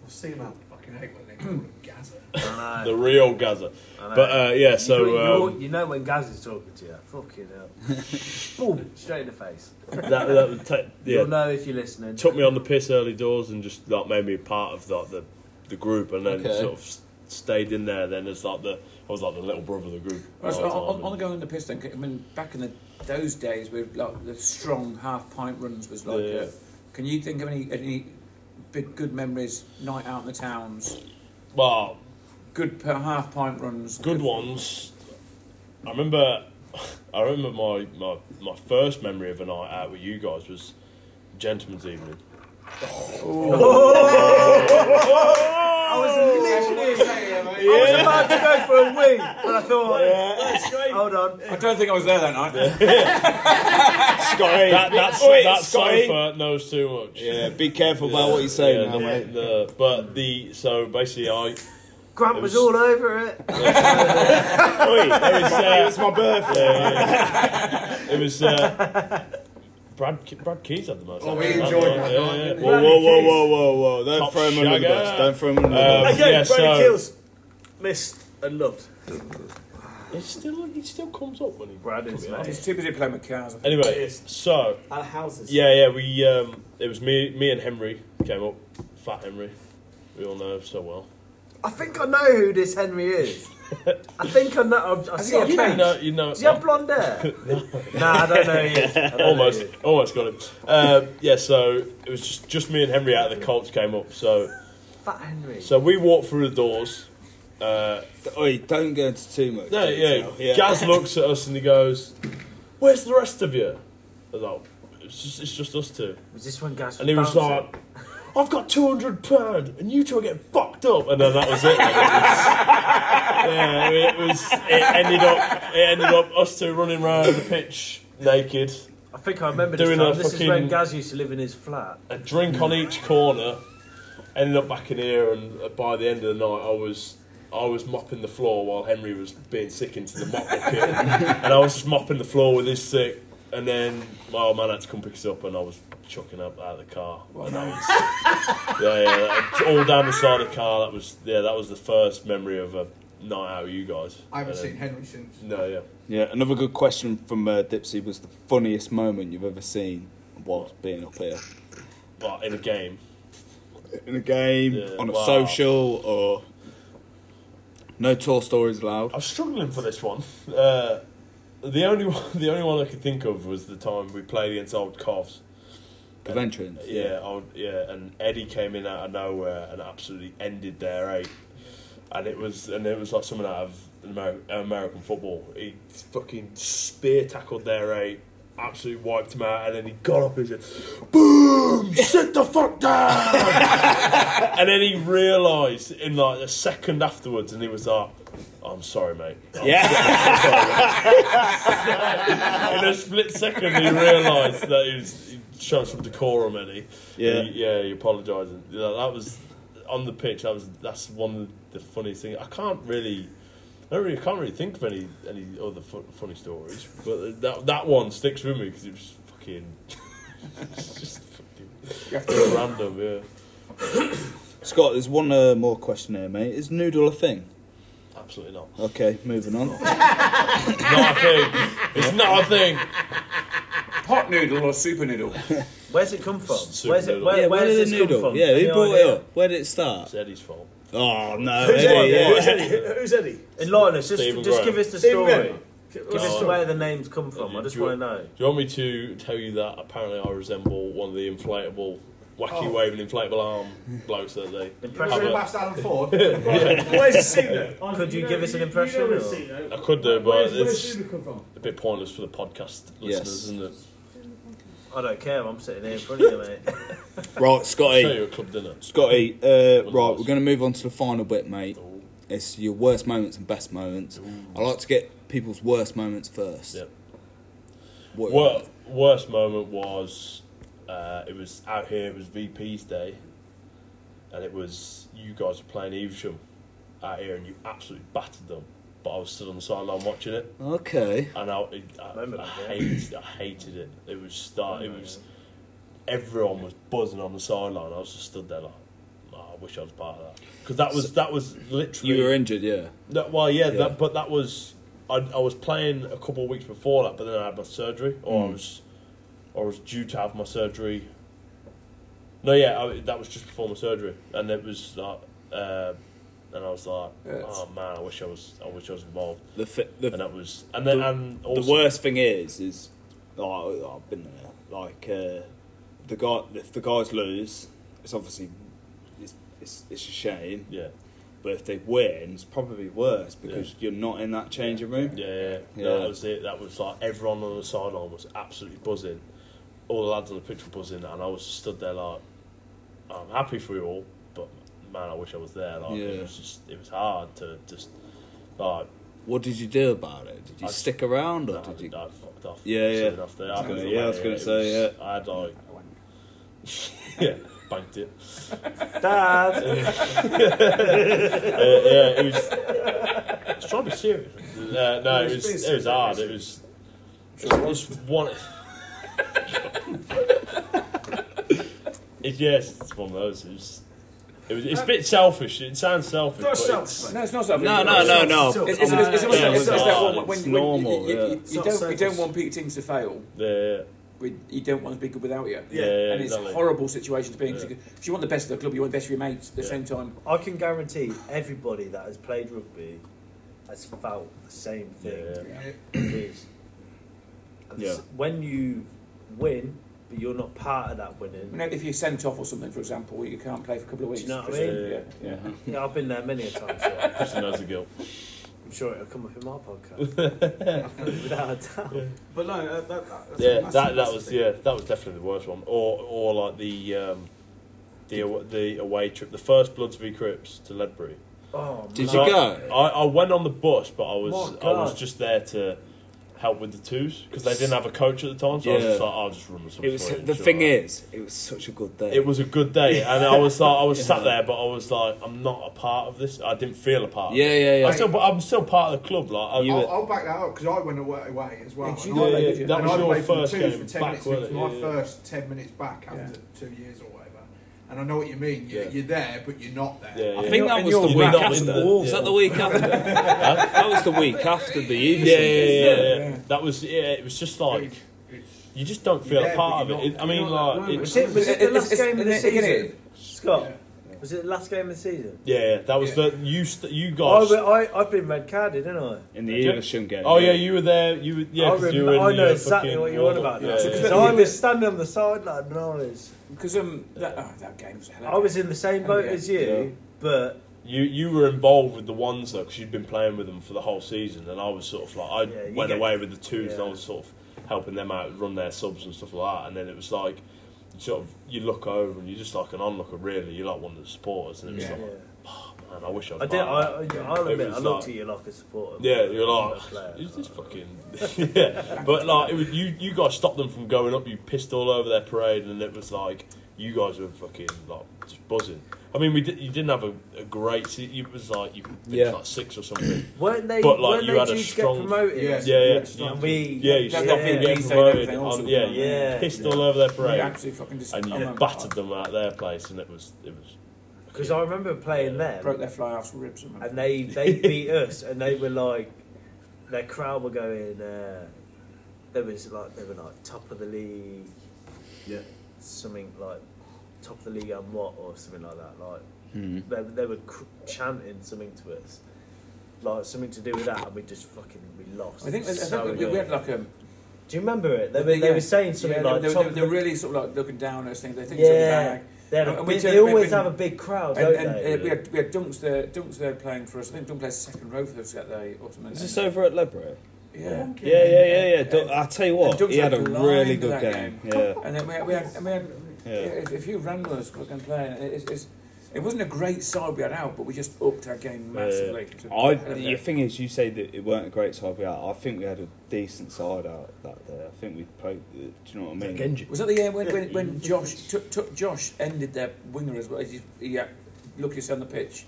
Speaker 6: I've seen that.
Speaker 4: Fucking hate when they call it Gaza.
Speaker 5: I know.
Speaker 3: The real Gaza.
Speaker 5: I know.
Speaker 3: But uh, yeah,
Speaker 5: uh, you,
Speaker 3: so
Speaker 5: know-
Speaker 3: um,
Speaker 5: you know when Gaz is talking to you. Fucking hell. Boom, straight in the face.
Speaker 3: that that would take yeah
Speaker 5: You'll know if you're listening.
Speaker 3: took me on the piss early doors and just like made me a part of like the the group and then
Speaker 2: Okay.
Speaker 3: sort of s- stayed in there. Then it's like the I was like the little brother of the group.
Speaker 1: Well, so
Speaker 3: all the
Speaker 1: on, on,
Speaker 3: time.
Speaker 1: on the going in the piss thing, I mean, back in the, those days, we like the strong half pint runs was like.
Speaker 3: Yeah.
Speaker 1: Uh, can you think of any any big good memories? Night out in the towns,
Speaker 3: well,
Speaker 1: good per half pint runs.
Speaker 3: good ones. I remember, I remember my, my my first memory of a night out with you guys was gentlemen's evening.
Speaker 5: I was literally I was about to go for a wee, but I thought, hold on.
Speaker 1: I don't think I was there that night.
Speaker 2: Scotty.
Speaker 3: That, that's,
Speaker 2: Oi,
Speaker 3: that
Speaker 2: Scotty.
Speaker 3: sofa knows too much.
Speaker 2: Yeah, be careful
Speaker 3: Yeah,
Speaker 2: about what you say
Speaker 3: yeah,
Speaker 2: now,
Speaker 3: the-
Speaker 2: mate.
Speaker 3: the- but the so basically, I
Speaker 5: Grant
Speaker 3: It
Speaker 5: was,
Speaker 3: was-
Speaker 5: all over it.
Speaker 3: Oi, there was, uh,
Speaker 2: It was my birthday.
Speaker 3: It was uh, Brad. Ke- Brad Keys had the most.
Speaker 4: Oh, we
Speaker 3: actually.
Speaker 4: enjoyed
Speaker 3: Yeah,
Speaker 4: that
Speaker 3: yeah,
Speaker 4: night,
Speaker 3: yeah.
Speaker 4: didn't we?
Speaker 2: Whoa, whoa, whoa, whoa, whoa, whoa! Don't
Speaker 3: Top
Speaker 2: throw him under the
Speaker 3: shagger.
Speaker 2: bus. Don't throw him under the
Speaker 3: Um,
Speaker 2: bus.
Speaker 3: yeah, so-
Speaker 5: missed and loved.
Speaker 3: It's still, it still comes up when he.
Speaker 5: Brad is,
Speaker 3: Yeah.
Speaker 5: mate.
Speaker 1: He's too busy playing with cows. I think.
Speaker 3: Anyway, so
Speaker 6: And houses.
Speaker 3: yeah, yeah, we. Um, it was me, me and Henry came up. Fat Henry, we all know so well.
Speaker 5: I think I know who this Henry is. I think I know. I, I see a
Speaker 1: got a
Speaker 5: face.
Speaker 1: change?
Speaker 3: No, you know. uh,
Speaker 5: Does he have blonde hair? nah, I don't know who he is. I don't know who
Speaker 3: almost,
Speaker 5: he is.
Speaker 3: almost got him. Um, yeah, so it was just, just me and Henry out of the Colts came up. So,
Speaker 5: Fat Henry.
Speaker 3: so we walked through the doors. Uh,
Speaker 2: Oi, don't go into too much.
Speaker 3: No, yeah.
Speaker 2: detail.
Speaker 3: Gaz looks at us and he goes, "Where's the rest of you?" I was like, "It's just, it's just us two.
Speaker 5: was this when Gaz
Speaker 3: And he was
Speaker 5: bouncing?
Speaker 3: like, "I've got two hundred pound, and you two are getting fucked up." And then that was it. Like, it was- yeah, it was. It ended up. It ended up us two running around the pitch naked,
Speaker 5: I think I remember this
Speaker 3: doing
Speaker 5: time.
Speaker 3: a
Speaker 5: This is
Speaker 3: fucking-
Speaker 5: when Gaz used to live in his flat.
Speaker 3: a drink on each corner. Ended up back in here, and uh, by the end of the night, I was. I was mopping the floor while Henry was being sick into the mop bucket, and I was just mopping the floor with his sick. And then my old man had to come pick us up, and I was chucking up out of the car. and that was, yeah, yeah, that- all down the side of the car. That was yeah, that was the first memory of a night out with you guys.
Speaker 4: I haven't
Speaker 3: And
Speaker 4: seen
Speaker 3: then-
Speaker 4: Henry since.
Speaker 3: No, yeah,
Speaker 2: Yeah, another good question from uh, Dipsy was the funniest moment you've ever seen whilst being up here
Speaker 3: but in a game,
Speaker 2: in a game,
Speaker 3: Yeah,
Speaker 2: on a
Speaker 3: wow.
Speaker 2: social, or no tour stories allowed.
Speaker 3: I was struggling for this one. Uh, the only one, the only one I could think of was the time we played against Old Coffs.
Speaker 2: Adventuring.
Speaker 3: Yeah, I would, yeah, and Eddie came in out of nowhere and absolutely ended their eight, and it was and it was like someone out of Amer- American football. He fucking spear tackled their eight, absolutely wiped him out, and then he got up and he said, "Boom, sit the fuck down." and then he realised in like a second afterwards, and he was like. I'm sorry, mate. I'm
Speaker 2: Yeah.
Speaker 3: in a split second, he realised that he was he showed some decorum, and he,
Speaker 2: Yeah.
Speaker 3: he, yeah, he apologising. Yeah, that was on the pitch. That was that's one of the funniest things. I can't really, I don't really, can't really think of any any other fu- funny stories, but that that one sticks with me because it was fucking, it's just fucking
Speaker 1: You have to-
Speaker 3: random. Yeah,
Speaker 2: Scott, there's one uh, more question here, mate. Is noodle a thing?
Speaker 3: absolutely not.
Speaker 2: Okay, moving on.
Speaker 3: Not a thing. It's not a thing.
Speaker 1: Pot noodle or super noodle?
Speaker 5: Where's it come from?
Speaker 3: Super
Speaker 5: Where's it?
Speaker 3: noodle.
Speaker 5: Where,
Speaker 2: yeah, where
Speaker 5: where's
Speaker 2: did
Speaker 5: this
Speaker 2: the
Speaker 5: come
Speaker 2: noodle?
Speaker 5: from?
Speaker 2: Yeah,
Speaker 5: Any
Speaker 2: who brought
Speaker 5: idea?
Speaker 2: it up? Where did it start?
Speaker 3: It's Eddie's fault.
Speaker 2: Oh no,
Speaker 6: Who's
Speaker 2: Eddie,
Speaker 6: Eddie?
Speaker 2: yeah.
Speaker 6: Who's Eddie? Who's Eddie?
Speaker 5: And Linus, just,
Speaker 3: Stephen
Speaker 5: just
Speaker 3: Graham.
Speaker 5: give us the
Speaker 6: Stephen
Speaker 5: story.
Speaker 6: Graham.
Speaker 5: Give us
Speaker 3: Oh.
Speaker 5: the where the names come from. I just
Speaker 3: Do you-
Speaker 5: want to know.
Speaker 3: Do you want me to tell you that apparently I resemble one of the inflatable, wacky waving inflatable arm blokes that they
Speaker 4: Is
Speaker 5: Impression?
Speaker 4: it
Speaker 3: have?
Speaker 4: past Alan Ford? Where
Speaker 6: Where's Casino?
Speaker 5: Could you give us an impression, or-
Speaker 3: I could do, but
Speaker 4: does
Speaker 3: it's
Speaker 4: Super come from?
Speaker 3: a bit pointless for the podcast
Speaker 2: Yes.
Speaker 3: listeners, isn't it?
Speaker 5: I don't care. I'm sitting here in front of you, mate.
Speaker 2: Right,
Speaker 3: Show
Speaker 2: Scotty.
Speaker 3: you a club dinner.
Speaker 2: Scotty, uh,
Speaker 3: What
Speaker 2: right,
Speaker 3: else?
Speaker 2: we're going to move on to the final bit, mate.
Speaker 3: Oh,
Speaker 2: It's your worst moments and best moments. I like to get people's worst moments first.
Speaker 3: Yep.
Speaker 2: What-
Speaker 3: Wor- worst moment was uh, it was out here. It was VP's day, and it was you guys were playing Evesham out here, and you absolutely battered them. But I was still on the sideline watching it,
Speaker 2: Okay.
Speaker 3: and I, it, I,
Speaker 5: Remember
Speaker 3: I
Speaker 5: that, yeah. Oh,
Speaker 3: hated, I hated it. It was start. It was everyone was buzzing on the sideline. I was just stood there like, "Oh, I wish I was part of that because that was that was literally
Speaker 2: You were injured, yeah.
Speaker 3: no, well,
Speaker 2: Yeah.
Speaker 3: yeah, That, but that was I, I was playing a couple of weeks before that, but then I had my surgery, or I
Speaker 2: Mm.
Speaker 3: was, or I was due to have my surgery. No, yeah, I, that was just before my surgery, and it was like, uh, and I was like,
Speaker 1: Yeah, it's-
Speaker 3: oh man, I wish I was, I wish I was involved,
Speaker 2: The fi-
Speaker 3: and
Speaker 2: the,
Speaker 3: that was, and then
Speaker 2: The-
Speaker 3: and
Speaker 2: the
Speaker 3: also,
Speaker 2: worst thing is, is oh, I've been there. Like uh, the guy, if the guys lose, it's obviously it's, it's, it's a shame.
Speaker 3: yeah,
Speaker 2: But if they win, it's probably worse because you're not in that changing room.
Speaker 3: yeah, yeah, yeah.
Speaker 2: Yeah.
Speaker 3: No, that was it. That was like everyone on the sideline was absolutely buzzing, all the lads on the pitch were buzzing, and I was just stood there like, I'm happy for you all, but man, I wish I was there. Like,
Speaker 2: Yeah.
Speaker 3: it was just, it was hard to just like.
Speaker 2: What did you do about it? Did you
Speaker 3: I-
Speaker 2: stick around or
Speaker 3: Nah,
Speaker 2: did you?
Speaker 3: I fucked off.
Speaker 2: Yeah,
Speaker 3: soon
Speaker 2: yeah.
Speaker 3: After.
Speaker 2: I was
Speaker 3: After
Speaker 2: gonna-
Speaker 3: the
Speaker 2: yeah, I was
Speaker 3: wedding,
Speaker 2: gonna
Speaker 3: it
Speaker 2: say,
Speaker 3: was- I had like,
Speaker 1: I went,
Speaker 3: yeah, banked it.
Speaker 5: Dad.
Speaker 3: Uh, yeah, it was. I was trying to be serious. Uh, no, it
Speaker 6: It's
Speaker 3: was.
Speaker 6: been
Speaker 3: It was hard. It was.
Speaker 1: sure it was.
Speaker 3: It's one. it's yes, it's one of those. It's, it was, it's a bit selfish. It sounds selfish.
Speaker 6: Not
Speaker 3: but
Speaker 6: selfish,
Speaker 3: it's-
Speaker 1: No, it's not something.
Speaker 2: No, no, no, no.
Speaker 1: It's, it's, it's, it's, almost
Speaker 6: Yeah,
Speaker 3: it
Speaker 1: like- it's, it's
Speaker 3: was
Speaker 1: that
Speaker 3: hard.
Speaker 1: one when,
Speaker 2: It's
Speaker 1: when you-
Speaker 2: normal,
Speaker 1: You, you,
Speaker 2: yeah.
Speaker 1: you,
Speaker 6: It's not
Speaker 1: don't, you don't
Speaker 6: surface.
Speaker 1: want Peter Teams to fail.
Speaker 3: The,
Speaker 1: With, you don't want to be good without you.
Speaker 3: yeah, yeah,
Speaker 6: Yeah,
Speaker 1: and it's
Speaker 3: exactly.
Speaker 1: a horrible situation to be in. 'cause
Speaker 3: Yeah.
Speaker 1: you- If you want the best of the club, you want the best of your mates at the
Speaker 3: Yeah.
Speaker 1: same time.
Speaker 5: I can guarantee everybody that has played rugby has felt the same thing.
Speaker 3: Yeah.
Speaker 5: It is. And
Speaker 2: Yeah.
Speaker 5: s- When you win, but you're not part of that
Speaker 1: You
Speaker 5: winning.
Speaker 1: know, if you're sent off or something, for example, you can't play for a couple of weeks.
Speaker 5: you know what I
Speaker 1: Just-
Speaker 5: mean?
Speaker 1: Yeah, yeah.
Speaker 5: Yeah, I've been there many a time. So
Speaker 3: Christian knows the guilt.
Speaker 5: I'm sure it'll come up in my podcast. Without a doubt.
Speaker 6: But no, uh, that, that, that's
Speaker 3: Yeah, that
Speaker 6: that's- that's
Speaker 3: that
Speaker 6: the
Speaker 3: was
Speaker 6: thing.
Speaker 3: yeah, that was definitely the worst one. Or or like the um, the aw- the away trip, the first Bloods v Crips to Ledbury.
Speaker 5: Oh,
Speaker 2: Did
Speaker 5: man.
Speaker 2: you
Speaker 3: I,
Speaker 2: go?
Speaker 3: I, I went on the bus, but I was
Speaker 5: My
Speaker 3: I was
Speaker 5: God.
Speaker 3: just there to help with the twos because they didn't have a coach at the time. So I was
Speaker 2: Yeah.
Speaker 3: just like, I'll just run with something.
Speaker 2: It was
Speaker 3: for you,
Speaker 2: the
Speaker 3: sure.
Speaker 2: thing is, it was such a good day.
Speaker 3: it was a good day, and I was like, I was sat there, but I was like, I'm not a part of this. I didn't feel a part.
Speaker 2: yeah,
Speaker 3: of it.
Speaker 2: yeah, yeah.
Speaker 3: I still, but I'm still part of the club. Like, I,
Speaker 2: You
Speaker 4: I'll,
Speaker 2: were-
Speaker 4: I'll back that up because I went away, away as well.
Speaker 1: Did you
Speaker 4: and
Speaker 1: go
Speaker 4: I,
Speaker 1: away?
Speaker 3: yeah,
Speaker 1: did you?
Speaker 3: that
Speaker 4: and
Speaker 3: was
Speaker 4: I
Speaker 3: your
Speaker 4: played for the
Speaker 3: first
Speaker 4: twos
Speaker 3: game
Speaker 4: for ten
Speaker 3: back,
Speaker 4: minutes.
Speaker 3: wasn't
Speaker 4: it was
Speaker 3: it?
Speaker 4: my
Speaker 3: Yeah, yeah.
Speaker 4: first ten minutes back after two years or whatever. And I know what you mean. You're,
Speaker 3: Yeah.
Speaker 4: you're there, but you're not there.
Speaker 3: Yeah,
Speaker 2: I
Speaker 3: yeah.
Speaker 2: think that
Speaker 1: And
Speaker 2: was
Speaker 1: you're
Speaker 2: the
Speaker 3: right
Speaker 2: week
Speaker 3: in
Speaker 2: after.
Speaker 3: there,
Speaker 2: Was
Speaker 3: yeah.
Speaker 2: that the week after? that was the week after the evening.
Speaker 3: yeah, yeah, yeah, yeah,
Speaker 1: Yeah.
Speaker 3: That was yeah. It was just like
Speaker 4: It's- it's-
Speaker 3: you just don't feel
Speaker 4: Yeah,
Speaker 3: a
Speaker 4: but
Speaker 3: part of
Speaker 4: you're
Speaker 3: it.
Speaker 4: not-
Speaker 3: It- I mean,
Speaker 4: you're not
Speaker 3: like
Speaker 4: that
Speaker 3: it's,
Speaker 5: Was it, was it the
Speaker 1: It's-
Speaker 5: last
Speaker 1: it's-
Speaker 5: game of the
Speaker 1: it's- again,
Speaker 5: season? Scott,
Speaker 4: yeah.
Speaker 5: was it the last game of the season?
Speaker 3: yeah. That was
Speaker 4: Yeah.
Speaker 3: the you st- you
Speaker 5: I,
Speaker 3: guys.
Speaker 5: I, I've been red carded, haven't I?
Speaker 2: In the
Speaker 3: Yeah.
Speaker 2: Evesham game.
Speaker 3: Oh yeah, you were there. You were yeah.
Speaker 5: I,
Speaker 3: 'cause you were
Speaker 5: remember,
Speaker 3: in
Speaker 5: I know
Speaker 3: the
Speaker 5: exactly
Speaker 3: fucking
Speaker 5: what you're on
Speaker 3: warm-up.
Speaker 5: about.
Speaker 3: Yeah,
Speaker 5: now.
Speaker 3: yeah, yeah.
Speaker 5: So I was standing on the sideline and I was,
Speaker 1: Because um, that, oh, that game was a hell of a
Speaker 5: I was in the same boat
Speaker 1: Yeah.
Speaker 5: as you,
Speaker 2: Yeah.
Speaker 5: but
Speaker 3: You you were involved with the ones though, because you'd been playing with them for the whole season, and I was sort of like I
Speaker 5: Yeah, you
Speaker 3: went
Speaker 5: get-
Speaker 3: away with the twos, and I
Speaker 5: yeah.
Speaker 3: was sort of helping them out, run their subs and stuff like that, and then it was like you sort of you look over and you're just like an onlooker, really. You're like one of the supporters, and it was
Speaker 1: Yeah.
Speaker 5: yeah.
Speaker 3: like, man, I wish I was.
Speaker 5: I did. I,
Speaker 3: part of
Speaker 5: I,
Speaker 3: that."
Speaker 5: I'll
Speaker 3: It
Speaker 5: admit,
Speaker 3: was
Speaker 5: I looked
Speaker 3: like-
Speaker 5: at you like a supporter.
Speaker 3: yeah, you're
Speaker 5: not a
Speaker 3: like,
Speaker 5: player.
Speaker 3: is this fucking? yeah, but like it was, you you guys stopped them from going up. You pissed all over their parade, and it was like you guys were fucking like just buzzing. I mean, we did, you didn't have a, a great. se- It was like you finished
Speaker 2: Yeah.
Speaker 3: like six or something.
Speaker 5: Weren't they?
Speaker 3: But, like,
Speaker 5: weren't
Speaker 3: you
Speaker 5: they
Speaker 3: had a
Speaker 5: due
Speaker 3: strong-
Speaker 5: to get promoted?
Speaker 4: Yeah.
Speaker 3: Yeah, yeah.
Speaker 5: And we,
Speaker 3: Yeah, you
Speaker 1: Yeah,
Speaker 3: stopped
Speaker 1: yeah.
Speaker 3: them getting
Speaker 1: Yeah.
Speaker 3: promoted.
Speaker 1: Yeah.
Speaker 3: on- yeah, you
Speaker 5: Yeah.
Speaker 3: pissed all over their parade,
Speaker 1: Yeah, absolutely fucking dis-
Speaker 3: and you
Speaker 1: oh my God.
Speaker 3: battered them out their place, and it was it was.
Speaker 5: Because I remember playing
Speaker 1: Broke
Speaker 5: them,
Speaker 1: their fly half's ribs. And
Speaker 5: and they they beat us, and they were like, their crowd were going. Uh, there was like they were like top of the league,
Speaker 2: Yeah.
Speaker 5: something like top of the league and what or something like that. Like
Speaker 2: Hmm.
Speaker 5: they they were cr- chanting something to us. Like something to do with that, and we just fucking we lost.
Speaker 1: I think, I
Speaker 5: It's
Speaker 1: think
Speaker 5: so
Speaker 1: we, we
Speaker 5: annoying.
Speaker 1: had like a.
Speaker 5: Do you remember it? They were, they
Speaker 1: yeah.
Speaker 5: were saying something
Speaker 1: Yeah,
Speaker 5: like
Speaker 1: they, they,
Speaker 5: top
Speaker 1: they,
Speaker 5: of
Speaker 1: they
Speaker 5: the-
Speaker 1: were really sort of like looking down at us things. They think
Speaker 5: Yeah.
Speaker 1: yeah.
Speaker 5: they, had a
Speaker 1: and we
Speaker 5: big,
Speaker 1: did-
Speaker 5: they always
Speaker 1: we-
Speaker 5: have a big crowd,
Speaker 1: And,
Speaker 5: don't
Speaker 1: and
Speaker 5: they?
Speaker 1: uh, we, had, we had Dunks there, Dunks there playing for us. I think Dunk plays second row for us that day. Ultimately.
Speaker 2: Is this over at Ledbury?
Speaker 1: Yeah.
Speaker 2: Yeah, yeah, yeah, yeah. Doug- I tell you
Speaker 1: And
Speaker 2: what,
Speaker 1: Doug's
Speaker 2: he had a
Speaker 1: had the
Speaker 2: really
Speaker 1: line to
Speaker 2: good
Speaker 1: that
Speaker 2: game.
Speaker 1: And then we had, we had, and we had
Speaker 2: Yeah,
Speaker 1: yeah.
Speaker 2: yeah.
Speaker 1: if, if you wranglers look and play, it- it's, it's, it wasn't a great side we had out, but we just upped our game massively.
Speaker 2: Uh, I, the thing is, you say that it weren't a great side we had. I think we had a decent side out that day. I think we played. uh, Do you know what I mean?
Speaker 5: Genji.
Speaker 1: Was that the year when, when, when Josh took, took Josh ended their winger as well? He, he uh, luckiest on the pitch.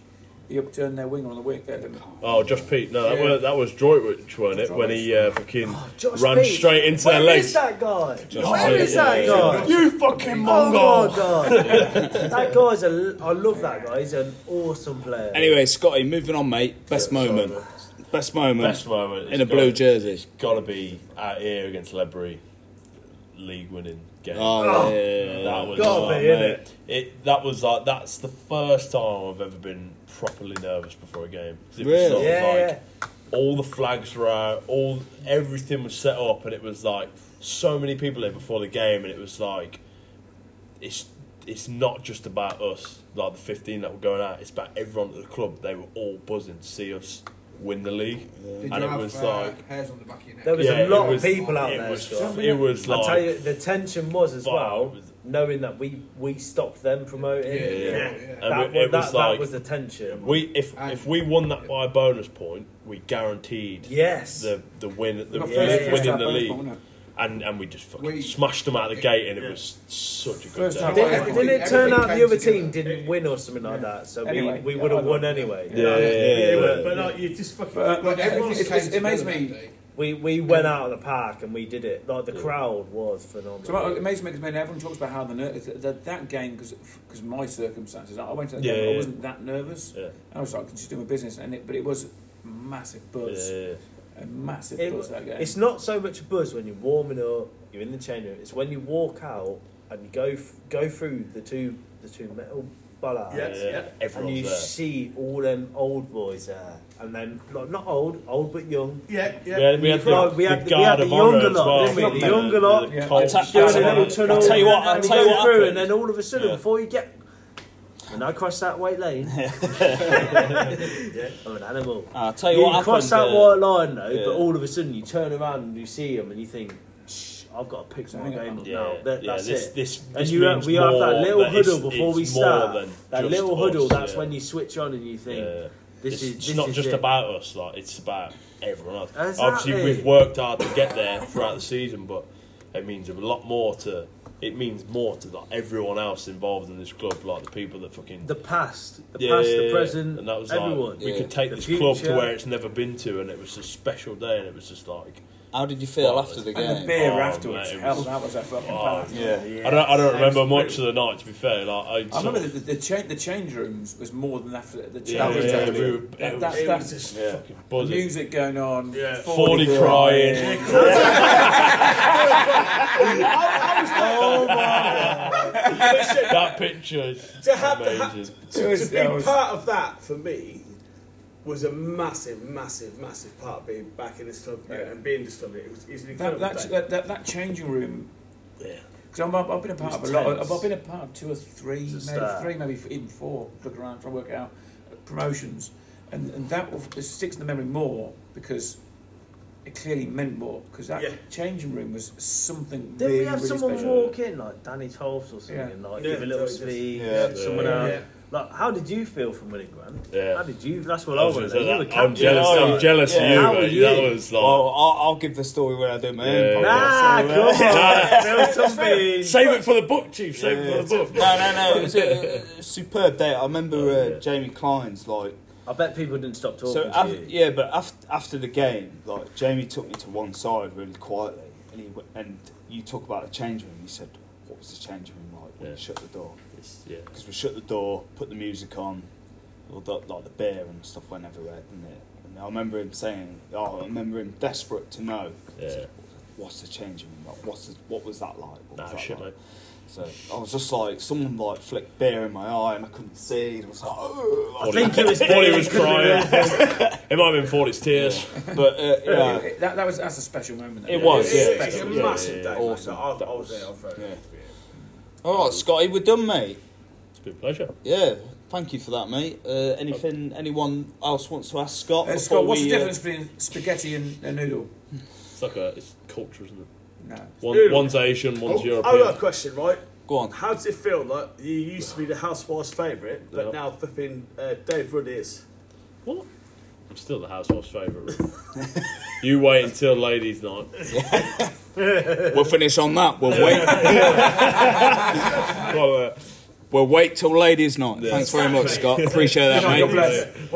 Speaker 1: He upturned their winger on the wing. Uh,
Speaker 3: Oh, Josh Pete. No, that,
Speaker 1: Yeah.
Speaker 3: was, that was Droitwich, wasn't it?
Speaker 1: Droitwich.
Speaker 3: When he uh, fucking
Speaker 7: Oh, Josh
Speaker 3: ran
Speaker 7: Pete.
Speaker 3: straight into their
Speaker 7: Where is
Speaker 3: legs. Oh,
Speaker 7: that guy?
Speaker 2: Just-
Speaker 7: Where is that guy?
Speaker 3: You fucking
Speaker 5: Oh my
Speaker 3: mongo!
Speaker 5: god! that guy's a. I love that guy. He's an awesome player.
Speaker 2: Anyway, Scotty, moving on, mate. Best moment. Best moment.
Speaker 3: Best moment.
Speaker 2: in a blue
Speaker 3: jersey.
Speaker 2: jersey.
Speaker 3: Gotta be out here against Lebury, league winning game.
Speaker 2: Oh, yeah, yeah, yeah.
Speaker 3: That was
Speaker 5: Gotta
Speaker 3: oh,
Speaker 5: be, innit?
Speaker 3: mate. It that was like that's the first time I've ever been properly nervous before a game. 'Cause It
Speaker 2: Really?
Speaker 3: was sort of
Speaker 5: Yeah,
Speaker 3: like
Speaker 5: yeah.
Speaker 3: all the flags were out, all everything was set up, and it was like so many people there before the game, and it was like it's it's not just about us, like the fifteen that were going out. It's about everyone at the club. They were all buzzing to see us win the league, and
Speaker 4: Did you
Speaker 3: it
Speaker 4: have,
Speaker 3: was
Speaker 4: uh,
Speaker 3: like.
Speaker 4: hairs on the back of your neck?
Speaker 5: There was a
Speaker 3: it
Speaker 5: lot of
Speaker 3: was-
Speaker 5: people out
Speaker 3: it
Speaker 5: there,
Speaker 3: Was,
Speaker 5: Scott.
Speaker 3: it was
Speaker 5: I
Speaker 3: like
Speaker 5: tell you, the tension was as
Speaker 3: Fuck.
Speaker 5: well, knowing that we we stopped them promoting.
Speaker 4: Yeah, yeah, yeah.
Speaker 5: That,
Speaker 3: And
Speaker 5: wa-
Speaker 3: it-
Speaker 5: that,
Speaker 3: it was
Speaker 5: that
Speaker 3: like-
Speaker 5: was the tension.
Speaker 3: We if
Speaker 4: And-
Speaker 3: if we won that by a bonus point, we guaranteed
Speaker 5: Yes.
Speaker 3: the the win the
Speaker 1: got first-
Speaker 3: win-
Speaker 5: yeah,
Speaker 3: winning
Speaker 1: half
Speaker 3: the
Speaker 1: bonus
Speaker 3: league,
Speaker 1: ball, wasn't it?
Speaker 3: and and we just fucking
Speaker 4: We-
Speaker 3: smashed them out of the
Speaker 4: Yeah.
Speaker 3: gate, and it
Speaker 6: Yeah.
Speaker 3: was such a good
Speaker 1: First
Speaker 3: day.
Speaker 1: half-
Speaker 5: Didn't,
Speaker 4: Everything-
Speaker 5: didn't it turn
Speaker 4: everything
Speaker 5: out the
Speaker 4: came
Speaker 5: other
Speaker 4: together.
Speaker 5: team didn't win or something like that? So
Speaker 1: Anyway,
Speaker 5: we, we
Speaker 1: yeah,
Speaker 5: would
Speaker 1: I
Speaker 5: have
Speaker 1: don't
Speaker 5: won
Speaker 1: know.
Speaker 5: anyway.
Speaker 2: Yeah, yeah, yeah,
Speaker 5: They were-
Speaker 2: yeah.
Speaker 5: but
Speaker 6: like, you just fucking.
Speaker 1: But,
Speaker 4: But
Speaker 1: but
Speaker 4: everyone's
Speaker 1: it's, it's,
Speaker 4: came
Speaker 1: it amazed
Speaker 4: together
Speaker 1: me.
Speaker 4: that day.
Speaker 5: We we went out of the park and we did it. Like the crowd was
Speaker 1: So what
Speaker 5: phenomenal.
Speaker 1: amazed me because man, everyone talks about how the ner- that, that game because my circumstances. I went to that
Speaker 3: Yeah,
Speaker 1: game.
Speaker 3: yeah.
Speaker 1: I wasn't that nervous.
Speaker 3: Yeah.
Speaker 1: I was like just doing my business, and it, but it was massive buzz,
Speaker 3: Yeah.
Speaker 1: a massive
Speaker 5: It-
Speaker 1: buzz that game.
Speaker 5: it's not so much a buzz when you're warming up, you're in the chain room. It's when you walk out and you go f- go through the two the two metal bollards.
Speaker 6: Yes,
Speaker 3: yeah,
Speaker 6: yeah.
Speaker 5: and
Speaker 3: everyone's
Speaker 5: you
Speaker 3: there.
Speaker 5: see all them old boys there, and then like, not old, old but young.
Speaker 6: Yeah, yeah.
Speaker 3: Yeah, we had the,
Speaker 5: Well, we had-
Speaker 3: the
Speaker 5: we
Speaker 3: guard
Speaker 5: had the
Speaker 3: of honour
Speaker 5: younger
Speaker 3: as
Speaker 5: lot,
Speaker 3: well.
Speaker 5: didn't
Speaker 1: we? The
Speaker 3: Yeah.
Speaker 5: younger lot.
Speaker 3: The
Speaker 1: Yeah.
Speaker 3: Colts.
Speaker 2: I'll ta-
Speaker 5: Doing
Speaker 2: I'll
Speaker 5: a little tunnel.
Speaker 2: I'll tell you what, I'll
Speaker 5: and you
Speaker 2: tell you
Speaker 5: go
Speaker 2: what
Speaker 5: through,
Speaker 2: happened.
Speaker 5: and then all of a sudden,
Speaker 3: Yeah.
Speaker 5: before you get, when I cross that white lane, I'm an animal.
Speaker 2: Ah, I'll tell you, what
Speaker 5: cross
Speaker 2: happened. uh,
Speaker 5: that
Speaker 3: uh,
Speaker 5: white line though,
Speaker 2: yeah.
Speaker 5: but all of a sudden you turn around and you see them, and you think, Shh, I've got to pick my
Speaker 1: Something
Speaker 5: game up
Speaker 1: happened.
Speaker 3: Yeah,
Speaker 5: now. That,
Speaker 3: yeah,
Speaker 5: that's
Speaker 3: this,
Speaker 5: it.
Speaker 3: This,
Speaker 5: And
Speaker 3: this
Speaker 5: you have,
Speaker 3: means
Speaker 5: we have
Speaker 3: more
Speaker 5: that little
Speaker 3: it's-
Speaker 5: huddle before
Speaker 3: it's
Speaker 5: we
Speaker 3: more
Speaker 5: start.
Speaker 3: than
Speaker 5: That
Speaker 3: just
Speaker 5: little huddle.
Speaker 3: us,
Speaker 5: That's
Speaker 3: yeah.
Speaker 5: when you switch on and you think,
Speaker 3: Yeah.
Speaker 5: this
Speaker 3: it's,
Speaker 5: is
Speaker 3: it's
Speaker 5: this
Speaker 3: not
Speaker 5: is
Speaker 3: just
Speaker 5: it.
Speaker 3: about us. Like it's about everyone else.
Speaker 5: Exactly.
Speaker 3: Obviously, we've worked hard to get there throughout the season, but it means a lot more to. It means more to like, everyone else involved in this club, like the people that fucking
Speaker 5: the past, the
Speaker 3: Yeah,
Speaker 5: past,
Speaker 3: yeah,
Speaker 5: the
Speaker 3: yeah.
Speaker 5: present,
Speaker 3: and that was
Speaker 5: everyone.
Speaker 3: Like, we could take
Speaker 5: The
Speaker 3: this club to
Speaker 5: future.
Speaker 3: where it's never been to, and it was a special day, and it was just like
Speaker 2: How did you feel
Speaker 3: Well,
Speaker 2: after the
Speaker 1: and the
Speaker 2: game?
Speaker 1: beer
Speaker 3: Oh,
Speaker 1: afterwards.
Speaker 3: mate, it
Speaker 1: Hell,
Speaker 3: was-
Speaker 1: that was a fucking
Speaker 3: Oh,
Speaker 1: palace.
Speaker 2: Yeah.
Speaker 3: I don't, I don't
Speaker 1: That
Speaker 3: remember
Speaker 1: was
Speaker 3: much of the night. To be fair, like I,
Speaker 1: I
Speaker 3: sort
Speaker 1: remember
Speaker 3: of-
Speaker 1: the, the, the, cha- the change rooms was more than after the change
Speaker 3: yeah,
Speaker 1: rooms.
Speaker 3: yeah, we were, it
Speaker 1: that, that,
Speaker 3: was
Speaker 6: it
Speaker 1: that,
Speaker 6: was just
Speaker 3: fucking buzzing.
Speaker 1: music going on.
Speaker 6: Yeah.
Speaker 3: 40 crying.
Speaker 5: Oh my!
Speaker 3: that picture is
Speaker 6: To have the ha-
Speaker 3: amazing.
Speaker 1: It
Speaker 6: to,
Speaker 1: was-
Speaker 6: to
Speaker 1: that
Speaker 6: be
Speaker 1: was-
Speaker 6: part of that for me was a massive, massive, massive part of being back in this club
Speaker 1: Yeah.
Speaker 6: and being this club. It was, it was an
Speaker 1: That,
Speaker 6: incredible
Speaker 1: that,
Speaker 6: day.
Speaker 1: that, that, that changing room.
Speaker 3: Yeah.
Speaker 1: Because I've, I've been a part
Speaker 5: It
Speaker 1: of
Speaker 5: was
Speaker 1: a lot.
Speaker 5: tense.
Speaker 1: Of, I've been a part of two or three,
Speaker 5: It's a
Speaker 1: maybe
Speaker 5: start.
Speaker 1: three, maybe f- even four. Look around, try to work out uh, promotions, and and that will, it sticks in the memory more because it clearly meant more. Because that
Speaker 6: Yeah.
Speaker 1: changing room was something
Speaker 5: Didn't
Speaker 1: really,
Speaker 5: we have
Speaker 1: really
Speaker 5: someone
Speaker 1: special.
Speaker 5: walk in like Danny Tolfs or something
Speaker 1: Yeah.
Speaker 5: and like
Speaker 6: Yeah,
Speaker 5: give a little
Speaker 6: so it just-
Speaker 5: speech?
Speaker 2: Yeah.
Speaker 5: someone uh,
Speaker 1: Yeah.
Speaker 5: out.
Speaker 6: Yeah.
Speaker 5: Like, how did you feel from winning, Grant?
Speaker 3: Yeah.
Speaker 5: How did you? That's what
Speaker 3: I
Speaker 5: I
Speaker 3: was
Speaker 5: want
Speaker 3: gonna
Speaker 5: to
Speaker 3: say
Speaker 5: know.
Speaker 3: that.
Speaker 5: You were
Speaker 3: I'm
Speaker 5: captain.
Speaker 3: jealous.
Speaker 2: Yeah.
Speaker 3: I'm jealous
Speaker 5: Yeah. How
Speaker 3: of you,
Speaker 5: were
Speaker 3: mate.
Speaker 5: you?
Speaker 3: That was like.
Speaker 2: Well, I'll, I'll give the story when I do my
Speaker 3: Yeah.
Speaker 2: own
Speaker 5: Nah,
Speaker 2: podcast.
Speaker 5: come
Speaker 2: so, uh,
Speaker 5: on, Phil something.
Speaker 3: Save it for the book, chief. Save
Speaker 2: yeah.
Speaker 3: it for the book.
Speaker 2: No, no, no. It was a, a superb day. I remember
Speaker 3: Oh, yeah.
Speaker 2: uh, Jamie Klein's like
Speaker 5: I bet people didn't stop talking
Speaker 2: So
Speaker 5: to
Speaker 2: af-
Speaker 5: you.
Speaker 2: yeah, but after, after the game, like Jamie took me to one side really quietly, and he w- and you talk about the changing room. He said, "What was the changing room like when
Speaker 3: Yeah.
Speaker 2: you shut the door?"
Speaker 3: It's- Yeah.
Speaker 2: Because we shut the door, put the music on, all the, like the beer and stuff went everywhere, didn't it? And I remember him saying, "Oh, I remember him desperate to know." He said, What's the changing room like? What's the, what was that like? What was
Speaker 3: Nah,
Speaker 2: that
Speaker 3: shit,
Speaker 2: like?"
Speaker 3: mate.
Speaker 2: So I was just like, someone like flicked beer in my eye, and I couldn't see. And I was like, "Oh!"
Speaker 3: I
Speaker 5: think it was
Speaker 3: Forty
Speaker 5: Dave.
Speaker 3: was crying. it might have been Forty's tears.
Speaker 2: But uh,
Speaker 1: It-
Speaker 2: yeah.
Speaker 1: it- that, that was that's a special moment.
Speaker 2: It was,
Speaker 6: It
Speaker 2: yeah.
Speaker 6: was
Speaker 3: Yeah,
Speaker 6: a
Speaker 3: yeah,
Speaker 6: massive
Speaker 3: yeah,
Speaker 6: day.
Speaker 2: awesome.
Speaker 6: Awesome. I, I was there. I was very
Speaker 2: Yeah.
Speaker 6: happy.
Speaker 2: All right, Scotty, we're done, mate.
Speaker 3: It's been a pleasure.
Speaker 2: Yeah, Thank you for that, mate. Uh, anything anyone else wants to ask Scott?
Speaker 1: Uh,
Speaker 2: before
Speaker 1: Scott, what's
Speaker 2: we,
Speaker 1: the
Speaker 2: uh,
Speaker 1: difference between spaghetti and a noodle?
Speaker 3: It's like a it's culture, isn't it?
Speaker 1: No.
Speaker 3: One,
Speaker 6: Dude.
Speaker 3: One's Asian, one's
Speaker 6: I've got a
Speaker 3: European.
Speaker 6: Oh, question, right?
Speaker 2: Go on.
Speaker 6: How does it feel like you used to be the housewife's favourite, but
Speaker 3: Yeah.
Speaker 6: now flipping uh, Dave Rudd is?
Speaker 3: What? I'm still the housewife's favourite. really. you wait until ladies' night.
Speaker 2: We'll finish on that. We'll wait.
Speaker 3: Well, uh,
Speaker 2: We'll wait till ladies' night. Thanks very much, Scott. Appreciate that, mate.
Speaker 1: God bless.